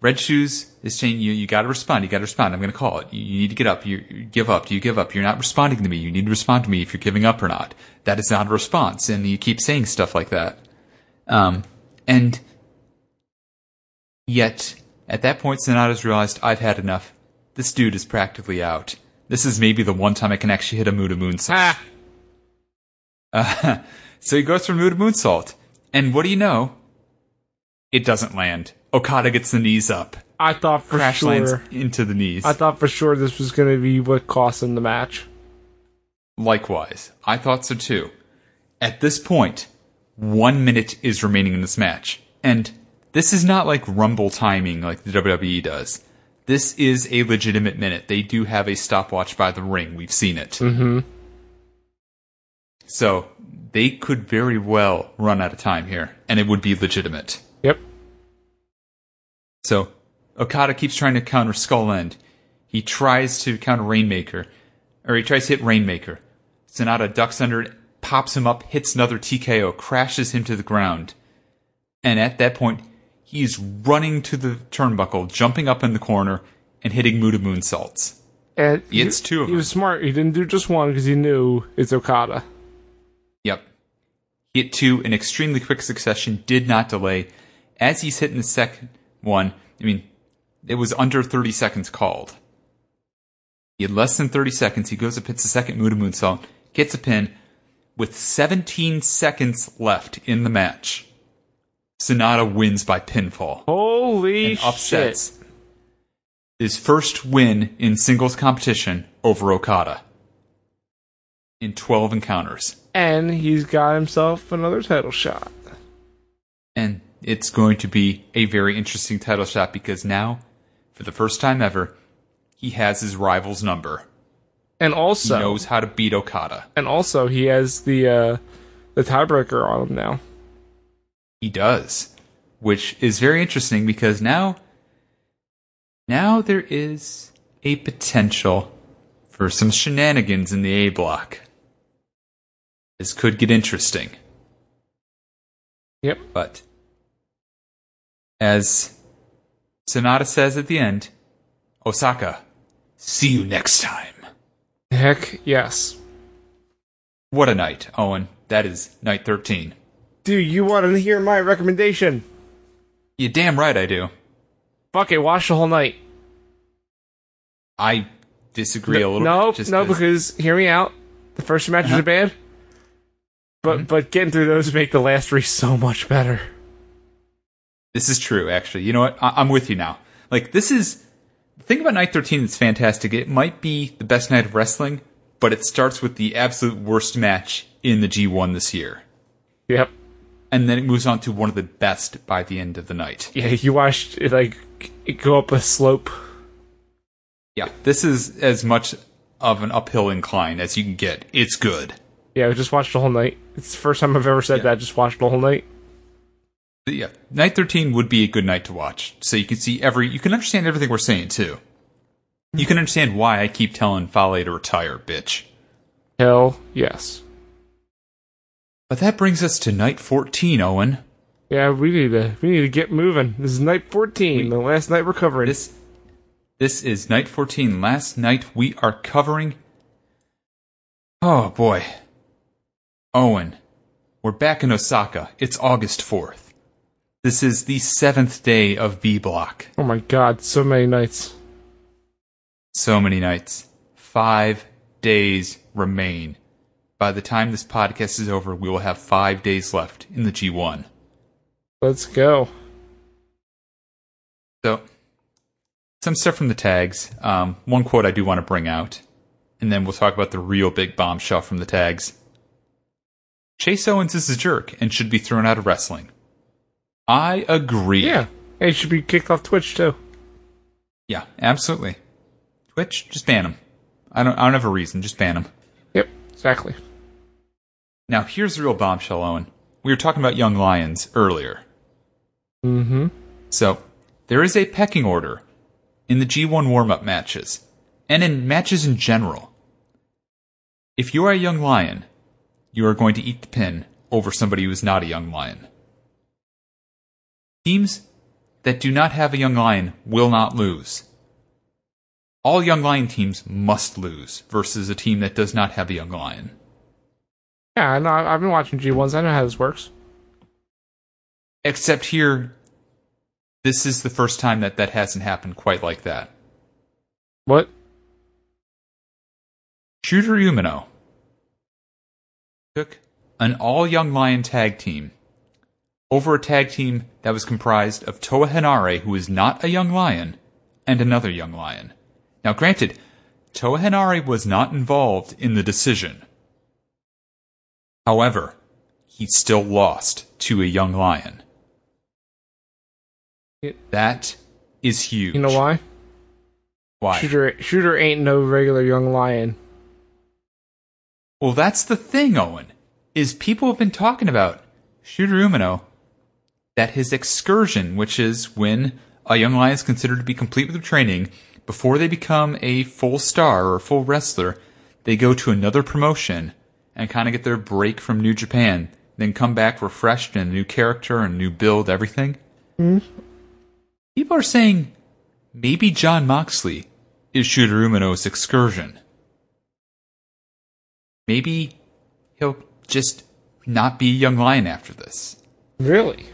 Red Shoes is saying you you got to respond. You got to respond. I'm going to call it. You, you need to get up. You, you give up. You give up. You're not responding to me. You need to respond to me if you're giving up or not. That is not a response. And you keep saying stuff like that. Um, and yet at that point, Sonata's realized I've had enough. This dude is practically out. This is maybe the one time I can actually hit a Muda Moonsault. Ha! Uh, so he goes for Muda Moonsault. And what do you know? It doesn't land. Okada gets the knees up I thought for crash sure. lands into the knees. I thought for sure this was going to be what cost him the match. Likewise, I thought so too. At this point, one minute is remaining in this match, and this is not like Rumble timing like the WWE does. This is a legitimate minute. They do have a stopwatch by the ring. We've seen it. Mm-hmm. So they could very well run out of time here, and it would be legitimate. Yep. So Okada keeps trying to counter Skull End. He tries to counter Rainmaker, or he tries to hit Rainmaker. Sonata ducks under it, pops him up, hits another TKO, crashes him to the ground. And at that point, he's running to the turnbuckle, jumping up in the corner, and hitting Muda moonsaults. And It's he- two of He was smart. He didn't do just one because he knew it's Okada. Yep. Hit two in extremely quick succession, did not delay. As he's hitting the second one, I mean, it was under 30 seconds called. He had less than 30 seconds. He goes up, hits the second Muda Moonsault, gets a pin with 17 seconds left in the match. Sonata wins by pinfall Holy and upsets his first win in singles competition over Okada in 12 encounters. shit! And he's got himself another title shot. And it's going to be a very interesting title shot because now, for the first time ever, he has his rival's number. And He also, knows how to beat Okada. and also, he has the uh, the tiebreaker on him now. He does. Which is very interesting because now, now there is a potential for some shenanigans in the A block. This could get interesting. Yep. But as Sonata says at the end, Osaka, see you next time. Heck yes. What a night, Owen. That is night 13. Do you want to hear my recommendation? You damn right I do. Fuck it, watch the whole night. I disagree a little no, bit. just Uh-huh. no, 'cause- because hear me out. The first two matches are bad, but Mm-hmm. but getting through those make the last three so much better. This is true, actually. You know what? I- I'm with you now. Like, this is. The thing about Night 13 that's fantastic, it might be the best night of wrestling, but it starts with the absolute worst match in the G1 this year. Yep. And then it moves on to one of the best by the end of the night. Yeah, you watched it like it go up a slope. Yeah, this is as much of an uphill incline as you can get. It's good. Yeah, I just watched the whole night. It's the first time I've ever said that. Just watched the whole night. But yeah, night 13 would be a good night to watch. So you can see every, you can understand everything we're saying too. You can understand why I keep telling Fale to retire, bitch. Hell yes. But that brings us to night 14, Owen. Yeah, we need to we need to get moving. This is night fourteen, the last night we're covering. This, this is night 14. Last night we are covering. Oh boy. Owen, we're back in Osaka. It's August 4th. This is the seventh day of B block. oh my god, so many nights. So many nights. Five days remain. By the time this podcast is over, we will have five days left in the G1. Let's go. So, some stuff from the tags. Um, one quote I do want to bring out, and then we'll talk about the real big bombshell from the tags. Chase Owens is a jerk and should be thrown out of wrestling. I agree. Yeah, and it should be kicked off Twitch too. Yeah, absolutely. Twitch, just ban him. I don't, I don't have a reason. Just ban him. Yep, exactly. Now, here's the real bombshell, Owen. We were talking about young lions earlier. Mm-hmm. So, there is a pecking order in the G1 warm up matches, and in matches in general. If you are a young lion, you are going to eat the pin over somebody who is not a young lion. Teams that do not have a young lion will not lose. All young lion teams must lose versus a team that does not have a young lion. Yeah, I know. I- I've been watching G1s. I know how this works. Except here, this is the first time that that hasn't happened quite like that. What? Shooter Umino took an all young lion tag team over a tag team that was comprised of Toa Henare, who is not a young lion, and another young lion. Now, granted, Toa Henare was not involved in the decision. However, he still lost to a young lion. It- that is huge. You know why? Why? Shooter Shooter ain't no regular young lion. Well, that's the thing, Owen. is people have been talking about Shooter Umino that his excursion, which is when a young lion is considered to be complete with their training, before they become a full star or a full wrestler, they go to another promotion and kind of get their break from New Japan, then come back refreshed and a new character and new build, everything. People are saying maybe John Moxley is Shooter Umino's excursion. Maybe he'll just not be a young lion after this. Really?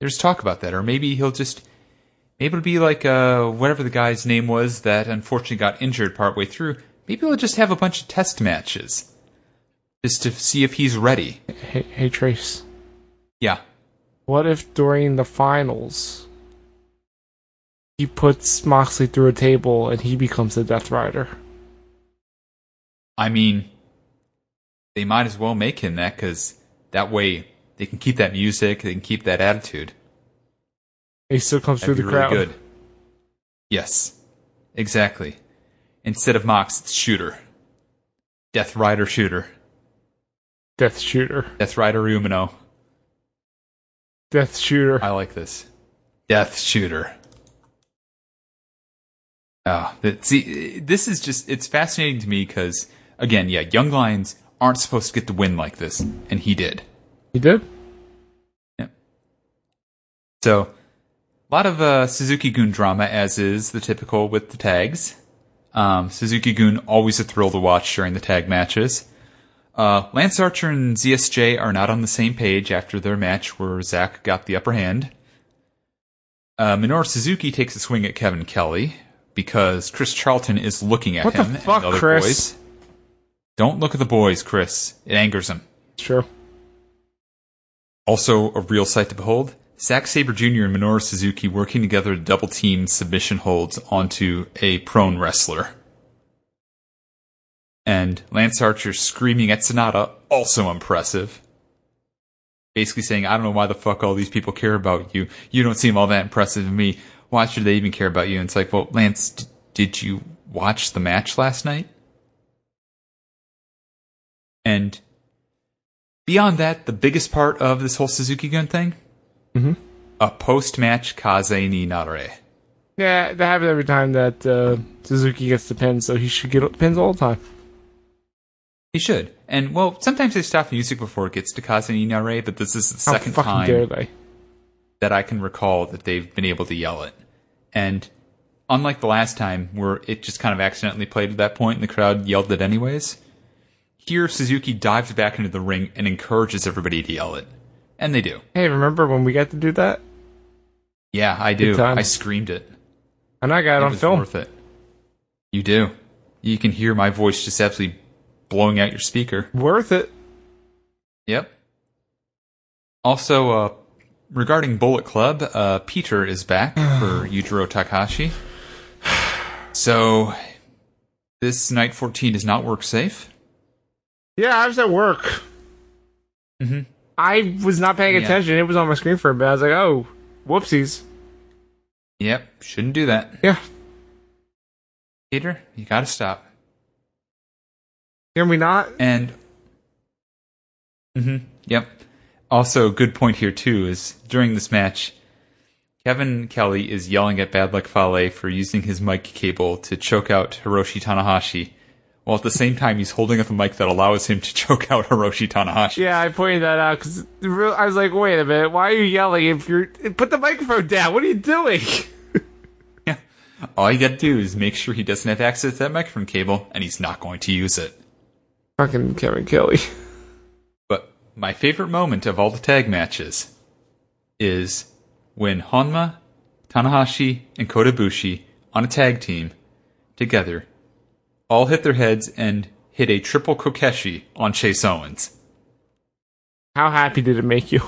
There's talk about that, or maybe he'll just maybe it'll be like uh whatever the guy's name was that unfortunately got injured partway through. Maybe he'll just have a bunch of test matches just to see if he's ready. Hey, hey Trace. Yeah, What if during the finals he puts Moxley through a table and he becomes the Death Rider? I mean, they might as well make him that because that way they can keep that music, they can keep that attitude. He still comes That'd through be the really crowd. good. Yes, exactly. Instead of Mox, it's Shooter, Death Rider Shooter, Death Shooter. Death Rider Umino. Death Shooter. I like this. Death Shooter. Ah, that, see, this is just, it's fascinating to me because, again, yeah, Young Lions aren't supposed to get the win like this, and he did. He did? So, a lot of uh, Suzuki Goon drama, as is the typical with the tags. Um, Suzuki Goon always a thrill to watch during the tag matches. Uh, Lance Archer and ZSJ are not on the same page after their match where Zack got the upper hand. Uh, Minoru Suzuki takes a swing at Kevin Kelly because Chris Charlton is looking at What the him fuck, and the other Chris? boys. Don't look at the boys, Chris. It angers him. Sure. Also, a real sight to behold. Zack Sabre Jr. and Minoru Suzuki working together to double team submission holds onto a prone wrestler. And Lance Archer screaming at Sonata, also impressive. Basically saying, I don't know why the fuck all these people care about you. You don't seem all that impressive to me. Why should they even care about you? And it's like, well, Lance, d- did you watch the match last night? And beyond that, the biggest part of this whole Suzuki Gun thing, Mm-hmm. a post-match Kaze ni Narare. Yeah, that happens every time that uh, Suzuki gets the pins, so he should get pins all the time. He should, and well, sometimes they stop the music before it gets to Kaze ni Narare, but this is the How second fucking time dare they? that I can recall that they've been able to yell it. And unlike the last time where it just kind of accidentally played at that point and the crowd yelled it anyways, here Suzuki dives back into the ring and encourages everybody to yell it, and they do. Hey, remember when we got to do that? Yeah, I do. time. I screamed it. And I got it on was film. Worth it. You do. You can hear my voice just absolutely blowing out your speaker. Worth it. Yep. Also, uh, regarding Bullet Club, uh, Peter is back for Yujiro Takahashi. So, this night 14 does not work safe. Yeah, I was at work. Mhm. I was not paying Yeah. attention. It was on my screen for a bit. I was like, oh, whoopsies. Yep, shouldn't do that. Yeah, Peter, you gotta stop. can we not? And hmm yep. Also, a good point here too is during this match, Kevin Kelly is yelling at Bad Luck Fale for using his mic cable to choke out Hiroshi Tanahashi, while at the same time he's holding up a mic that allows him to choke out Hiroshi Tanahashi. Yeah, I pointed that out because I was like, wait a minute, why are you yelling if you're. Put the microphone down. What are you doing? All you gotta do is make sure he doesn't have access to that microphone cable, and he's not going to use it. Fucking Kevin Kelly. But my favorite moment of all the tag matches is when Honma, Tanahashi, and Kodabushi on a tag team together all hit their heads and hit a triple kokeshi on Chase Owens. How happy did it make you?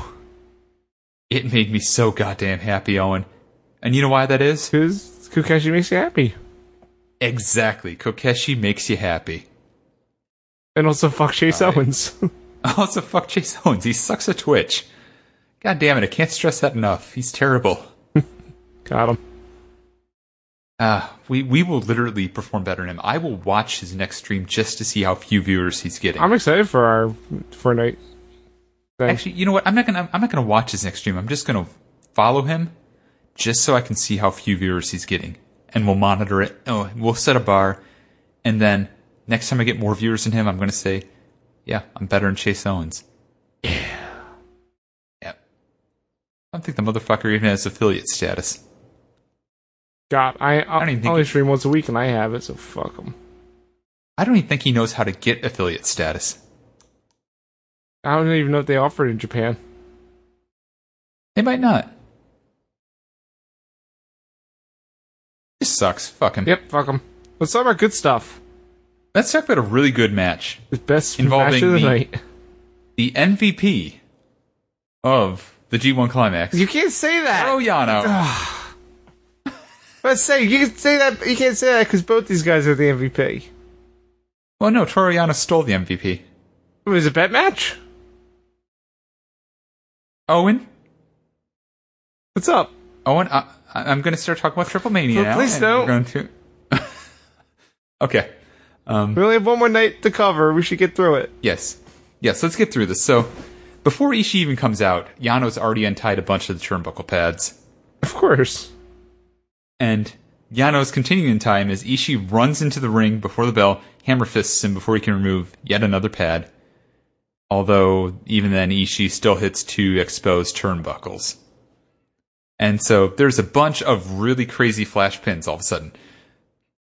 It made me so goddamn happy, Owen. And you know why that is? Because Kukashi makes you happy. Exactly. Kokeshi makes you happy. And also, fuck Chase Owens. Also, fuck Chase Owens. He sucks a twitch. God damn it. I can't stress that enough. He's terrible. Got him. Uh, we we will literally perform better than him. I will watch his next stream just to see how few viewers he's getting. I'm excited for our for night. Actually, you know what? I'm not gonna I'm not gonna watch his next stream. I'm just gonna follow him, just so I can see how few viewers he's getting, and we'll monitor it. Oh, we'll set a bar, and then next time I get more viewers than him, I'm gonna say, yeah, I'm better than Chase Owens. Yeah. Yep. I don't think the motherfucker even has affiliate status. God, I I, don't even think only he- stream once a week and I have it, so fuck him. I don't even think he knows how to get affiliate status. I don't even know if they offer it in Japan. They might not. This sucks. Fuck him. Yep, fuck them. Let's talk about good stuff. Let's talk about a really good match. The best Involving match of the me. night. The MVP of the G1 Climax. You can't say that. Hikaru Yano. Let's say you can say that. You can't say that because both these guys are the MVP. Well, Oh, no, Toru Yano stole the MVP. It was a bet match. Owen? What's up? Owen, I, I- I'm going to start talking about Triple Mania Well, now. please and we're don't. Going to... okay. Um, We only have one more night to cover. We should get through it. Yes. Yes, let's get through this. So, before Ishii even comes out, Yano's already untied a bunch of the turnbuckle pads. Of course. And Yano's continuing in time as Ishii runs into the ring before the bell, hammer fists him before he can remove yet another pad. Although, even then, Ishii still hits two exposed turnbuckles. And so there's a bunch of really crazy flash pins all of a sudden.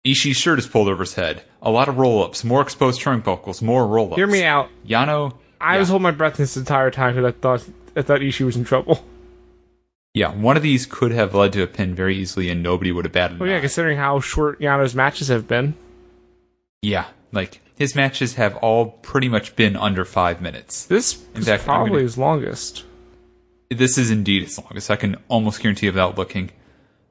Ishii's shirt is pulled over his head. A lot of roll ups, more exposed turnbuckles, more roll ups. Hear me out. Yano. I yeah. was holding my breath this entire time because I thought I thought Ishii was in trouble. Yeah, one of these could have led to a pin very easily, and nobody would have batted. an Well, Oh, yeah, eye. considering how short Yano's matches have been. Yeah, like his matches have all pretty much been under five minutes. This In is fact, I'm probably gonna- his longest. This is indeed as long as I can almost guarantee without looking.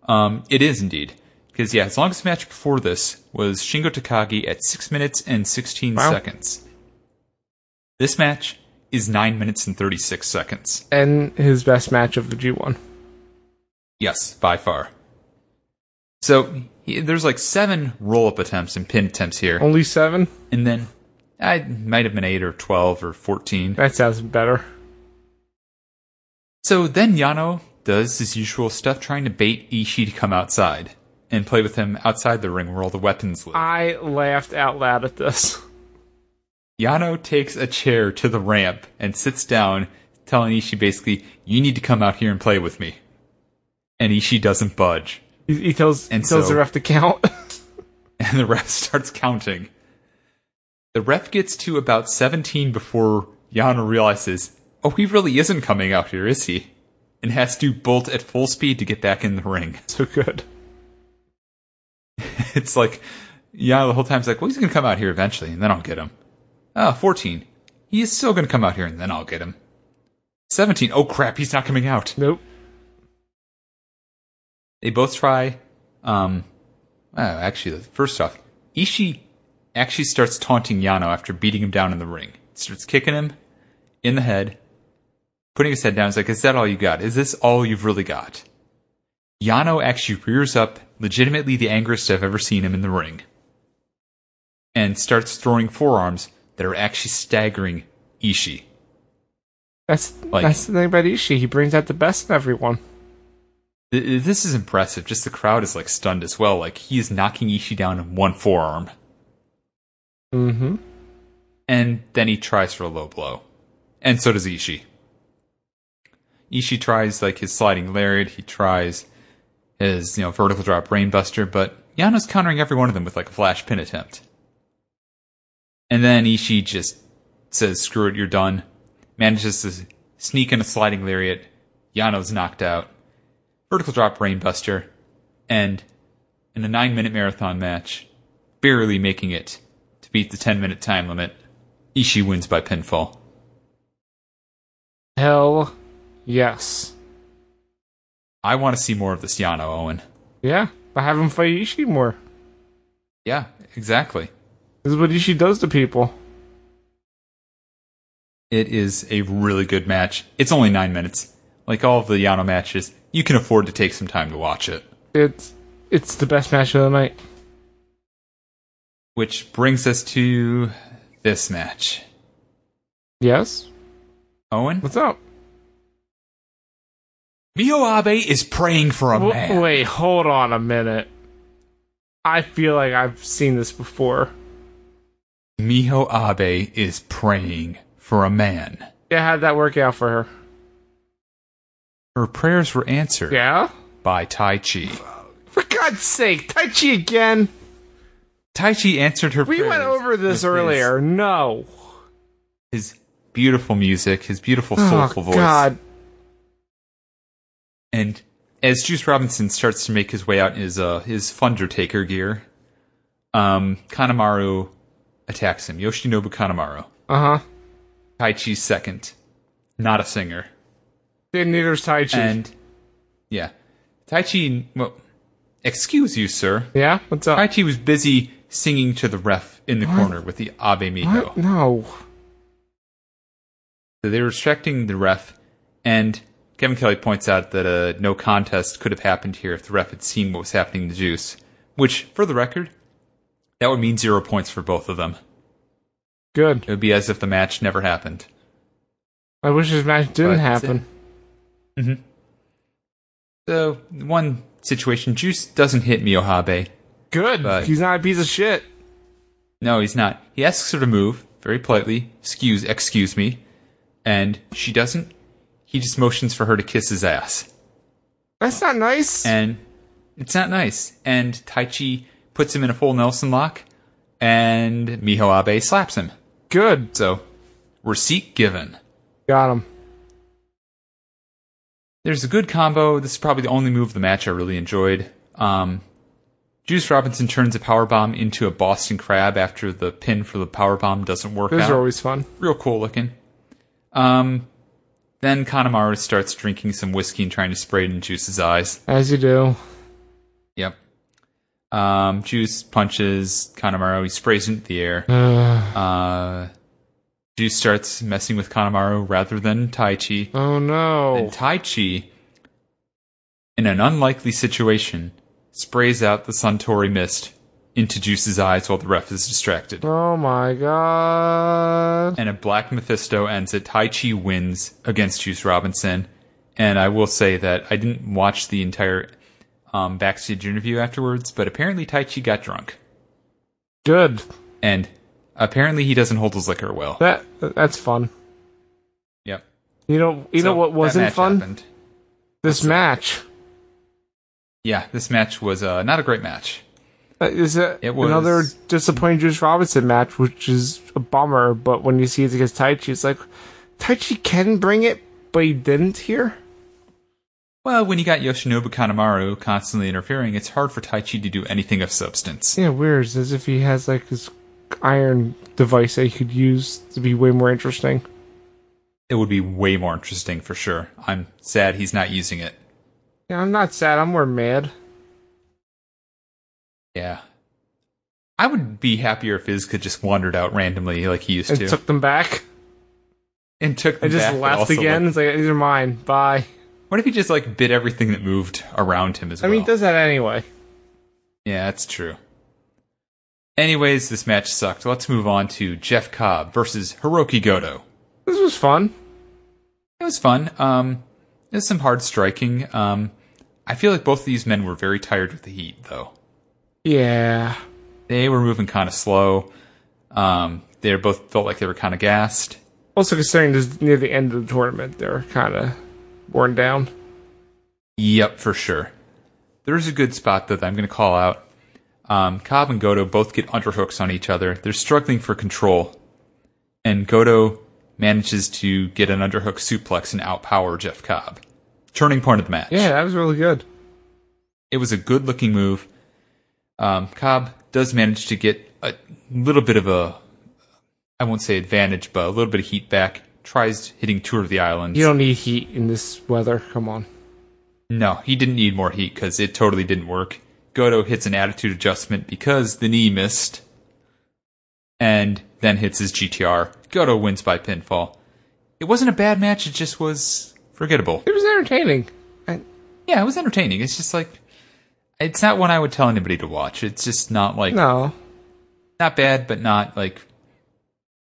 Um, it is indeed because yeah, his longest match before this was Shingo Takagi at six minutes and sixteen Wow. seconds. This match is nine minutes and thirty six seconds. And his best match of the G1. Yes, by far. So he, there's like seven roll up attempts and pin attempts here, Only seven? and then I might have been eight or twelve or fourteen. That sounds better. So then Yano does his usual stuff, trying to bait Ishii to come outside and play with him outside the ring where all the weapons live. I laughed out loud at this. Yano takes a chair to the ramp and sits down, telling Ishii basically, You need to come out here and play with me. And Ishii doesn't budge. He, he tells And he tells so- the ref to count. And the ref starts counting. The ref gets to about 17 before Yano realizes, Oh, he really isn't coming out here, is he? And has to bolt at full speed to get back in the ring. so good. it's like, yeah, the whole time it's like, well, he's going to come out here eventually, and then I'll get him. Ah, 14. He is still going to come out here, and then I'll get him. 17. Oh, crap, he's not coming out. Nope. They both try. Um, oh, actually, first off, Ishii actually starts taunting Yano after beating him down in the ring. Starts kicking him in the head, putting his head down. He's like, "Is that all you got? Is this all you've really got?" Yano actually rears up, legitimately the angriest I've ever seen him in the ring, and starts throwing forearms that are actually staggering Ishii. That's Like- that's the thing about Ishii. He brings out the best in everyone. Th- This is impressive. Just the crowd is like stunned as well. Like he is knocking Ishii down in one forearm. Mm-hmm. and then he tries for a low blow. And so does Ishii. Ishii tries like his sliding lariat, he tries his, you know, vertical drop brainbuster, but Yano's countering every one of them with like a flash pin attempt. And then Ishii just says, screw it, you're done. Manages to sneak in a sliding lariat. Yano's knocked out. Vertical drop brainbuster. And in a nine minute marathon match, barely making it to beat the 10 minute time limit. Ishii wins by pinfall. Hell yes. I want to see more of this Yano Owen. Yeah. But have him fight Ishii more. Yeah, exactly. This is what Ishii does to people. It is a really good match. It's only nine minutes. Like all of the Yano matches, you can afford to take some time to watch it. It's it's the best match of the night. Which brings us to this match. Yes? Owen? What's up? Mio Abe is praying for a W- man. Wait, hold on a minute. I feel like I've seen this before. Miho Abe is praying for a man. Yeah, how'd that work out for her? Her prayers were answered Yeah? by Tai Chi. For God's sake, Tai Chi again! Tai Chi answered her We prayers. went over this with his- earlier. No. His, beautiful music, his beautiful Oh, soulful voice. God. And as Juice Robinson starts to make his way out in his uh his Fundertaker gear, um Kanemaru attacks him. Yoshinobu Kanemaru. Uh huh. Tai Chi's second. Not a singer. Then neither's Tai Chi. And yeah. Tai Chi well excuse you, sir. yeah? What's up? Tai Chi was busy singing to the ref in the corner with the Abe Miho. what? No. So they were distracting the ref, and Kevin Kelly points out that a no contest could have happened here if the ref had seen what was happening to Juice, which, for the record, that would mean zero points for both of them. Good. It would be as if the match never happened. I wish this match didn't But- uh, happen. So, one situation, Juice doesn't hit Miyohabe. Good. But- He's not a piece of shit. No, he's not. He asks her to move, very politely, excuse, excuse me, and she doesn't. He just motions for her to kiss his ass. That's not nice. and it's not nice. And Taichi puts him in a full Nelson lock, and Miho Abe slaps him. Good. So, receipt given. Got him. There's a good combo. This is probably the only move of the match I really enjoyed. Um, Juice Robinson turns a power bomb into a Boston Crab after the pin for the power bomb doesn't work Those out. are always fun. Real cool looking. Um, then Kanemaru starts drinking some whiskey and trying to spray it in Juice's eyes. As you do. Yep. Um, Juice punches Kanemaru. He sprays into the air. uh, Juice starts messing with Kanemaru rather than Tai Chi. Oh no. And Tai Chi, in an unlikely situation, sprays out the Suntory mist into Juice's eyes while the ref is distracted. Oh my god. And a Black Mephisto ends it. Tai Chi wins against Juice Robinson. And I will say that I didn't watch the entire um, backstage interview afterwards, but apparently Tai Chi got drunk. Good. and apparently he doesn't hold his liquor well. That that's fun. Yep. You know you know So what that wasn't match fun? happened. This match. Yeah, this match was uh, not a great match. Uh, Is it, It was- another disappointing Juice Robinson match, which is a bummer, but when you see it against Taichi, it's like Taichi can bring it, but he didn't here. Well, when you got Yoshinobu Kanemaru constantly interfering, it's hard for Tai Chi to do anything of substance. Yeah, weird. It's as if he has like this iron device that he could use to be way more interesting. It would be way more interesting for sure. I'm sad he's not using it. Yeah, I'm not sad, I'm more mad. Yeah. I would be happier if Iz could just wandered out randomly like he used And to took them back. and took. I them just back, but left also, again. like, it's like these are mine. Bye. what if he just like bit everything that moved around him as I well? mean, he does that anyway. Yeah, that's true. Anyways, this match sucked. Let's move on to Jeff Cobb versus Hiroki Goto. This was fun. It was fun. Um, it was some hard striking. Um, I feel like both of these men were very tired with the heat, though. Yeah. They were moving kind of slow. Um, they both felt like they were kind of gassed. Also, considering this is near the end of the tournament, they're kind of worn down. Yep, for sure. There is a good spot though that I'm going to call out. Um, Cobb and Goto both get underhooks on each other. They're struggling for control, and Goto manages to get an underhook suplex and outpower Jeff Cobb. Turning point of the match. Yeah, that was really good. it was a good-looking move. Um, Cobb does manage to get a little bit of a, I won't say advantage, but a little bit of heat back. Tries hitting Tour of the Islands. You don't need heat in this weather. Come on. No, he didn't need more heat because it totally didn't work. Goto hits an attitude adjustment because the knee missed, and then hits his GTR. Goto wins by pinfall. It wasn't a bad match; it just was forgettable. It was entertaining. I, Yeah, it was entertaining. It's just like It's not one I would tell anybody to watch. It's just not like No. not bad, but not like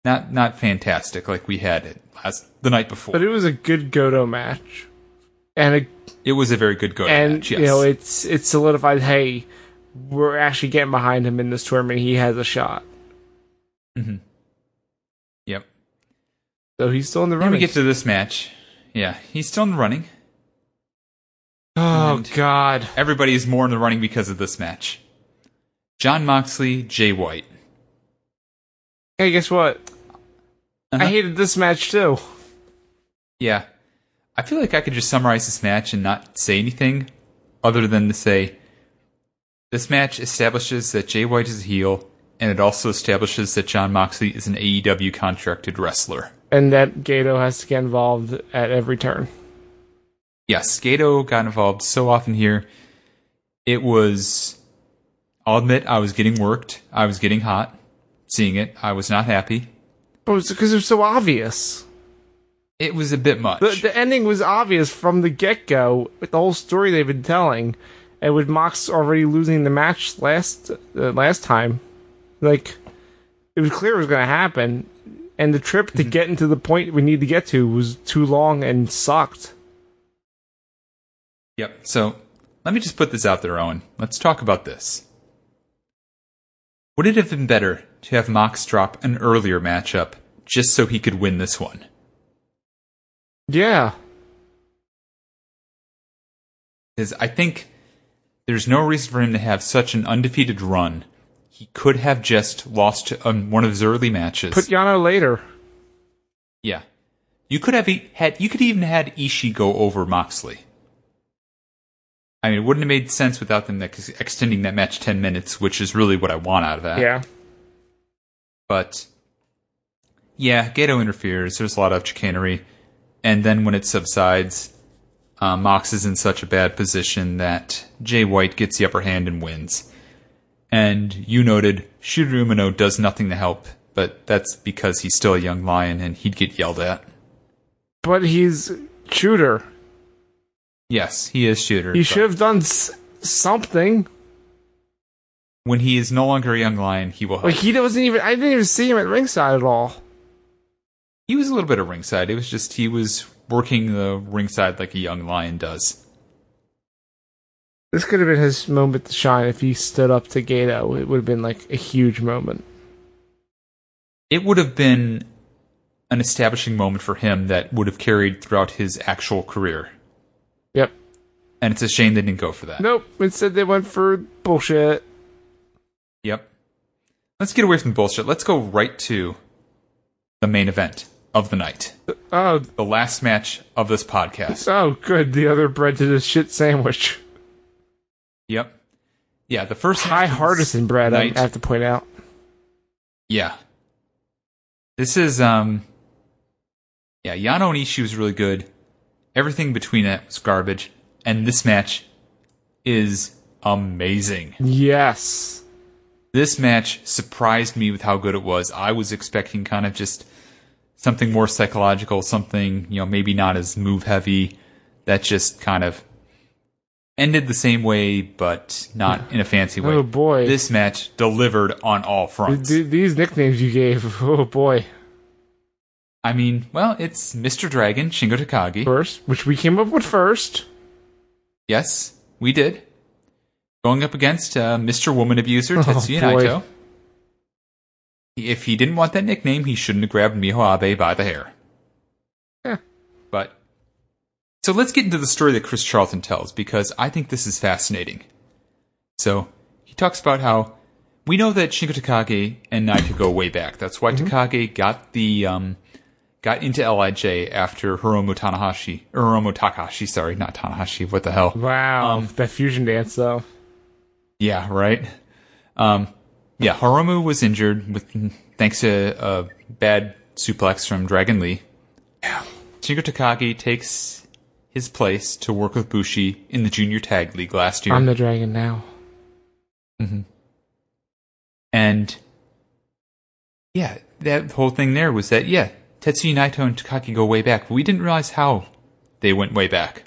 not not fantastic like we had it last the night before. But it was a good Godo match. And it It was a very good go and match. Yes. you know, it's it solidified, hey, we're actually getting behind him in this tournament, he has a shot. yep. So he's still in the Then we running. get to this match. Yeah, he's still in the running. oh god. Everybody is more in the running because of this match. John Moxley, Jay White. Hey, guess what? I Uh-huh. hated this match too. Yeah. I feel like I could just summarize this match and not say anything other than to say this match establishes that Jay White is a heel, and it also establishes that John Moxley is an AEW contracted wrestler. And that Gato has to get involved at every turn. Yes, Gato got involved so often here. It was, I'll admit, I was getting worked. I was getting hot seeing it. I was not happy. But it's because it was so obvious. It was a bit much. The, the ending was obvious from the get go with the whole story they've been telling, and with Mox already losing the match last uh, last time, like it was clear it was going to happen, and the trip to get into the point we need to get to was too long and sucked. Yep. So let me just put this out there, Owen. Let's talk about this. Would it have been better to have Mox drop an earlier matchup just so he could win this one? Yeah, Because I think there's no reason for him to have such an undefeated run. He could have just lost to, um, one of his early matches. put Yano later. yeah. You could have e- had you could even had Ishii go over Moxley. I mean, it wouldn't have made sense without them like, extending that match ten minutes, which is really what I want out of that. Yeah, But yeah, Gato interferes. There's a lot of chicanery, and then when it subsides, uh, Mox is in such a bad position that Jay White gets the upper hand and wins. And you noted Shigeru Umino does nothing to help, but that's because he's still a young lion and he'd get yelled at. but he's shooter. Yes, he is shooter. He but should have done s- something. When he is no longer a young lion, he will help. Like he wasn't even. I didn't even see him at ringside at all. he was a little bit of ringside. It was just he was working the ringside like a young lion does. This could have been his moment to shine. If he stood up to Gato, it would have been like a huge moment. it would have been an establishing moment for him that would have carried throughout his actual career. Yep. And it's a shame they didn't go for that. Nope. Instead, they went for bullshit. Yep. Let's get away from the bullshit. Let's go right to the main event of the night. Oh, The last match of this podcast. oh, good. The other bread to the shit sandwich. Yep. Yeah, the first High match of this hardison bread. I night- have to point out. Yeah. This is um Yeah, Yano and Ishii was really good. Everything between that was garbage. And this match is amazing. Yes. this match surprised me with how good it was. I was expecting kind of just something more psychological, something, you know, maybe not as move heavy that just kind of ended the same way, but not in a fancy way. Oh, boy. This match delivered on all fronts. Th- these nicknames you gave. Oh boy. I mean, well, it's Mr. Dragon, Shingo Takagi. First, which we came up with first. Yes, we did. Going up against uh, Mr. Woman Abuser, Tetsuya Oh, boy. Naito. If he didn't want that nickname, he shouldn't have grabbed Miho Abe by the hair. Yeah. But so let's get into the story that Chris Charlton tells because I think this is fascinating. So he talks about how we know that Shingo Takagi and Naito go way back. That's why Takagi got the um, got into Lij after Hiromu Tanahashi, Hiromu Takahashi. Sorry, not Tanahashi. What the hell? Wow. that fusion dance though. Yeah, right. Um, yeah, Hiromu was injured with thanks to a bad suplex from Dragon Lee. Shingo Takagi takes his place to work with Bushi in the Junior Tag League last year, I'm the dragon now. and yeah, that whole thing there was that yeah, Tetsuya Naito and Takagi go way back. We didn't realize how they went way back.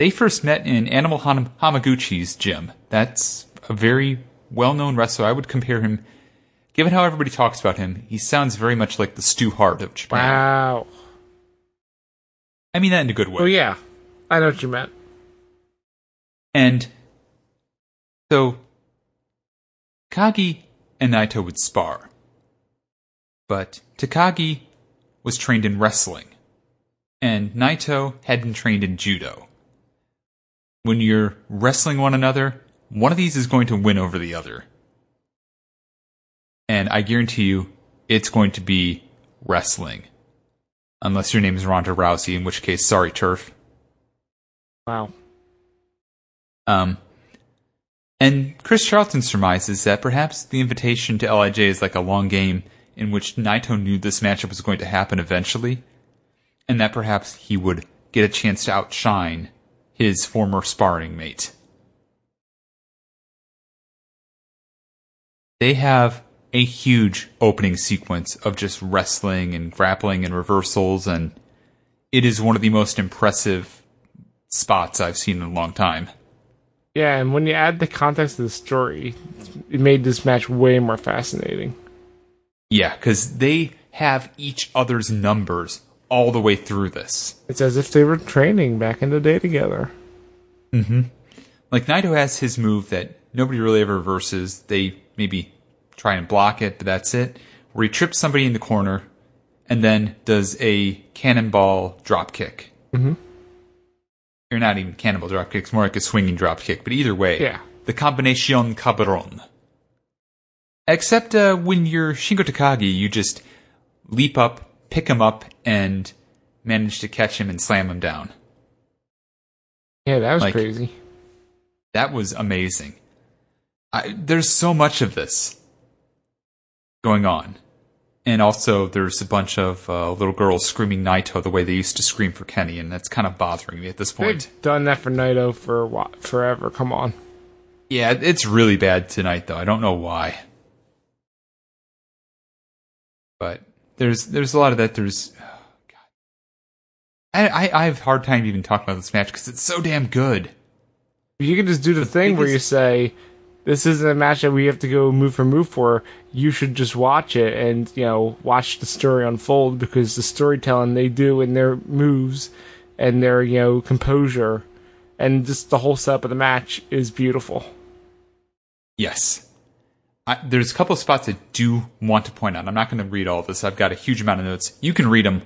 They first met in Animal Ham- Hamaguchi's gym. That's a very well-known wrestler. I would compare him. Given how everybody talks about him, he sounds very much like the Stu Hart of Japan. Wow. I mean that in a good way. Oh yeah, I know what you meant. And so Takagi and Naito would spar. But Takagi was trained in wrestling, and Naito had been trained in judo. When you're wrestling one another, one of these is going to win over the other. And I guarantee you, it's going to be wrestling. Unless your name is Ronda Rousey, in which case, sorry, turf. Wow. Um, and Chris Charlton surmises that perhaps the invitation to LIJ is like a long game in which Naito knew this matchup was going to happen eventually, and that perhaps he would get a chance to outshine his former sparring mate. They have a huge opening sequence of just wrestling and grappling and reversals, and it is one of the most impressive spots I've seen in a long time. Yeah, and when you add the context of the story, it made this match way more fascinating. Yeah, because they have each other's numbers all the way through this. It's as if they were training back in the day together. Like Naito has his move that nobody really ever reverses. They maybe try and block it, but that's it. Where he trips somebody in the corner and then does a cannonball drop kick. Mm-hmm. Or not even cannonball drop kick, it's more like a swinging drop kick. But either way, Yeah. the combination cabron. Except uh, when you're Shingo Takagi, you just leap up, pick him up, and manage to catch him and slam him down. Yeah, that was Like- crazy. That was amazing. I, there's so much of this going on. And also, there's a bunch of uh, little girls screaming Naito the way they used to scream for Kenny, and that's kind of bothering me at this point. They've done that for Naito for a while, forever. Come on. Yeah, it's really bad tonight, though. I don't know why. But there's there's a lot of that. There's. Oh, God. I, I, I have a hard time even talking about this match because it's so damn good. You can just do the, thing where you biggest- say, "This isn't a match that we have to go move for move for." You should just watch it and you know watch the story unfold because the storytelling they do and their moves and their you know composure and just the whole setup of the match is beautiful. Yes. I, there's a couple of spots I do want to point out. I'm not going to read all this. I've got a huge amount of notes. You can read them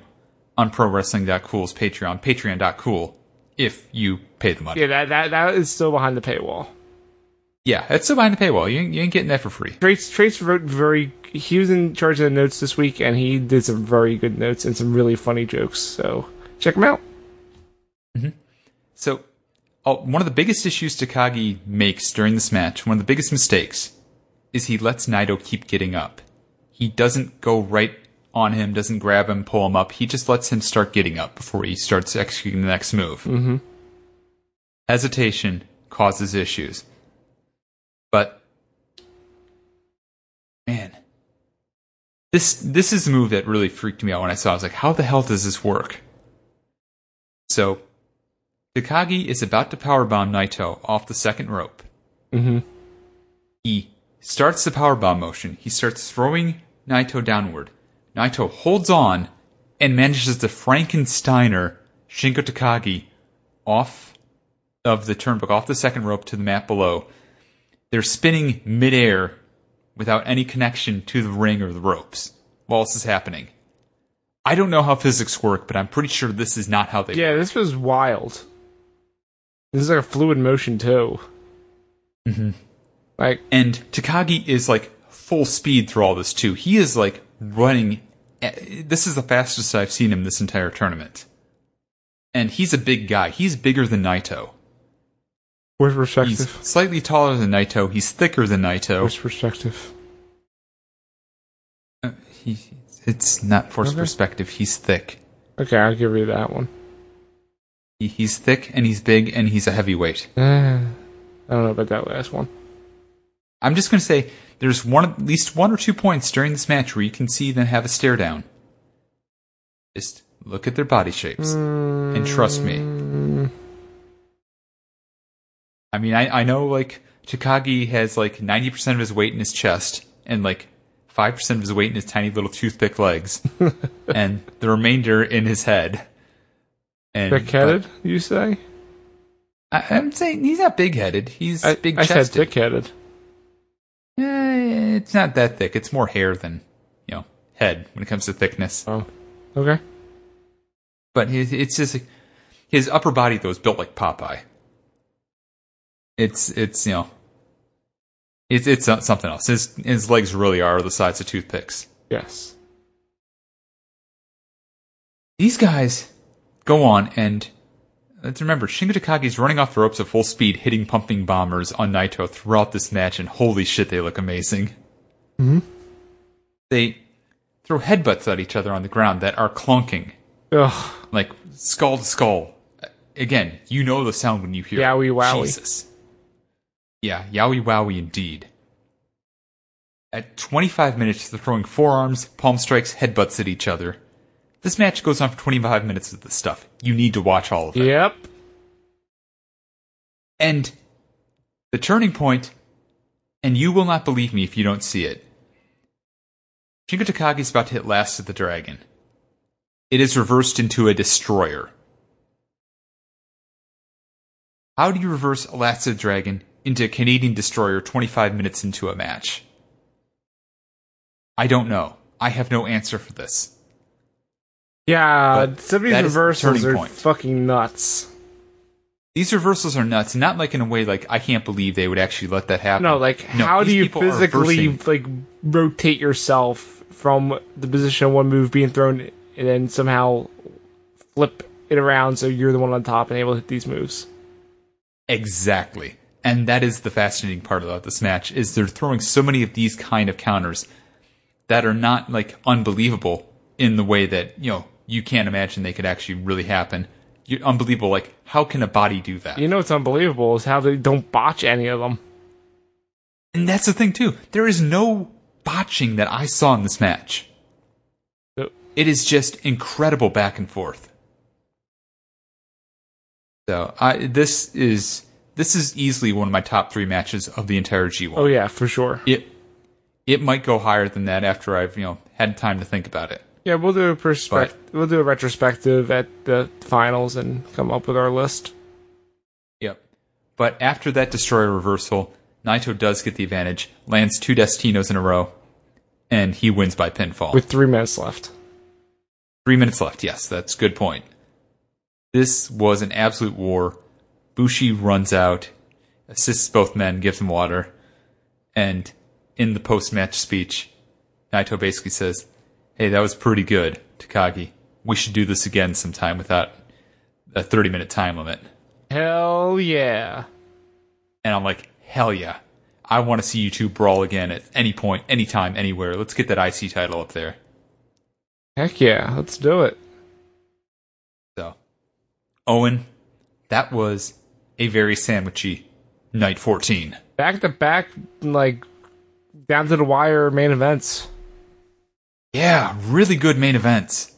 on ProWrestling.cool's Patreon, patreon.cool, if you pay the money. Yeah, that that, that is still behind the paywall. Yeah, it's still behind the paywall. You, ain't- you ain't getting that for free. Trace Trace wrote very. He was in charge of the notes this week, and he did some very good notes and some really funny jokes. So check him out. So, oh, one of the biggest issues Takagi makes during this match, one of the biggest mistakes, is he lets Naito keep getting up. He doesn't go right on him, doesn't grab him, pull him up. He just lets him start getting up before he starts executing the next move. Mm-hmm. Hesitation causes issues. But, man, this, this is the move that really freaked me out when I saw it. I was like, how the hell does this work? So, Takagi is about to powerbomb Naito off the second rope. Mm-hmm. He starts the powerbomb motion. He starts throwing Naito downward. Naito holds on and manages to Frankensteiner Shingo Takagi off of the turnbuckle, off the second rope to the mat below. They're spinning midair without any connection to the ring or the ropes. While this is happening, I don't know how physics work, but I'm pretty sure this is not how they Yeah, this was wild. This is like a fluid motion too. Mm-hmm. Like And Takagi is like full speed through all this too. He is like running. eh, This is the fastest I've seen him this entire tournament. And he's a big guy. He's bigger than Naito. where's He's perspective? slightly taller than Naito. He's thicker than Naito. Where's perspective? Uh, He, it's not forced Okay. perspective. He's thick. Okay, I'll give you that one. He, he's thick and he's big and he's a heavyweight. Eh, I don't know about that last one. I'm just going to say there's one at least one or two points during this match where you can see them have a stare down. Just look at their body shapes. And trust me, I mean, I, I know like Chikagi has like 90% of his weight in his chest and like 5% of his weight in his tiny little toothpick legs and the remainder in his head. And Thick headed, you say? but I, I'm saying he's not big headed. He's I, big I said chested. thick headed. Eh, it's not that thick. It's more hair than, you know, head when it comes to thickness. Oh, okay. But his, it's just like- his upper body though is built like Popeye. It's it's you know, it's it's not something else. His his legs really are the size of toothpicks. Yes. These guys go on and let's remember Shingo Takagi's running off the ropes at full speed, hitting pumping bombers on Naito throughout this match, and holy shit, they look amazing. Mm-hmm. They throw headbutts at each other on the ground that are clunking, Ugh. like skull to skull. Again, you know the sound when you hear it. Yowie wowie. Jesus. Yeah, yowie wowie indeed. At 25 minutes, they're throwing forearms, palm strikes, headbutts at each other. This match goes on for 25 minutes of this stuff. You need to watch all of it. Yep. And the turning point, and you will not believe me if you don't see it. Shingo Takagi's about to hit last of the dragon. It is reversed into a destroyer. How do you reverse a last of the dragon into a Canadian destroyer 25 minutes into a match? I don't know. I have no answer for this. Yeah, But some of these that is the reversals turning are point. fucking nuts. These reversals are nuts, and not like in a way like I can't believe they would actually let that happen. No, like how do these you people are physically reversing. like rotate yourself from the position of one move being thrown and then somehow flip it around so you're the one on top and able to hit these moves? Exactly. And that is the fascinating part about this match is they're throwing so many of these kind of counters that are not like unbelievable in the way that, you know, you can't imagine they could actually really happen. You're unbelievable. Like, how can a body do that? You know what's unbelievable is how they don't botch any of them. And that's the thing too. There is no botching that I saw in this match. Nope. It is just incredible back and forth. So I this is this is easily one of my top three matches of the entire G1. Oh yeah, for sure. it it might go higher than that after I've you know had time to think about it. Yeah, we'll do a perspect- we'll do a retrospective at the finals and come up with our list. Yep. But after that destroyer reversal, Naito does get the advantage, lands two Destinos in a row, and he wins by pinfall. With three minutes left. Three minutes left. Yes, that's a good point. This was an absolute war. Bushi runs out, assists both men, gives them water, and in the post-match speech, Naito basically says, "Hey, that was pretty good, Takagi. We should do this again sometime without a 30-minute time limit." Hell yeah. And I'm like, "Hell yeah! I want to see you two brawl again at any point, anytime, anywhere. Let's get that IC title up there." Heck yeah, let's do it. So, Owen, that was a very sandwichy night 14. Back to back, like down to the wire main events. Yeah, really good main events.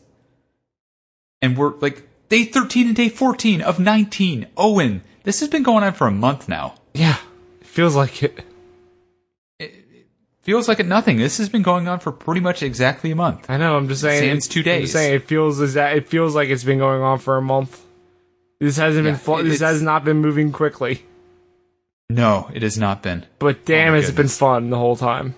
And we're like day 13 and day 14 of 19. Owen, this has been going on for a month now. Yeah, it feels like it. Feels like it nothing. This has been going on for pretty much exactly a month. I know. I'm just saying. Sans two I'm days. just saying it feels is that it feels like it's been going on for a month. This hasn't been. Yeah, Fl- it- this it's- has not been moving quickly. No, it has not been. But damn, Oh my has it been fun the whole time.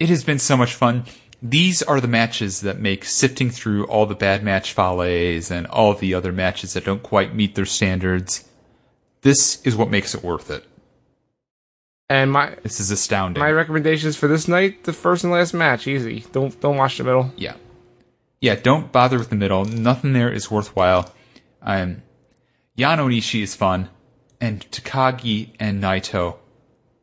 It has been so much fun. These are the matches that make sifting through all the bad match follies and all the other matches that don't quite meet their standards. This is what makes it worth it. And my This is astounding. my recommendations for this night: the first and last match, easy. Don't don't watch the middle. yeah. Yeah, don't bother with the middle. Nothing there is worthwhile. Um, Yano Nishi is fun, and Takagi and Naito.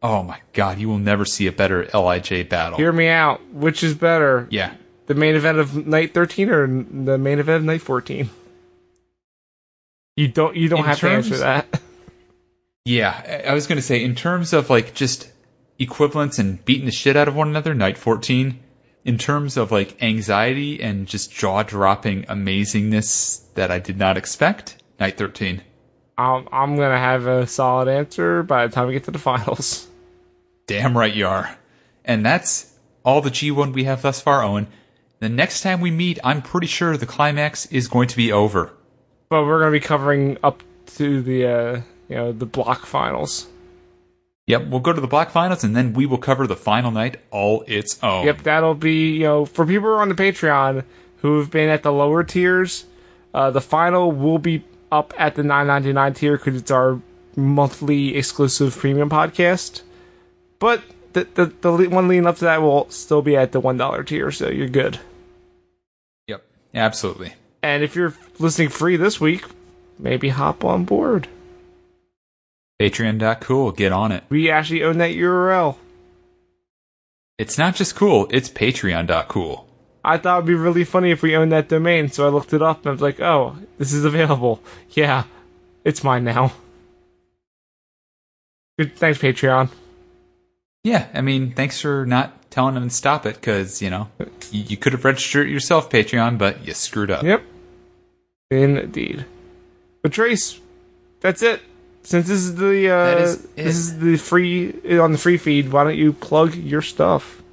Oh my god, you will never see a better LIJ battle. Hear me out. Which is better, yeah. the main event of night thirteen or n- the main event of night fourteen? You don't you don't In have to answer terms- that. Yeah, I I was going to say in terms of like just equivalence and beating the shit out of one another, night 14, in terms of like anxiety and just jaw dropping amazingness that I did not expect, night 13. I'm I'm gonna have a solid answer by the time we get to the finals. Damn right you are. And that's all the G1 we have thus far, Owen. The next time we meet, I'm pretty sure the climax is going to be over. But we're gonna be covering up to the uh, you know the block finals. Yep, we'll go to the block finals and then we will cover the final night all its own. Yep, that'll be you know for people who are on the Patreon who've been at the lower tiers, uh, the final will be up at the 9.99 tier because it's our monthly exclusive premium podcast. But the, the the le- one leading up to that will still be at the one dollar tier, so you're good. Yep, absolutely. And if you're listening free this week, maybe hop on board. Patreon.cool, get on it. We actually own that URL. It's not just cool, it's patreon.cool. I thought it'd be really funny if we owned that domain, so I looked it up and I was like, oh, this is available. Yeah, it's mine now. Good, thanks, Patreon. Yeah, I mean, thanks for not telling them to stop it because, you know, you, you could have registered it yourself, Patreon, but you screwed up. Yep. Indeed. But Trace, that's it. Since this is the uh, That is it. this is the free on the free feed, why don't you plug your stuff?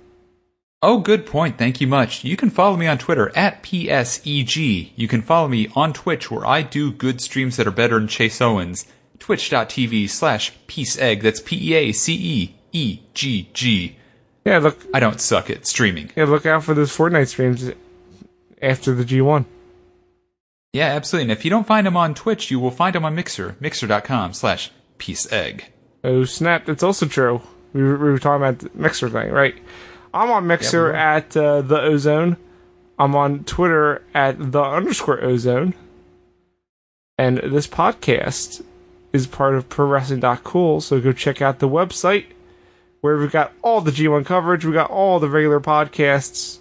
Oh, good point. Thank you much. You can follow me on Twitter at PSEG. You can follow me on Twitch where I do good streams that are better than Chase Owens. Twitch.tv slash PeaceEgg. That's P E A C E E G G. Yeah, look I don't suck at streaming. yeah, look out for those Fortnite streams after the G one. Yeah, absolutely. And if you don't find him on Twitch, you will find him on Mixer. Mixer.com slash PeaceEgg. Oh snap! That's also true. We were, we were talking about the Mixer thing, right? I'm on Mixer at uh, the Ozone. I'm on Twitter at the underscore Ozone. And this podcast is part of ProWrestling.cool, so go check out the website where we've got all the G1 coverage, we got all the regular podcasts,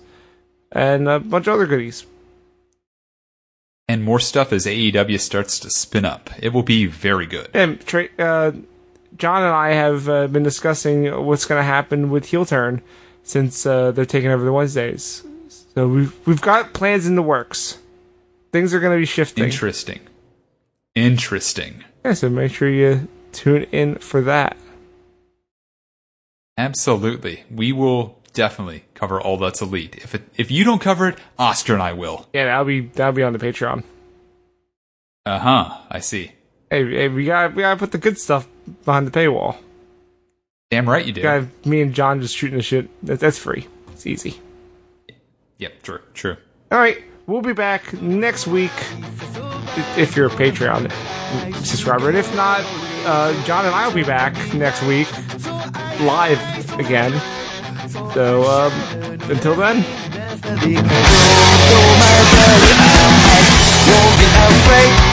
and a bunch of other goodies. And more stuff as AEW starts to spin up. It will be very good. And tra- uh, John and I have uh, been discussing what's going to happen with heel turn since uh, they're taking over the Wednesdays. So we've we've got plans in the works. Things are going to be shifting. Interesting. Interesting. yeah, so make sure you tune in for that. Absolutely. We will definitely cover all that's elite. If it, if you don't cover it, Oscar and I will. Yeah, that'll be that'll be on the Patreon. Uh huh. I see. Hey, hey we got we got to put the good stuff behind the paywall. Damn right you do. Got me and John just shooting the shit. That, that's free. It's easy. Yep. True. True. All right, we'll be back next week i- if you're a Patreon subscriber, and if not, uh, John and I will be back next week live again. So um, until then. Walking out right